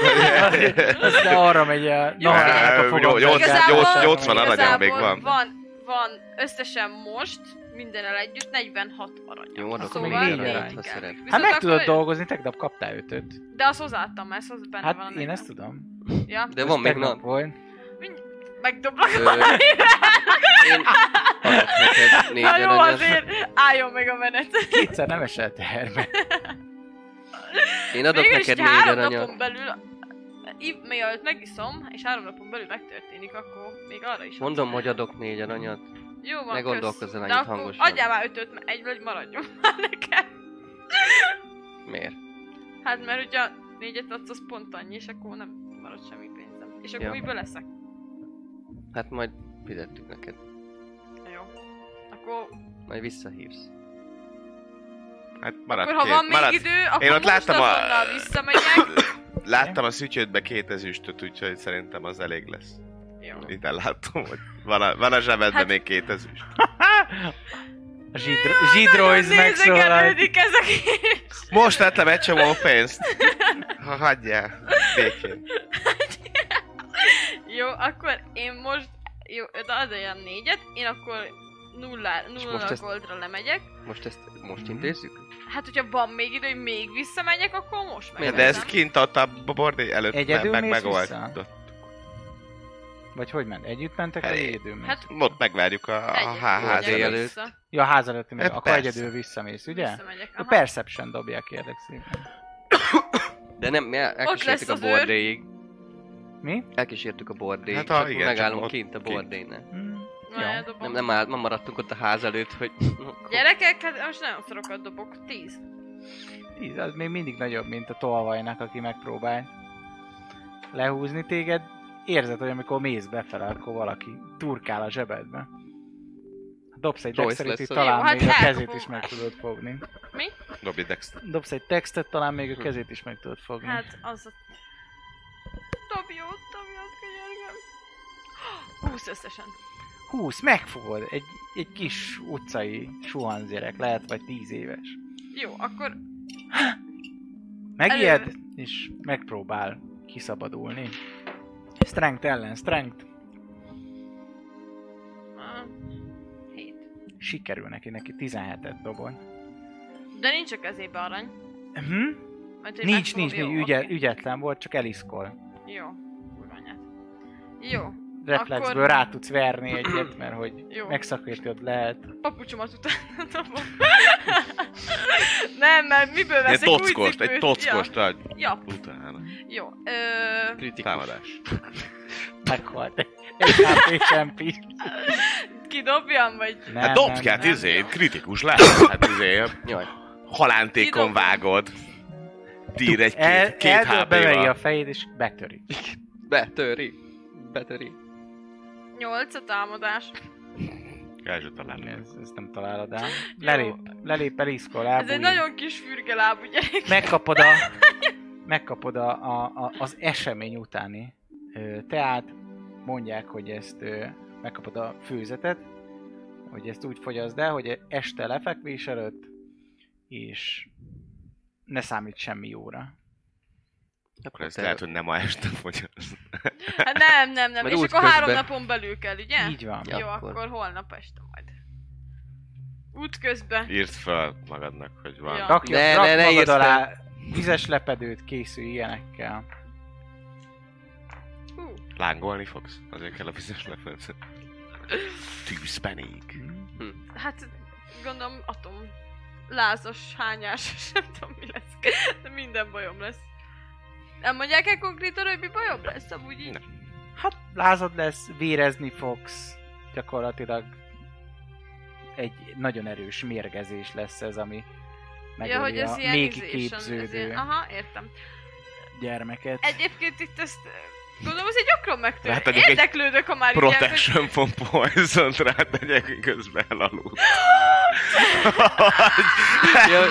Speaker 6: De arra megy a... Na,
Speaker 4: Jó,
Speaker 6: hát a
Speaker 7: jó,
Speaker 6: fogad-
Speaker 7: jó,
Speaker 4: Igazából-
Speaker 7: nyolc- 80 aranyam
Speaker 4: Igazából
Speaker 7: még van.
Speaker 4: Van, van összesen most, mindennel együtt 46 arany.
Speaker 3: Jó, adok
Speaker 6: Szóval
Speaker 3: még négy
Speaker 6: négy
Speaker 3: arányt, ha
Speaker 4: kell.
Speaker 3: szeret.
Speaker 6: Hát meg
Speaker 4: Viszont akkor Hát
Speaker 6: tudod
Speaker 4: jó.
Speaker 6: dolgozni, tegnap kaptál ötöt.
Speaker 4: De azt hozzáadtam, mert ez az benne van. a
Speaker 6: Hát én
Speaker 4: negyven.
Speaker 6: ezt tudom.
Speaker 4: Ja,
Speaker 3: De
Speaker 6: Ez
Speaker 3: van még
Speaker 6: tegnap
Speaker 3: nap.
Speaker 6: volt.
Speaker 4: megdoblak
Speaker 3: Ö,
Speaker 4: valamire.
Speaker 3: Én adok neked négy
Speaker 4: Na jó,
Speaker 3: aranyat.
Speaker 4: azért álljon meg a menet.
Speaker 6: Kétszer nem esett teherbe.
Speaker 3: Én adok
Speaker 4: Végül is,
Speaker 3: neked
Speaker 4: hogy
Speaker 3: négy
Speaker 4: három
Speaker 3: aranyat.
Speaker 4: napon belül Iv, mielőtt megiszom, és három napon belül megtörténik, akkor még arra is.
Speaker 3: Mondom, hogy adok négy aranyat.
Speaker 4: Jó van,
Speaker 3: Ne gondolkozz el
Speaker 4: kösz. De
Speaker 3: annyit
Speaker 4: akkor
Speaker 3: hangosan.
Speaker 4: Adjál már ötöt, mert egy vagy maradjon már nekem.
Speaker 3: Miért?
Speaker 4: Hát mert ugye a négyet adsz, az pont annyi, és akkor nem marad semmi pénzem. És akkor
Speaker 3: Ja.
Speaker 4: ja. miből leszek?
Speaker 3: Hát majd fizettük neked.
Speaker 4: Jó. Akkor,
Speaker 3: Majd visszahívsz.
Speaker 7: Hát marad
Speaker 4: akkor ha
Speaker 7: két.
Speaker 4: van még
Speaker 7: marad.
Speaker 4: idő, akkor
Speaker 7: Én ott
Speaker 4: most
Speaker 7: láttam a-
Speaker 4: azonnal visszamegyek.
Speaker 7: Láttam a szütyődbe két ezüstöt, úgyhogy szerintem az elég lesz.
Speaker 4: Jó.
Speaker 7: Itt láttam, hogy van a, van a zsebedben
Speaker 4: Hát-
Speaker 7: még két ezüst.
Speaker 6: A zsidro- szóval Zsidroiz
Speaker 7: szóval.
Speaker 6: megszólalt.
Speaker 4: nézegelődik ezek is.
Speaker 7: Most ettem egy csomó pénzt. Ha hagyjál, békén.
Speaker 4: Jó, akkor én most... Jó, de az olyan négyet, én akkor nulla, nulla
Speaker 3: most ezt-
Speaker 4: goldra lemegyek.
Speaker 3: Most ezt most intézzük?
Speaker 4: Hát, hogyha van még idő, hogy még visszamegyek, akkor most
Speaker 3: Miért?
Speaker 4: megyek.
Speaker 7: De ez kint adta a bordély előtt,
Speaker 6: Egyedül
Speaker 7: meg
Speaker 6: mész
Speaker 7: megoldott.
Speaker 6: Vagy hogy ment? Együtt mentek a
Speaker 7: Elég.
Speaker 6: időn?
Speaker 4: Hát,
Speaker 7: Ott megvárjuk a, a
Speaker 3: hát
Speaker 7: HHD
Speaker 3: ugye.
Speaker 7: előtt.
Speaker 3: előtt.
Speaker 4: Vissza,
Speaker 6: Ja, a ház előtt meg.
Speaker 7: Hát
Speaker 6: Akkor
Speaker 7: persze.
Speaker 6: egyedül visszamész, ugye?
Speaker 4: visszamegyek.
Speaker 6: A
Speaker 4: aha.
Speaker 6: Perception dobja, kérlek szépen.
Speaker 3: De nem, mi el- elkísértük
Speaker 4: lesz
Speaker 3: a
Speaker 4: az őr.
Speaker 3: bordéig.
Speaker 6: Mi?
Speaker 3: Elkísértük a bordéig.
Speaker 7: Hát,
Speaker 3: Hát,
Speaker 7: ha igen, csak
Speaker 3: megállunk
Speaker 7: ott
Speaker 3: kint a
Speaker 7: kint.
Speaker 3: bordénál.
Speaker 6: Hm,
Speaker 4: Na,
Speaker 6: Jó.
Speaker 4: eldobom.
Speaker 3: Nem, nem, áll, nem maradtunk ott a ház előtt, hogy...
Speaker 4: Gyerekek, hát most nagyon szarokat dobok. Tíz.
Speaker 6: Tíz, az még mindig nagyobb, mint a tolvajnak, aki megpróbál lehúzni téged. Érzed, hogy amikor mész befele, akkor valaki turkál a zsebedbe. Dobsz egy
Speaker 3: Royce
Speaker 6: dexterity,
Speaker 3: lesz az.
Speaker 6: talán
Speaker 4: Jó, hát
Speaker 6: még a kezét
Speaker 4: elkapom.
Speaker 6: is meg tudod fogni.
Speaker 7: Dobj dex.
Speaker 6: Dobsz egy textet, talán még
Speaker 4: Hm.
Speaker 6: a kezét is meg tudod fogni.
Speaker 4: Hát, az a... Dobjót, dobjót, könyörgöm. Húsz összesen.
Speaker 6: 20, megfogod, egy, egy kis utcai suhanzgyerek, lehet vagy 10 éves.
Speaker 4: Jó, akkor
Speaker 6: Megijed,
Speaker 4: Előre.
Speaker 6: és megpróbál kiszabadulni. Strength ellen, strength.
Speaker 4: Ah, Hét.
Speaker 6: Sikerül neki, neki 17-et dobon.
Speaker 4: De nincs a kezébe arany.
Speaker 6: Mhm.
Speaker 4: Mert, hogy
Speaker 6: Nincs, nincs,
Speaker 4: megfogom,
Speaker 6: nincs,
Speaker 4: jó,
Speaker 6: ügye,
Speaker 4: oké.
Speaker 6: ügyetlen volt, csak eliszkol.
Speaker 4: Jó, kurvanyát. Jó.
Speaker 6: reflexből
Speaker 4: Akkor-
Speaker 6: rá tudsz verni egyet, mert hogy
Speaker 4: Jó.
Speaker 6: megszakítod lehet.
Speaker 4: papucsomat utáltam. nem, mert miből
Speaker 7: Egy
Speaker 4: veszek új
Speaker 7: tockost, egy
Speaker 4: cipőt?
Speaker 7: tockost adj
Speaker 4: Ja, ja,
Speaker 7: utána.
Speaker 4: jó. Ö,
Speaker 3: Kritikus.
Speaker 7: Támadás.
Speaker 6: Meghalt. Egy HP sem pi.
Speaker 4: kidobjam, vagy...
Speaker 6: Nem,
Speaker 7: Hát
Speaker 6: nem,
Speaker 7: dobd hát
Speaker 4: nem.
Speaker 7: izé, kritikus lehet, hát izé,
Speaker 3: Jaj.
Speaker 7: halántékon
Speaker 4: Kidobom.
Speaker 7: vágod. Tír egy
Speaker 6: El,
Speaker 7: két, két
Speaker 6: eldől, beveri a
Speaker 7: HP-val.
Speaker 6: fejét és betöri.
Speaker 3: Betöri. Betöri.
Speaker 4: Nyolc a támadás.
Speaker 7: El se találni meg.
Speaker 6: Ezt, ezt nem találod el. Lelép, lelép Eliszko lábúj.
Speaker 4: Ez egy nagyon kis fürge lábú gyerek.
Speaker 6: Megkapod a... Megkapod a, a, a, az esemény utáni ö, teát. Mondják, hogy ezt ö, megkapod a főzetet, hogy ezt úgy fogyaszd el, hogy este lefekvés előtt, és ne számít semmi jóra.
Speaker 7: Akkor ez lehet, hogy nem ma este fogyaszt.
Speaker 4: Hát nem, nem, nem.
Speaker 3: Majd
Speaker 4: és
Speaker 3: út
Speaker 4: akkor három
Speaker 3: közben.
Speaker 4: napon belül kell, ugye?
Speaker 6: Így van.
Speaker 3: Ja,
Speaker 4: Jó,
Speaker 3: akkor.
Speaker 4: akkor. holnap este majd. Útközben.
Speaker 7: Írd fel magadnak, hogy van.
Speaker 4: Ja.
Speaker 6: Rakja,
Speaker 3: Ne,
Speaker 6: rak
Speaker 3: ne, ne
Speaker 6: magad
Speaker 3: írd
Speaker 6: alá vizes lepedőt, készül ilyenekkel.
Speaker 4: Hú,
Speaker 7: Lángolni fogsz? Azért kell a vizes lepedő. Tűzben ég.
Speaker 4: hát gondolom atom lázas, hányás, nem tudom mi lesz. De minden bajom lesz. Nem mondják el konkrétan, hogy mi bajom lesz, amúgy így.
Speaker 6: Hát lázad lesz, vérezni fogsz, gyakorlatilag egy nagyon erős mérgezés lesz ez, ami
Speaker 4: Ja,
Speaker 6: megöli
Speaker 4: hogy
Speaker 6: ja,
Speaker 4: ez
Speaker 6: a
Speaker 4: ilyen
Speaker 6: légi
Speaker 4: izésen, ez
Speaker 6: képződő
Speaker 4: ilyen- Aha, értem.
Speaker 6: gyermeket.
Speaker 4: Egyébként itt ezt ö, gondolom, ez egy gyakran megtörténik.
Speaker 7: Hát pedig egy
Speaker 4: Érdeklődök, ha
Speaker 7: Hát
Speaker 4: már így elmegy.
Speaker 7: Protection from poison rátegyek, közben elaludt.
Speaker 3: Ja,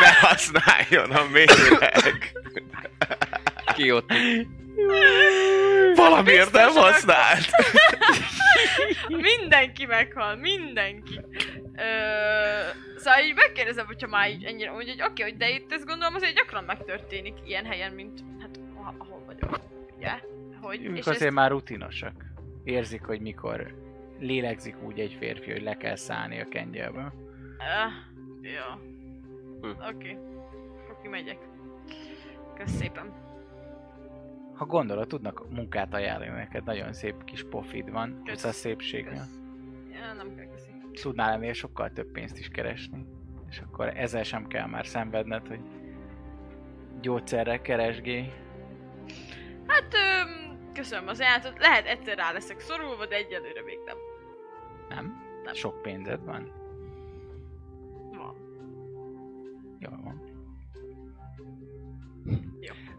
Speaker 7: ne használjon a méreg.
Speaker 3: ki ott.
Speaker 7: Valamiért nem
Speaker 4: Biztos,
Speaker 7: használt.
Speaker 4: Mindenki meghal, mindenki. Ö, szóval így megkérdezem, hogyha már így ennyire úgy, hogy oké, hogy de itt ezt gondolom azért gyakran megtörténik ilyen helyen, mint hát ah- ahol vagyok, ugye? Hogy,
Speaker 6: Ők
Speaker 4: és
Speaker 6: azért
Speaker 4: ezt,
Speaker 6: már rutinosak. Érzik, hogy mikor lélegzik úgy egy férfi, hogy le kell szállni a kengyelbe.
Speaker 4: uh, jó.
Speaker 3: Hm.
Speaker 4: Oké. Akkor kimegyek. Kösz szépen.
Speaker 6: Ha gondolod, tudnak munkát ajánlani neked, nagyon szép kis pofid van,
Speaker 4: Kösz.
Speaker 6: ez a szépségnél.
Speaker 4: Kösz. Ja, nem kell köszi.
Speaker 6: tudnál ennél sokkal több pénzt is keresni. És akkor ezzel sem kell már szenvedned, hogy gyógyszerrel keresgélj.
Speaker 4: Hát, öm, köszönöm az ajánlatot. Lehet egyszer rá leszek szorulva, de egyelőre még nem.
Speaker 6: Nem?
Speaker 4: Nem.
Speaker 6: Sok pénzed van.
Speaker 4: Van.
Speaker 6: Jól van.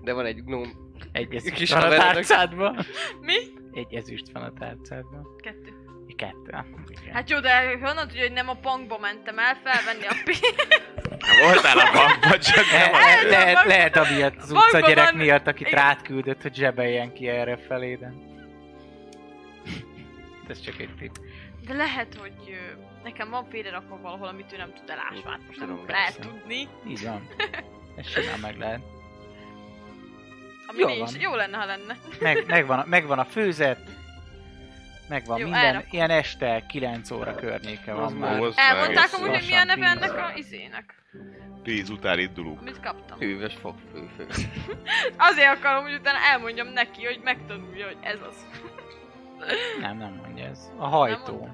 Speaker 3: De van egy gnóm.
Speaker 6: Egy ezüst
Speaker 3: Kis
Speaker 6: van a
Speaker 3: haverodok.
Speaker 6: tárcádban.
Speaker 4: Mi?
Speaker 6: Egy ezüst van a tárcádban.
Speaker 4: Kettő.
Speaker 6: Kettő. Igen.
Speaker 4: Hát jó, de honnan tudja, hogy nem a bankba mentem el felvenni a pénzt?
Speaker 7: Hát Voltál a bankban, csak
Speaker 6: Le-
Speaker 7: nem a
Speaker 6: le-
Speaker 4: hát, van.
Speaker 6: lehet, lehet amiatt az utca
Speaker 4: Bankban
Speaker 6: gyerek
Speaker 4: van.
Speaker 6: miatt, akit
Speaker 4: Igen.
Speaker 6: rád küldött, hogy zsebeljen ki erre felé, de... Ez csak egy tipp.
Speaker 4: De lehet, hogy ö, nekem van félrerakva valahol, amit ő nem tud elásvát. Most nem
Speaker 3: Tudom,
Speaker 4: lehet
Speaker 6: persze.
Speaker 4: tudni.
Speaker 6: Így van. Ez simán meg lehet.
Speaker 4: Ami
Speaker 6: Jó
Speaker 4: jó, nincs.
Speaker 6: van.
Speaker 4: jó lenne, ha lenne.
Speaker 6: Meg, megvan, a- megvan a főzet, megvan Jó,
Speaker 4: Jó,
Speaker 6: minden.
Speaker 4: elrakom.
Speaker 6: Ilyen este 9 óra környéke van
Speaker 3: Az
Speaker 6: már.
Speaker 7: Ó, az
Speaker 4: Elmondták
Speaker 7: nice.
Speaker 4: amúgy, hogy mi a
Speaker 6: Lassan
Speaker 4: neve
Speaker 6: tíz.
Speaker 4: ennek a izének,
Speaker 7: Tíz után indulunk.
Speaker 4: amit kaptam.
Speaker 3: Hűvös fogfőfő.
Speaker 4: Azért akarom, hogy utána elmondjam neki, hogy megtanulja, hogy ez az.
Speaker 6: Nem, nem mondja ez. A hajtó.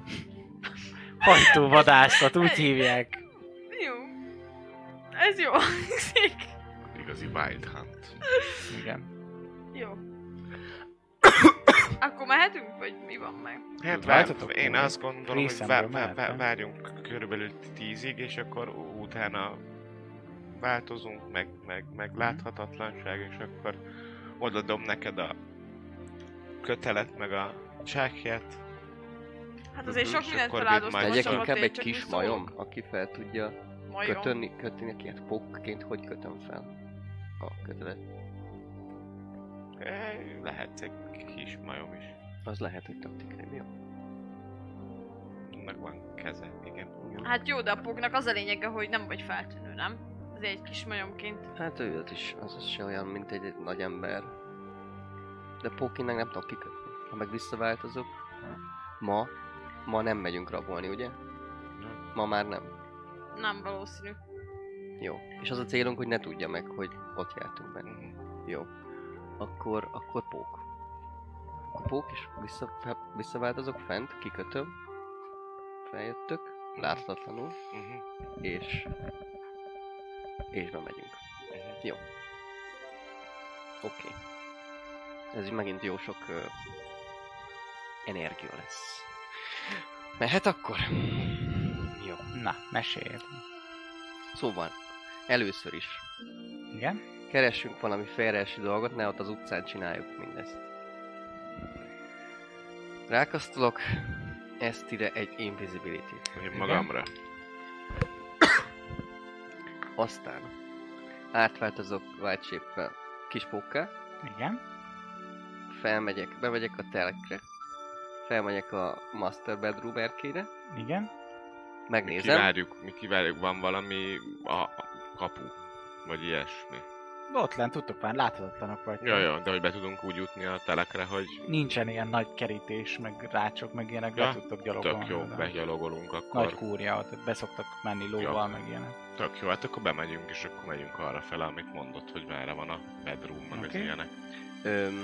Speaker 6: Hajtó vadászat, úgy hívják.
Speaker 4: Jó. Ez jó hangzik.
Speaker 7: Igazi Wild Hunt.
Speaker 6: Igen.
Speaker 4: Jó. Akkor mehetünk, vagy mi van meg?
Speaker 5: Hát
Speaker 6: Váltatok
Speaker 5: vár, én
Speaker 6: volna?
Speaker 5: azt gondolom, hogy
Speaker 6: Részemről
Speaker 5: vá- vá-
Speaker 6: mehettem.
Speaker 5: vá- várjunk körülbelül tízig, és akkor utána változunk, meg, meg,
Speaker 6: Mhm.
Speaker 5: meg láthatatlanság, és akkor odadom neked a kötelet, meg a csákját.
Speaker 4: Hát azért
Speaker 5: Mhm,
Speaker 4: sok
Speaker 5: és
Speaker 4: mindent
Speaker 5: akkor
Speaker 4: feláldoztam.
Speaker 5: védmány.
Speaker 4: a
Speaker 5: Legyek
Speaker 3: Legyek
Speaker 4: csapat,
Speaker 3: inkább
Speaker 4: én
Speaker 3: egy
Speaker 4: csak
Speaker 3: kis
Speaker 4: úgy szólok.
Speaker 3: majom, aki fel tudja
Speaker 4: Majom.
Speaker 3: kötni, kötni neki hát pókként, hogy kötöm fel a kötelet.
Speaker 5: Eh, Lehet egy kis majom is.
Speaker 3: Az lehet, hogy taktikai mi
Speaker 5: Annak van keze, igen.
Speaker 4: Hát jó, de a pognak az a lényege, hogy nem vagy feltűnő, nem? Ez egy kis majomként.
Speaker 3: Hát ő az is, az, az se olyan, mint egy, egy nagy ember. De Pókinek nem tudom kikötni. Ha meg visszaváltozok, ma, ma nem megyünk rabolni, ugye? Ma már nem.
Speaker 4: Nem valószínű.
Speaker 3: Jó. És az a célunk, hogy ne tudja meg, hogy ott jártunk benne. Jó. Akkor, akkor Pók. kupók, és vissza, visszaváltozok fent, kikötöm. Feljöttök, láthatatlanul,
Speaker 5: Uh-huh.
Speaker 3: és... És bemegyünk. Jó. Oké. Ez így megint jó sok ö, energia lesz. Mehet akkor? Jó.
Speaker 6: Na, mesél.
Speaker 3: Szóval, először is.
Speaker 6: Igen?
Speaker 3: Keressünk valami félreeső dolgot, ne ott az utcán csináljuk mindezt. Rákasztolok ezt ide egy invisibility
Speaker 7: Én magamra.
Speaker 3: Aztán átváltozok white shape kis pókká,
Speaker 6: Igen?
Speaker 3: felmegyek, bemegyek a telekre, felmegyek a master bedroom erkére,
Speaker 6: Igen?
Speaker 7: Mi
Speaker 3: megnézem,
Speaker 7: kivárjuk, mi kivárjuk, van valami a a kapu, vagy ilyesmi.
Speaker 6: Ott lent tudtok már, láthatatlanok vagy.
Speaker 7: Ja, ja, de hogy be tudunk úgy jutni a telekre, hogy
Speaker 6: Nincsen ilyen nagy kerítés, meg rácsok, meg ilyenek,
Speaker 7: Ja,
Speaker 6: be tudtok gyalogolni.
Speaker 7: tök jó,
Speaker 6: oda.
Speaker 7: begyalogolunk
Speaker 6: Nagy
Speaker 7: akkor.
Speaker 6: kúrja, ott beszoktak menni lóval, meg ilyenek.
Speaker 7: Tök jó, hát akkor bemegyünk, és akkor megyünk arra fel, amit mondott, hogy merre van a bedroom, meg az
Speaker 6: Oké.
Speaker 7: ilyenek.
Speaker 3: öm,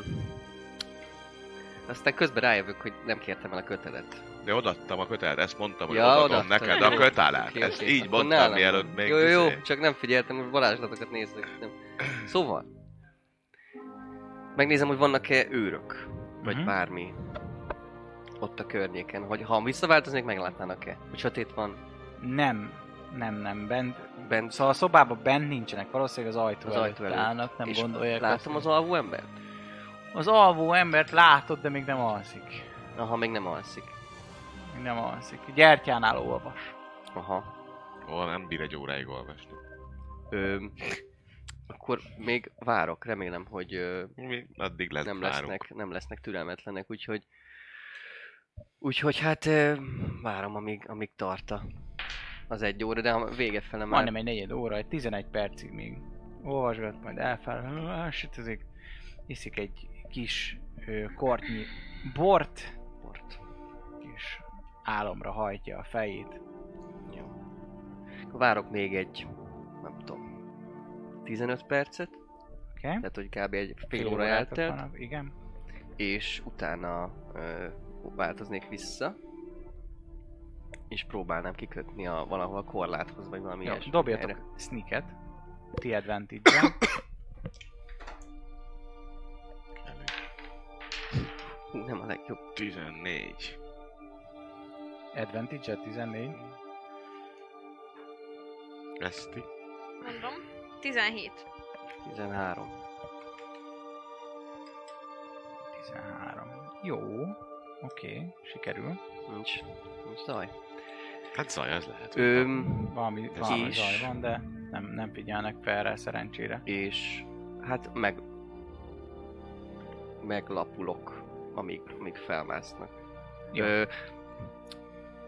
Speaker 3: aztán közben rájövök, hogy nem kértem el a kötelet.
Speaker 7: De odaadtam a kötelet, ezt mondtam, hogy
Speaker 3: Ja,
Speaker 7: odaadom
Speaker 3: odaadtad.
Speaker 7: neked a kötelet.
Speaker 3: Oké,
Speaker 7: ezt
Speaker 3: oké,
Speaker 7: így
Speaker 3: akkor
Speaker 7: mondtam,
Speaker 3: nálam
Speaker 7: mielőtt
Speaker 3: van.
Speaker 7: még...
Speaker 3: Jó, jó, jó,
Speaker 7: izé-
Speaker 3: csak nem figyeltem, hogy varázslatokat nézzük. Nem. Szóval, megnézem, hogy vannak-e őrök, vagy
Speaker 6: Mhm.
Speaker 3: bármi ott a környéken, hogy ha visszaváltoznék, meglátnának-e, hogy sötét van,
Speaker 6: Nem, nem, nem, bent.
Speaker 3: bent
Speaker 6: Szóval a szobában bent nincsenek, valószínűleg az ajtó,
Speaker 3: Az
Speaker 6: előtt,
Speaker 3: ajtó előtt.
Speaker 6: állnak, nem
Speaker 3: és
Speaker 6: gondolják.
Speaker 3: látom
Speaker 6: azt,
Speaker 3: az alvó embert?
Speaker 6: Az alvó embert látod, de még nem alszik.
Speaker 3: Aha, még nem alszik.
Speaker 6: Még nem alszik. Gyertyánál olvas.
Speaker 3: Aha.
Speaker 7: Ó, nem bír egy óráig olvasni.
Speaker 3: Ö, akkor még várok, remélem, hogy ö,
Speaker 7: Mi addig lesz
Speaker 3: nem,
Speaker 7: várunk.
Speaker 3: lesznek, nem lesznek türelmetlenek, úgyhogy... Úgyhogy hát ö, várom, amíg, amíg tart a- az egy óra, de a vége fele már...
Speaker 6: Majdnem egy negyed óra, egy 11 percig még olvasgat, majd ah, elfáll, elsütözik, iszik egy kis ö, kortnyi bort,
Speaker 3: Bort.
Speaker 6: és álomra hajtja a fejét.
Speaker 3: Jó. Akkor Várok még egy, nem tudom, 15 percet,
Speaker 6: Oké? Okay?
Speaker 3: tehát hogy kb. egy fél óra eltelt,
Speaker 6: Igen.
Speaker 3: és utána ö, változnék vissza, és próbálnám kikötni a, valahol a korláthoz, vagy valami
Speaker 6: Jó,
Speaker 3: ilyesmi helyre.
Speaker 6: dobjatok sneaket. Ti advantage
Speaker 3: Hú, nem a legjobb.
Speaker 7: 14.
Speaker 6: Advantage 14.
Speaker 7: Ezt ti?
Speaker 4: Mondom, 17.
Speaker 3: 13.
Speaker 6: 13. Jó. Oké, okay, sikerül.
Speaker 3: Nincs, nincs zaj.
Speaker 7: Hát zaj, az lehet.
Speaker 3: Öm,
Speaker 6: Valami,
Speaker 7: Ez
Speaker 6: valami
Speaker 3: is.
Speaker 6: zaj van, de nem, nem figyelnek fel rá szerencsére.
Speaker 3: és hát meg... Meglapulok, amíg, amíg felmásznak.
Speaker 6: Jó. Mhm.
Speaker 3: Ö,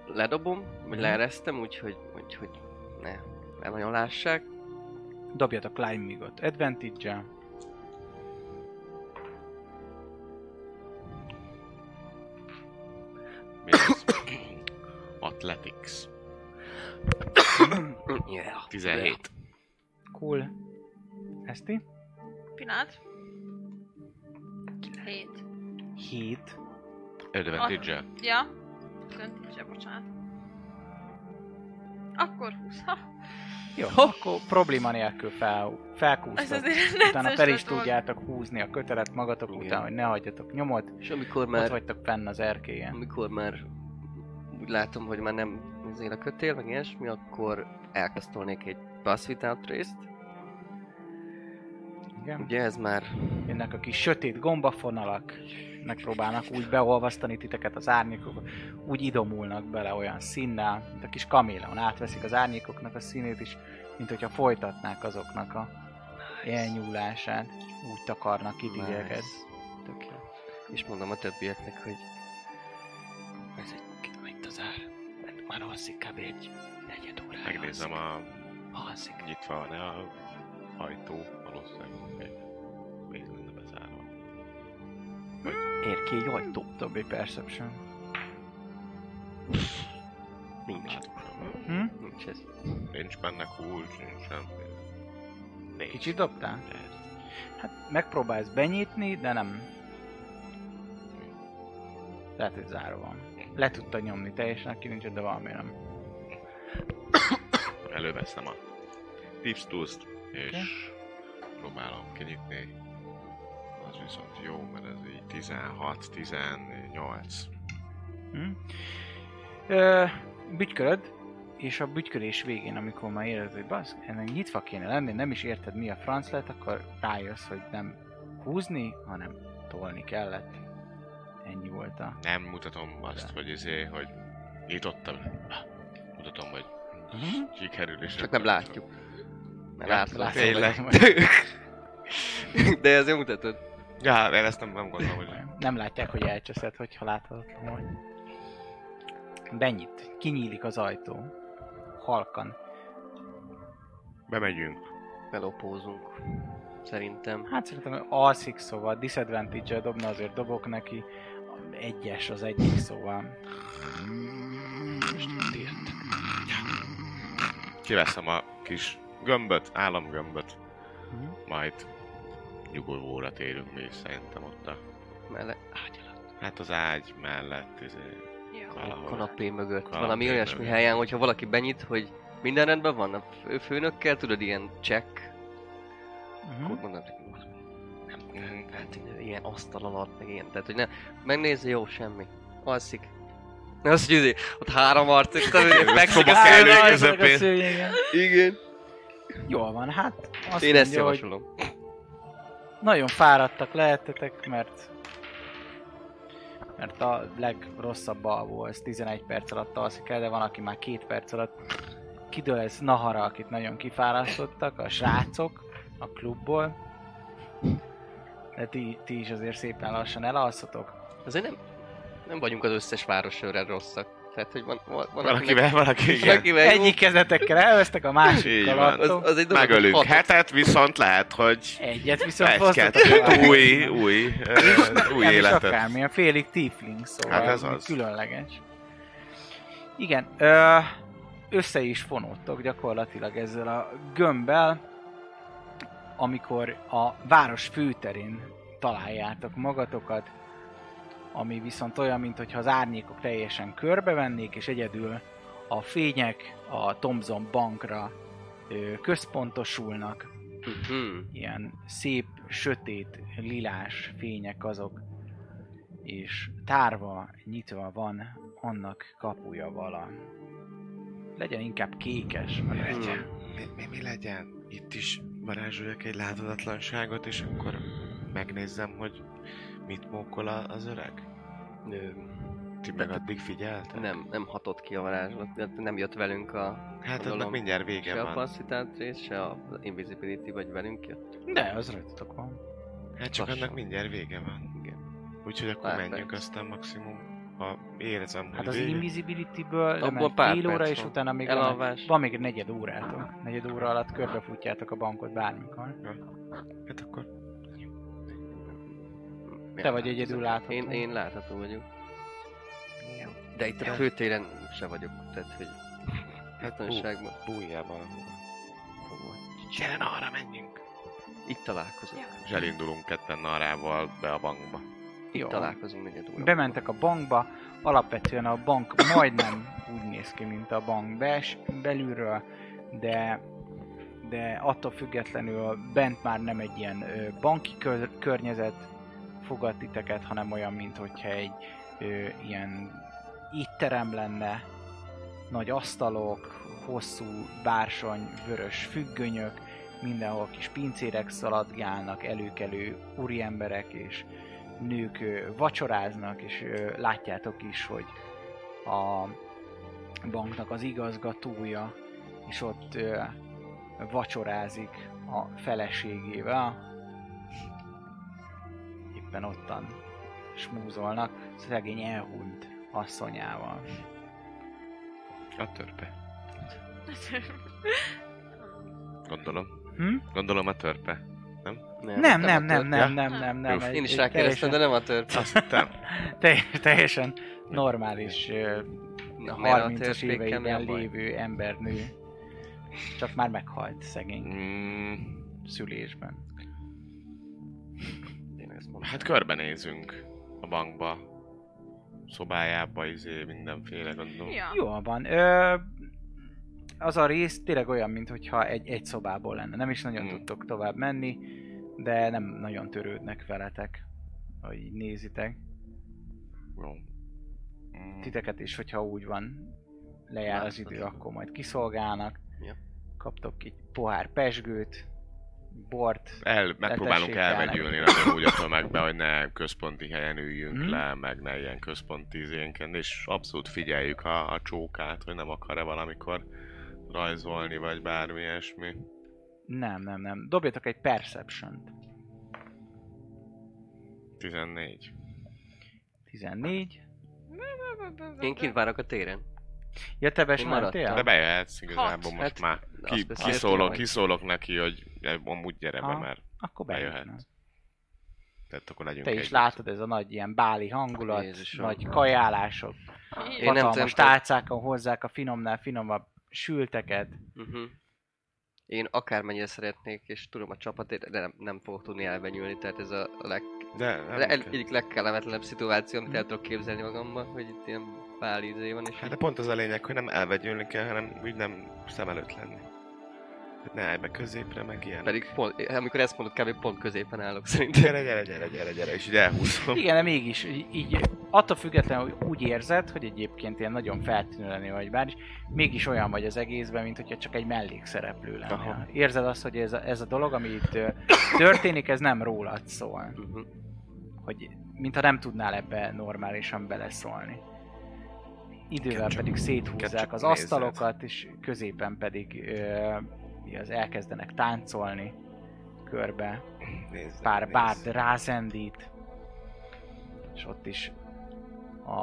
Speaker 3: ledobom, vagy leeresztem, úgyhogy, úgyhogy ne, ne nagyon lássák.
Speaker 6: Dobjatok climbingot advantage
Speaker 7: Mi az? Athletics.
Speaker 3: Yeah.
Speaker 7: 17.
Speaker 6: Cool. Eszti?
Speaker 4: Pillanat. 7.
Speaker 6: 7.
Speaker 7: Advantage-el.
Speaker 4: Ja. Döntése, bocsánat. Akkor 20. Ha,
Speaker 6: Jó, akkor probléma nélkül fel,
Speaker 4: ez
Speaker 6: felkúsztok.
Speaker 4: azért
Speaker 6: Utána
Speaker 4: necces
Speaker 6: fel is
Speaker 4: lett volna.
Speaker 6: tudjátok húzni a kötelet magatok
Speaker 3: Igen.
Speaker 6: után, hogy ne hagyjatok nyomot.
Speaker 3: És amikor
Speaker 6: Ott
Speaker 3: már,
Speaker 6: vagytok fenn az erkélyen.
Speaker 3: amikor már úgy látom, hogy már nem ezért a kötél, meg ilyesmi, akkor elkasztolnék egy Pass Without Trace-t.
Speaker 6: Igen?
Speaker 3: Ugye ez már
Speaker 6: Jönnek a kis sötét gombafonalak, megpróbálnak úgy beolvasztani titeket az árnyékok, úgy idomulnak bele olyan színnel, mint a kis kaméleon, átveszik az árnyékoknak a színét is, mint hogyha folytatnák azoknak a elnyúlását, úgy takarnak ki titeket.
Speaker 3: Nice. Tök jó. És mondom a többieknek, hogy ez egy, itt az ár. Mert Már alszik kb. egy negyed órára.
Speaker 7: Megnézem a...
Speaker 3: a... Alszik.
Speaker 7: Nyitva van-e a ajtó? Valószínűleg. egy- Még lenne bezárva.
Speaker 3: Ér ki egy ajtó.
Speaker 6: Dobj egy perception.
Speaker 3: Nincs.
Speaker 7: Hát,
Speaker 6: Hm?
Speaker 3: Nincs ez.
Speaker 7: Nincs benne kulcs, nincs semmi. Négy.
Speaker 6: Kicsit dobtál?
Speaker 7: Persze.
Speaker 6: Hát megpróbálsz benyitni, de nem. Lehet, hogy zárva van. Le tudta nyomni teljesen a kilincsöt, de valami nem.
Speaker 7: Előveszem a Tips tools és próbálom kinyitni. Az viszont jó, mert ez így 16-18.
Speaker 6: Hm? Ö, bütykölöd, és a bütykölés végén, amikor már érzed, hogy basz, ennek nyitva kéne lenni, nem is érted mi a franc lett, akkor rájössz, hogy nem húzni, hanem tolni kellett. Ennyi volt a...
Speaker 5: Nem mutatom azt,
Speaker 6: De.
Speaker 5: hogy izé, hogy nyitottam. Ah, Mutatom, hogy
Speaker 6: Mhm.
Speaker 5: sikerül is.
Speaker 3: Csak nem látjuk. Mert
Speaker 5: Ja,
Speaker 3: látod.
Speaker 5: látod. Tényleg.
Speaker 3: De ez jó mutatod.
Speaker 5: Ja, én ezt nem, nem gondolom, hogy
Speaker 6: Nem látják, hogy elcseszed, hogyha láthatatlan vagy. Benyit. Kinyílik az ajtó. Halkan.
Speaker 5: bemegyünk.
Speaker 3: Belopózunk. Szerintem.
Speaker 6: Hát szerintem alszik, szóval disadvantage dobna, azért dobok neki. Egyes az egyik, szóval.
Speaker 3: Most írt.
Speaker 5: Kiveszem a kis gömböt, államgömböt.
Speaker 6: Mhm.
Speaker 5: Majd nyugovóra térünk mi is szerintem ott a...
Speaker 3: Melle... Ágy alatt.
Speaker 5: Hát az ágy mellett, izé,
Speaker 4: Jó.
Speaker 5: valahol.
Speaker 3: Kanapé mögött.
Speaker 5: Kanapé
Speaker 3: Valami olyasmi
Speaker 5: mögött.
Speaker 3: helyen, hogyha valaki benyit, hogy minden rendben van a fő- főnökkel, tudod, ilyen check.
Speaker 6: Mhm.
Speaker 3: Akkor mondom, hogy most nem, Hm? hát ilyen- ilyen asztal alatt, meg ilyen, tehát hogy nem, megnézi, jó, semmi. Alszik. Nem azt mondja, ott három arc, és tudod, hogy megszik a
Speaker 5: Szoba
Speaker 3: szőnyeg.
Speaker 5: kellő.
Speaker 6: Állj,
Speaker 5: közepén.
Speaker 6: meg a szőnyegen.
Speaker 3: Igen.
Speaker 6: Jól van, hát azt
Speaker 3: Én
Speaker 6: mondja,
Speaker 3: ezt
Speaker 6: hogy
Speaker 3: javasolom.
Speaker 6: nagyon fáradtak lehettetek, mert mert a legrosszabb alvó, ez 11 perc alatt alszik el, de van, aki már két perc alatt kidől ez Nahara, akit nagyon kifárasztottak, a srácok a klubból. De ti, ti is azért szépen lassan elalszotok.
Speaker 3: Azért nem, nem vagyunk az összes városőre rosszak. Tehát, hogy van, van, van
Speaker 5: Valakivel, valaki,
Speaker 3: akinek-
Speaker 5: igen.
Speaker 3: valakivel jó.
Speaker 6: Egyik kezetekkel elvesztek, a
Speaker 5: Így
Speaker 6: másikkal
Speaker 5: van.
Speaker 3: az,
Speaker 6: adtok.
Speaker 3: az egy dolog,
Speaker 5: Megölünk
Speaker 3: hogy hatot.
Speaker 5: hetet, viszont lehet, hogy
Speaker 6: Egyet viszont
Speaker 5: egy,
Speaker 6: fosztatok.
Speaker 5: kettőt, új, új, ö, új
Speaker 6: nem életet. is
Speaker 5: életet.
Speaker 6: akármilyen, félig tiefling, szóval
Speaker 5: Hát ez
Speaker 6: ami
Speaker 5: az.
Speaker 6: különleges. Igen, ö, össze is fonódtok gyakorlatilag ezzel a gömbbel, amikor a város főterén találjátok magatokat, ami viszont olyan, mintha az árnyékok teljesen körbevennék, és egyedül a fények a Thomson bankra ö, központosulnak,
Speaker 3: Mhm.
Speaker 6: ilyen szép, sötét, lilás fények azok, és tárva, nyitva van annak kapuja vala. Legyen inkább kékes.
Speaker 7: Mi legyen? Mi, mi, mi legyen? Itt is varázsoljak egy láthatatlanságot, és akkor megnézzem, hogy mit mókol a- az öreg?
Speaker 3: Ö,
Speaker 7: Ti meg addig figyeltek?
Speaker 3: Nem, nem hatott ki a varázslat, tehát nem jött velünk a
Speaker 7: Hát annak
Speaker 3: Gondolom.
Speaker 7: mindjárt vége
Speaker 3: se a
Speaker 7: van.
Speaker 3: passzitát rész, se a invisibility, vagy velünk jött.
Speaker 6: De, az rajtatok van.
Speaker 7: Hát csak
Speaker 3: Lassan.
Speaker 7: annak mindjárt vége van.
Speaker 3: Igen.
Speaker 7: Úgyhogy akkor
Speaker 3: Pár
Speaker 7: menjünk,
Speaker 3: perc.
Speaker 7: aztán maximum, ha érzem,
Speaker 6: Hát
Speaker 7: hogy
Speaker 6: az
Speaker 7: vége.
Speaker 6: Invisibility-ből
Speaker 3: Abból
Speaker 6: lemegy
Speaker 3: pár
Speaker 6: fél óra,
Speaker 3: perc
Speaker 6: és
Speaker 3: van.
Speaker 6: utána még
Speaker 3: Elalvás.
Speaker 6: Van, van még egy negyed órátok. Negyed óra alatt körbefutjátok a bankot bármikor.
Speaker 7: Hát akkor
Speaker 6: Te vagy egyedül látható.
Speaker 3: Én, én látható vagyok. De itt a főtéren se vagyok, tehát hogy
Speaker 6: Hát,
Speaker 7: hát
Speaker 3: biztonságban.
Speaker 7: bújjál valahova.
Speaker 3: Gyere,
Speaker 7: arra menjünk!
Speaker 3: Itt találkozunk.
Speaker 5: És elindulunk ketten narával be a bankba.
Speaker 3: Itt
Speaker 6: Jó.
Speaker 3: találkozunk negyed óra.
Speaker 6: Bementek a bankba, alapvetően a bank majdnem úgy néz ki, mint a bank bels, belülről, de, de attól függetlenül bent már nem egy ilyen ö, banki kör, környezet fogad titeket, hanem olyan, mint hogyha egy ö, ilyen étterem lenne, nagy asztalok, hosszú bársony, vörös függönyök, mindenhol kis pincérek szaladgálnak, előkelő úriemberek és nők ö, vacsoráznak, és ö, látjátok is, hogy a banknak az igazgatója, és ott ö, vacsorázik a feleségével. Éppen ottan smúzolnak, szegény elhunyt asszonyával.
Speaker 7: A törpe. Gondolom.
Speaker 6: Hm?
Speaker 7: Gondolom a törpe.
Speaker 6: Nem, nem,
Speaker 3: a
Speaker 6: nem,
Speaker 3: törpe.
Speaker 6: nem, nem, nem, nem.
Speaker 7: Uf,
Speaker 6: egy-
Speaker 3: Én is
Speaker 6: egy
Speaker 3: rákérdeztem, de
Speaker 6: teljesen-
Speaker 3: nem a törpe.
Speaker 7: Aztán.
Speaker 6: teljes- Teljesen normális ö,
Speaker 3: Na, mert a
Speaker 6: 30-as
Speaker 3: törpékkel
Speaker 6: éveiben
Speaker 3: mi a baj?
Speaker 6: lévő embernő. Csak már meghalt szegény
Speaker 5: Mm,
Speaker 6: szülésben.
Speaker 3: Én ezt mondom.
Speaker 5: hát körbenézünk a bankba. szobájába, izé, mindenféle, gondolom.
Speaker 4: Ja.
Speaker 6: Jól van. Ö, az a rész tényleg olyan, mintha egy, egy szobából lenne. Nem is nagyon
Speaker 5: Mm.
Speaker 6: tudtok tovább menni, de nem nagyon törődnek veletek, ha így nézitek.
Speaker 3: Mm.
Speaker 5: Jó. Mm.
Speaker 6: Titeket is, hogyha úgy van, lejár az idő, akkor majd kiszolgálnak.
Speaker 3: Ja.
Speaker 6: Kaptok egy pohár pesgőt, bort.
Speaker 5: El, megpróbálunk
Speaker 6: tessék el
Speaker 5: elmegyülni nagyon úgy a tömegbe, hogy ne központi helyen üljünk
Speaker 3: Hmm?
Speaker 6: Mhm.
Speaker 5: le, meg ne ilyen központi izénken, és abszolút figyeljük a, a csókát, hogy nem akar-e valamikor rajzolni, vagy bármi ilyesmi.
Speaker 6: Nem, nem, nem. Dobjatok egy perception-t.
Speaker 5: 14.
Speaker 6: 14.
Speaker 3: Én kint várok a téren.
Speaker 6: Ja, te bes
Speaker 3: Én maradtam.
Speaker 6: maradtál?
Speaker 5: De bejöhetsz igazából
Speaker 4: Hat.
Speaker 5: most
Speaker 3: Hát,
Speaker 5: már.
Speaker 3: De
Speaker 5: Ki,
Speaker 3: azt beszéltük,
Speaker 5: kiszólok,
Speaker 3: hogy-
Speaker 5: kiszólok neki, hogy eh, amúgy gyere be,
Speaker 6: Aha.
Speaker 5: mert
Speaker 6: Akkor bejöhetsz.
Speaker 5: bejöhetsz. Tehát akkor legyünk
Speaker 6: Te is
Speaker 5: együtt.
Speaker 6: látod ez a nagy ilyen báli hangulat,
Speaker 3: Jézusom.
Speaker 6: nagy kajálások,
Speaker 3: Én-
Speaker 4: Így.
Speaker 3: nem
Speaker 6: hatalmas
Speaker 3: tudom, hogy-
Speaker 6: tálcákon hozzák a finomnál finomabb sülteket.
Speaker 3: Uh-huh. Én akármennyire szeretnék, és tudom a csapatét, de nem, nem fogok tudni elvenyülni, tehát ez a leg,
Speaker 5: De nem
Speaker 3: le, el,
Speaker 5: kell.
Speaker 3: egyik legkellemetlenebb szituáció, amit el tudok képzelni magamban, hogy itt ilyen pál izé van, és
Speaker 5: Hát de pont az a lényeg, hogy nem elvegyülni kell, hanem úgy nem szem előtt lenni. Tehát ne állj be középre, meg ilyen.
Speaker 3: pedig pont, eh, amikor ezt mondod, kb. pont középen állok szerintem.
Speaker 5: Gyere, gyere, gyere, gyere, gyere, és így elhúzom.
Speaker 6: Igen, de mégis í- így attól függetlenül hogy úgy érzed, hogy egyébként ilyen nagyon feltűnő lenni vagy bár, mégis olyan vagy az egészben, mint hogyha csak egy mellékszereplő lennél.
Speaker 3: Aha.
Speaker 6: Érzed azt, hogy ez a, ez a dolog, ami itt ö, történik, ez nem rólad szól.
Speaker 3: Uh-huh.
Speaker 6: Hogy mintha nem tudnál ebbe normálisan beleszólni. Idővel
Speaker 5: Kell csak-
Speaker 6: pedig
Speaker 5: kell
Speaker 6: széthúzzák
Speaker 5: csak
Speaker 6: az
Speaker 5: nézed.
Speaker 6: asztalokat, és középen pedig ö, mi az elkezdenek táncolni körbe
Speaker 5: Nézd,
Speaker 6: pár
Speaker 5: nézd.
Speaker 6: bárd rázendít, és ott is a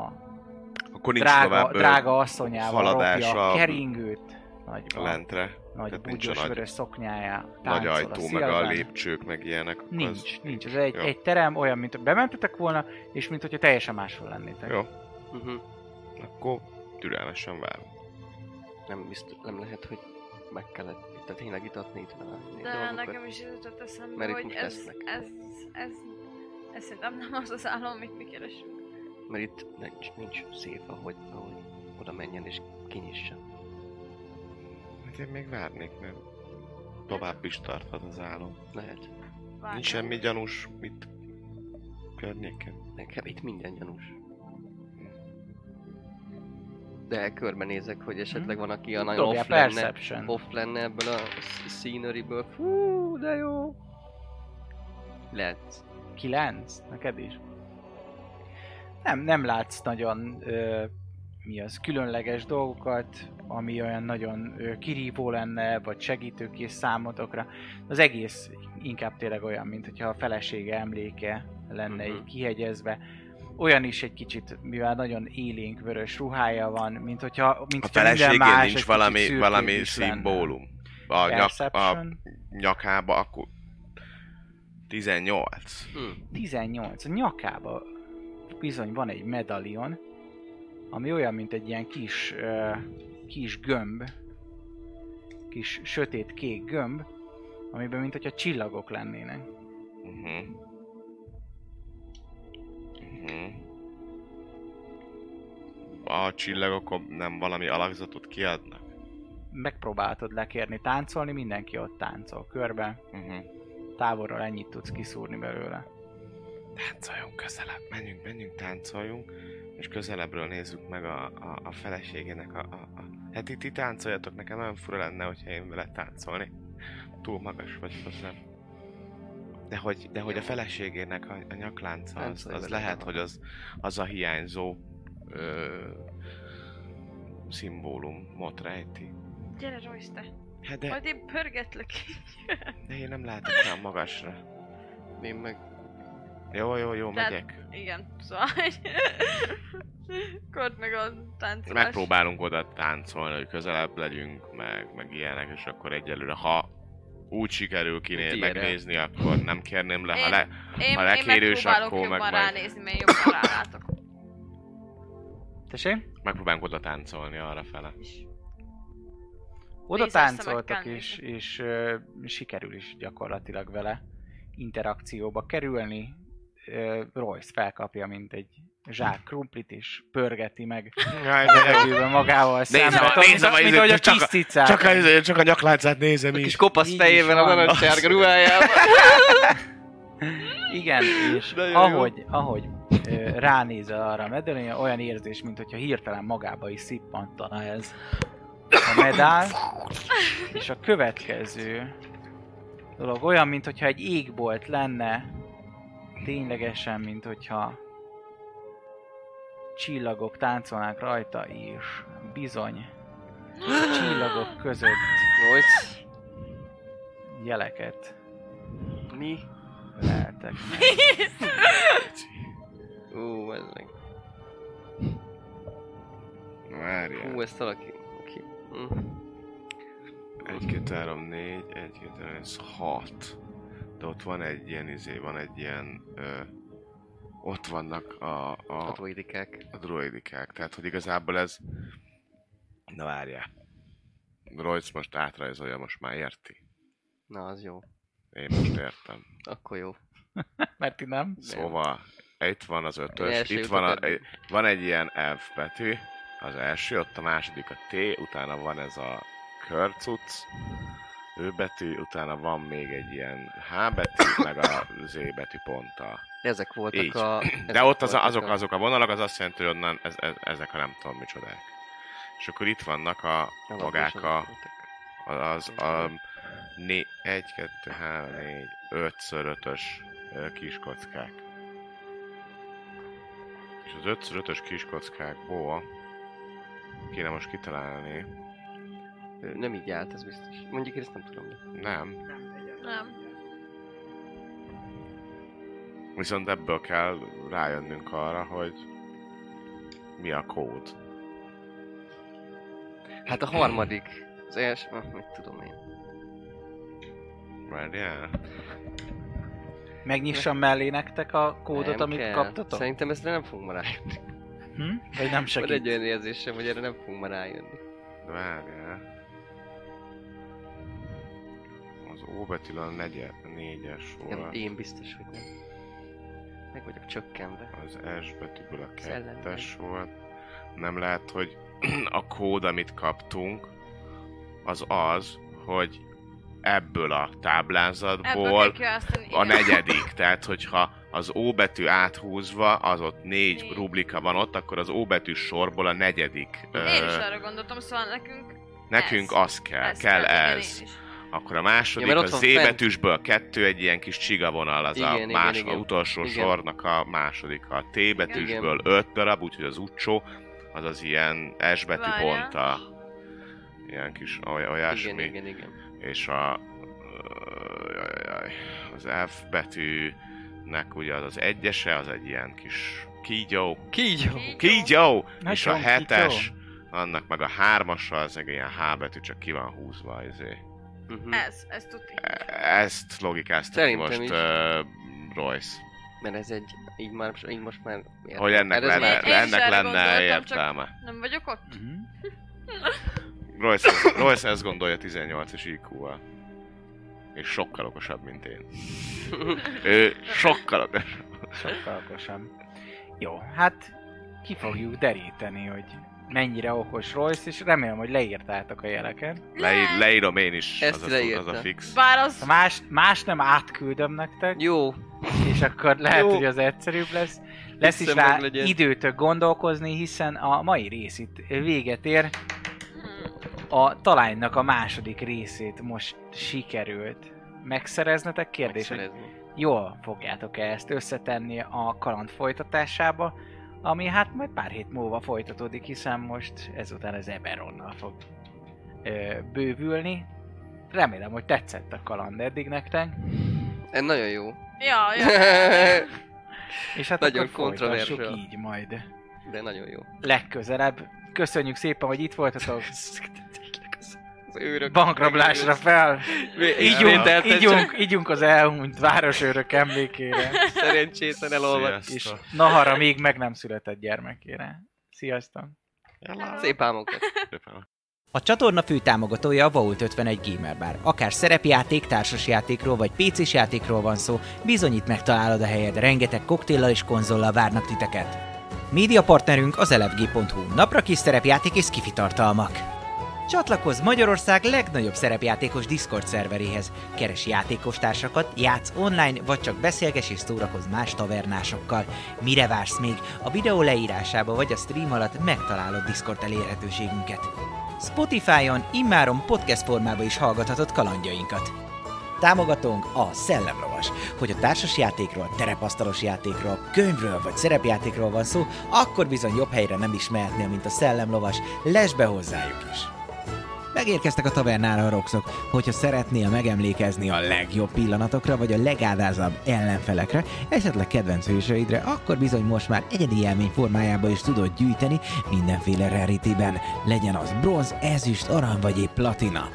Speaker 5: Akkor nincs
Speaker 6: drága,
Speaker 5: tovább ö,
Speaker 6: drága asszonyával
Speaker 5: haladás
Speaker 6: ropja a
Speaker 5: a-
Speaker 6: keringőt, nagy,
Speaker 5: lentre.
Speaker 6: nagy
Speaker 5: tehát nincs a
Speaker 6: bugyos
Speaker 5: nagy-
Speaker 6: vörös szoknyája,
Speaker 5: Nagy
Speaker 6: táncol
Speaker 5: ajtó, meg a
Speaker 6: szélben.
Speaker 5: lépcsők, meg ilyenek. akkor
Speaker 6: Nincs, nincs. Ez egy,
Speaker 5: Jó.
Speaker 6: egy terem olyan, mint bementetek volna, és mint hogyha teljesen máshol lennétek.
Speaker 5: Jó,
Speaker 3: Uh-huh.
Speaker 5: akkor türelmesen várom.
Speaker 3: Nem, biztos, nem lehet, hogy meg kellett tehát tényleg itatni itt valami
Speaker 4: De nekem is ez jutott eszembe,
Speaker 3: Mert itt
Speaker 4: hogy
Speaker 3: most
Speaker 4: ez,
Speaker 3: lesznek.
Speaker 4: ez, ez, ez szerintem nem az az állam, amit mi keresünk.
Speaker 3: Mert itt nincs, nincs szép, ahogy, ahogy oda menjen és kinyissa.
Speaker 5: Hát én még várnék, mert tovább is tarthat az álom.
Speaker 3: Lehet.
Speaker 4: Várjál.
Speaker 5: Nincs semmi gyanús itt környéken.
Speaker 3: Nekem itt minden gyanús. De körbenézek, hogy esetleg
Speaker 5: Mhm.
Speaker 3: van, aki a nagyon
Speaker 6: Dobja
Speaker 3: off lenne,
Speaker 6: Perception.
Speaker 3: off lenne ebből a sz- sceneryből. Fú, de jó! Lehet.
Speaker 6: Kilenc? Neked is? Nem, nem látsz nagyon ö, mi az, különleges dolgokat, ami olyan nagyon ö, kirívó lenne, vagy segítőkész számotokra. Az egész inkább tényleg olyan, mint hogyha a felesége emléke lenne
Speaker 3: Mhm.
Speaker 6: így kihegyezve. Olyan is egy kicsit, mivel nagyon élénk vörös ruhája van, mint hogyha, mint
Speaker 5: A
Speaker 6: hogyha minden más
Speaker 5: feleségén
Speaker 6: egy
Speaker 5: nincs
Speaker 6: kicsit
Speaker 5: valami,
Speaker 6: szürkébb
Speaker 5: valami
Speaker 6: is lenne.
Speaker 5: szimbólum. A, nyak, a
Speaker 6: Perception.
Speaker 5: nyakába akkor 18.
Speaker 3: Hm.
Speaker 6: 18. A nyakába bizony van egy medalion, ami olyan, mint egy ilyen kis, ö, kis gömb, kis sötét kék gömb, amiben mint hogyha csillagok lennének.
Speaker 5: Uh-huh. Uh-huh. A csillagokon nem valami alakzatot kiadnak?
Speaker 6: Megpróbáltad lekérni táncolni, mindenki ott táncol körbe,
Speaker 5: Uh-huh.
Speaker 6: távolról ennyit tudsz kiszúrni belőle.
Speaker 5: Táncoljunk közelebb, menjünk, menjünk, táncoljunk, és közelebbről nézzük meg a, a, a feleségének a, a, a... Hát itt, itt táncoljatok, nekem nagyon fura lenne, hogyha én vele táncolni. Túl magas vagy hozzám. De hogy, de hogy a feleségének a, a nyaklánca, az,
Speaker 3: Táncolj
Speaker 5: az
Speaker 3: vele,
Speaker 5: lehet,
Speaker 3: te
Speaker 5: hogy az, az a hiányzó ö, szimbólumot rejti.
Speaker 4: Gyere, Royce, te.
Speaker 5: Hát de,
Speaker 4: Majd én pörgetlek.
Speaker 5: de én nem látok rá magasra.
Speaker 3: Én meg...
Speaker 5: Jó, jó, jó,
Speaker 4: De-
Speaker 5: megyek.
Speaker 4: Igen, szóval... Kort meg a táncolás.
Speaker 5: Megpróbálunk oda táncolni, hogy közelebb legyünk, meg, meg ilyenek, és akkor egyelőre, ha úgy sikerül kiné-
Speaker 3: Ti
Speaker 5: megnézni, akkor nem kérném le, ha
Speaker 4: Én-
Speaker 5: le...
Speaker 4: Én,
Speaker 5: Ha
Speaker 4: én
Speaker 5: lekérős,
Speaker 4: megpróbálok
Speaker 5: akkor
Speaker 4: jobban
Speaker 5: meg majd.
Speaker 4: ránézni, mert jobban rálátok.
Speaker 6: Tessék?
Speaker 5: Megpróbálunk oda táncolni arra fele.
Speaker 6: Oda
Speaker 4: Nézze, aztán meg
Speaker 6: táncoltak
Speaker 4: kell
Speaker 6: és,
Speaker 4: nézni.
Speaker 6: és ö, sikerül is gyakorlatilag vele interakcióba kerülni. Ö, Royce felkapja, mint egy zsák
Speaker 5: Hm.
Speaker 6: krumplit, és pörgeti meg
Speaker 5: Jaj,
Speaker 6: levegőben magával
Speaker 5: Nézem,
Speaker 6: szemben.
Speaker 5: a- nézem a
Speaker 6: mint
Speaker 5: izét,
Speaker 6: ahogy a
Speaker 5: csak a-
Speaker 6: csiszticát.
Speaker 5: Csak a, csak a nyaklátszát nézem
Speaker 3: A kis
Speaker 5: is.
Speaker 3: kopasz
Speaker 6: Így
Speaker 3: fejével
Speaker 6: is
Speaker 3: a
Speaker 6: van.
Speaker 3: narancssárga ruhájában.
Speaker 6: Igen, és
Speaker 3: Nagyon jó.
Speaker 6: ahogy, ahogy ö, ránéz arra a medálon, olyan érzés, mint hogyha hirtelen magába is szippantana ez a medál. És a következő dolog olyan, mint hogyha egy égbolt lenne, ténylegesen, mint hogyha csillagok táncolnák rajta, és bizony csillagok között
Speaker 3: Volt.
Speaker 6: jeleket
Speaker 3: Mi?
Speaker 6: leltek meg.
Speaker 3: Ú, ez meg.
Speaker 5: Várjál.
Speaker 3: Ú, ezt valaki... Ki? Mm.
Speaker 5: 1, 2, 3, 4, 1, 2, 3, 4, 6. De ott van egy ilyen izé, van egy ilyen... Ö, ott vannak a,
Speaker 3: A
Speaker 5: a,
Speaker 3: droidikák.
Speaker 5: a droidikák. Tehát, hogy igazából ez... Na várjál. Royce most átrajzolja, most már érti.
Speaker 3: Na, az jó.
Speaker 5: Én most értem.
Speaker 3: Akkor jó.
Speaker 6: Mert ti nem?
Speaker 5: Szóval, itt van az ötös,
Speaker 3: Első
Speaker 5: itt
Speaker 3: jutott
Speaker 5: van, a,
Speaker 3: eddig.
Speaker 5: van egy ilyen F betű, az első, ott a második a T, utána van ez a körcuc, ő betű, utána van még egy ilyen H betű, meg a Z betű ponttal.
Speaker 3: Ezek voltak
Speaker 5: Így.
Speaker 3: a...
Speaker 5: De
Speaker 3: ezek
Speaker 5: ott az,
Speaker 3: voltak
Speaker 5: azok,
Speaker 3: a-
Speaker 5: azok a vonalak, az azt jelenti, hogy onnan ez, ez, ezek a nem tudom micsodák. És akkor itt vannak a
Speaker 3: alapos
Speaker 5: magák
Speaker 3: azok
Speaker 5: a,
Speaker 3: voltak.
Speaker 5: az a 1, 2, 3, 4, 5 x 5-ös kis kockák. És az 5 x 5-ös kis kockákból kéne most kitalálni.
Speaker 3: Ö, Nem így állt, ez biztos. Mondjuk én ezt nem tudom. de-
Speaker 5: Nem,
Speaker 4: Nem.
Speaker 5: viszont ebből kell rájönnünk arra, hogy mi a kód.
Speaker 3: Hát a harmadik. Az első... Ah, mit tudom én.
Speaker 5: Várjál.
Speaker 6: Megnyissam mellé nektek a kódot,
Speaker 3: Nem
Speaker 6: amit
Speaker 3: kell.
Speaker 6: kaptatok?
Speaker 3: Szerintem ezt nem fogunk ma rájönni.
Speaker 6: Hm? Vagy
Speaker 3: Van
Speaker 6: nem
Speaker 3: egy
Speaker 6: segít?
Speaker 3: olyan érzésem, hogy erre nem fogunk ma rájönni.
Speaker 5: Várjál. Az O betűn a negye, négyes
Speaker 3: Nem,
Speaker 5: volt.
Speaker 3: én biztos, hogy nem. Meg vagyok csökkenve.
Speaker 5: Az S betűből a
Speaker 3: Az ellenben.
Speaker 5: kettes volt. Nem lehet, hogy a kód, amit kaptunk, az az, hogy ebből a
Speaker 4: Ebből kell
Speaker 5: táblázatból
Speaker 4: kiválasztani.
Speaker 5: a
Speaker 4: igen.
Speaker 5: negyedik. Tehát, hogyha az O betű áthúzva, az ott négy rublika van ott, akkor az O betű sorból a negyedik.
Speaker 4: Én is
Speaker 5: ö,
Speaker 4: arra gondoltam, szóval nekünk
Speaker 5: nekünk
Speaker 4: ez.
Speaker 5: az kell, kell
Speaker 4: igen,
Speaker 5: ez.
Speaker 4: én is.
Speaker 5: Akkor a második,
Speaker 3: Ja,
Speaker 5: ja,
Speaker 3: mert
Speaker 5: a
Speaker 3: ott
Speaker 5: Z
Speaker 3: van fent.
Speaker 5: betűsből a kettő egy ilyen kis csigavonal, az
Speaker 3: Igen,
Speaker 5: a
Speaker 3: igen,
Speaker 5: más,
Speaker 3: igen.
Speaker 5: a utolsó
Speaker 3: Igen.
Speaker 5: sornak a második, a T betűsből öt darab, úgyhogy az utcsó, az az ilyen S betű
Speaker 4: Várjál.
Speaker 5: ponta. Ilyen kis oly- olyasmi.
Speaker 3: Igen, igen, igen.
Speaker 5: És a... Jajajaj, az F betűnek ugye az az egyese, az egy ilyen kis kígyó.
Speaker 3: Kígyó!
Speaker 5: Kígyó!
Speaker 6: Nagyon
Speaker 5: és a
Speaker 6: kígyó.
Speaker 5: hetes, annak meg a hármasa, az egy ilyen H betű, csak ki van húzva, izé. ezért. Hm.
Speaker 3: Mhm.
Speaker 4: Ez, ez tudni.
Speaker 5: Ezt logikázta
Speaker 3: Szerintem
Speaker 5: most
Speaker 3: is.
Speaker 5: uh, Royce.
Speaker 3: Mert ez egy... Így már, így most már... értem.
Speaker 5: Hogy ennek,
Speaker 3: Hát Ez
Speaker 5: lenne,
Speaker 4: már- Én is
Speaker 5: ennek
Speaker 4: erre
Speaker 5: lenne
Speaker 4: gondoltam,
Speaker 5: értelme.
Speaker 4: Nem vagyok ott?
Speaker 6: Mhm.
Speaker 5: Royce, Royce ezt gondolja 18-as IQ-val. És sokkal okosabb, mint én. Ő sokkal okosabb.
Speaker 6: Sokkal okosabb. Szóval Jó, hát ki fogjuk deríteni, hogy mennyire okos Royce, és remélem, hogy leírtátok a jeleket.
Speaker 5: Leír, leírom én is,
Speaker 3: Ezt
Speaker 5: az a, fu- az a
Speaker 3: leírta.
Speaker 5: fix.
Speaker 4: Bár
Speaker 6: Ha
Speaker 4: az...
Speaker 6: Más, más nem átküldöm nektek,
Speaker 3: Jó,
Speaker 6: és akkor lehet,
Speaker 3: Jó.
Speaker 6: hogy az egyszerűbb lesz. Lesz is
Speaker 3: Hiszem,
Speaker 6: rá
Speaker 3: meg legyen.
Speaker 6: időtök gondolkozni, hiszen a mai rész itt véget ér.
Speaker 4: Hmm.
Speaker 6: A talánynak a második részét most sikerült megszereznetek. Kérdés, hogy
Speaker 3: megszerezni.
Speaker 6: jól fogjátok-e ezt összetenni a kaland folytatásába, ami hát majd pár hét múlva folytatódik, hiszen most ezután az Eberonnal fog ö, bővülni. Remélem, hogy tetszett a kaland eddig nektek,
Speaker 3: Ez nagyon jó.
Speaker 4: Ja, ja.
Speaker 6: és hát
Speaker 3: Nagyon
Speaker 6: akkor folytassuk
Speaker 3: kontroversial.
Speaker 6: így majd
Speaker 3: De nagyon jó.
Speaker 6: legközelebb. Köszönjük szépen, hogy itt voltatok.
Speaker 3: Az őrök...
Speaker 6: Bankrablásra fel! Ígyunk,
Speaker 3: Elvételten
Speaker 6: ígyunk,
Speaker 3: csak
Speaker 6: ígyunk az elhunyt városőrök emlékére,
Speaker 3: Szerencsétlen elolvad.
Speaker 6: és Nahara még meg nem született gyermekére. Sziasztok!
Speaker 3: Szép álmokat.
Speaker 2: A csatorna fő támogatója a Vault 51 Gamer Bar. Akár szerepjáték, társasjátékról vagy pc játékról van szó, bizonyít megtalálod a helyed, rengeteg koktéllal és konzollal várnak titeket. Média partnerünk az elefg.hu, napra kis szerepjáték és skifi tartalmak. Csatlakozz Magyarország legnagyobb szerepjátékos Discord szerveréhez. Keres játékostársakat, játsz online, vagy csak beszélges és szórakozz más tavernásokkal. Mire vársz még? A videó leírásába vagy a stream alatt megtalálod Discord elérhetőségünket. Spotify-on immáron podcast formában is hallgathatod kalandjainkat. Támogatónk a Szellemlovas. Hogy a társas játékról, terepasztalos játékról, könyvről vagy szerepjátékról van szó, akkor bizony jobb helyre nem is mehetnél, mint a Szellemlovas. Lesz be hozzájuk is! Megérkeztek a tavernára a roxok. Hogyha szeretnél megemlékezni a legjobb pillanatokra, vagy a legádázabb ellenfelekre, esetleg kedvenc hősöidre, akkor bizony most már egyedi élmény formájába is tudod gyűjteni mindenféle rarityben. Legyen az bronz, ezüst, arany vagy épp platina.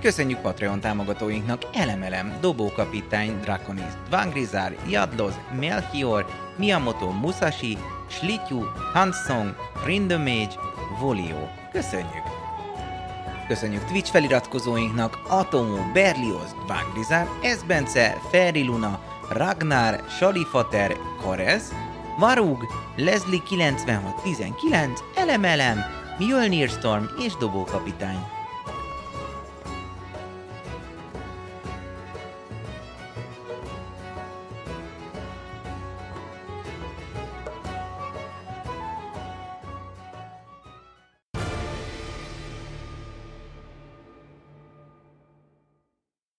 Speaker 2: Köszönjük Patreon támogatóinknak Elemelem, Dobókapitány, Draconis, Vangrizar, Jadloz, Melchior, Miyamoto Musashi, Slityu, Hansong, Rindemage, Volio. Köszönjük! Köszönjük Twitch feliratkozóinknak Atomó, Berlioz, Vágrizár, Esbence, Ferri Luna, Ragnar, Salifater, Karez, Varug, Leslie 9619, Elemelem, Mjölnir Storm és Dobókapitány.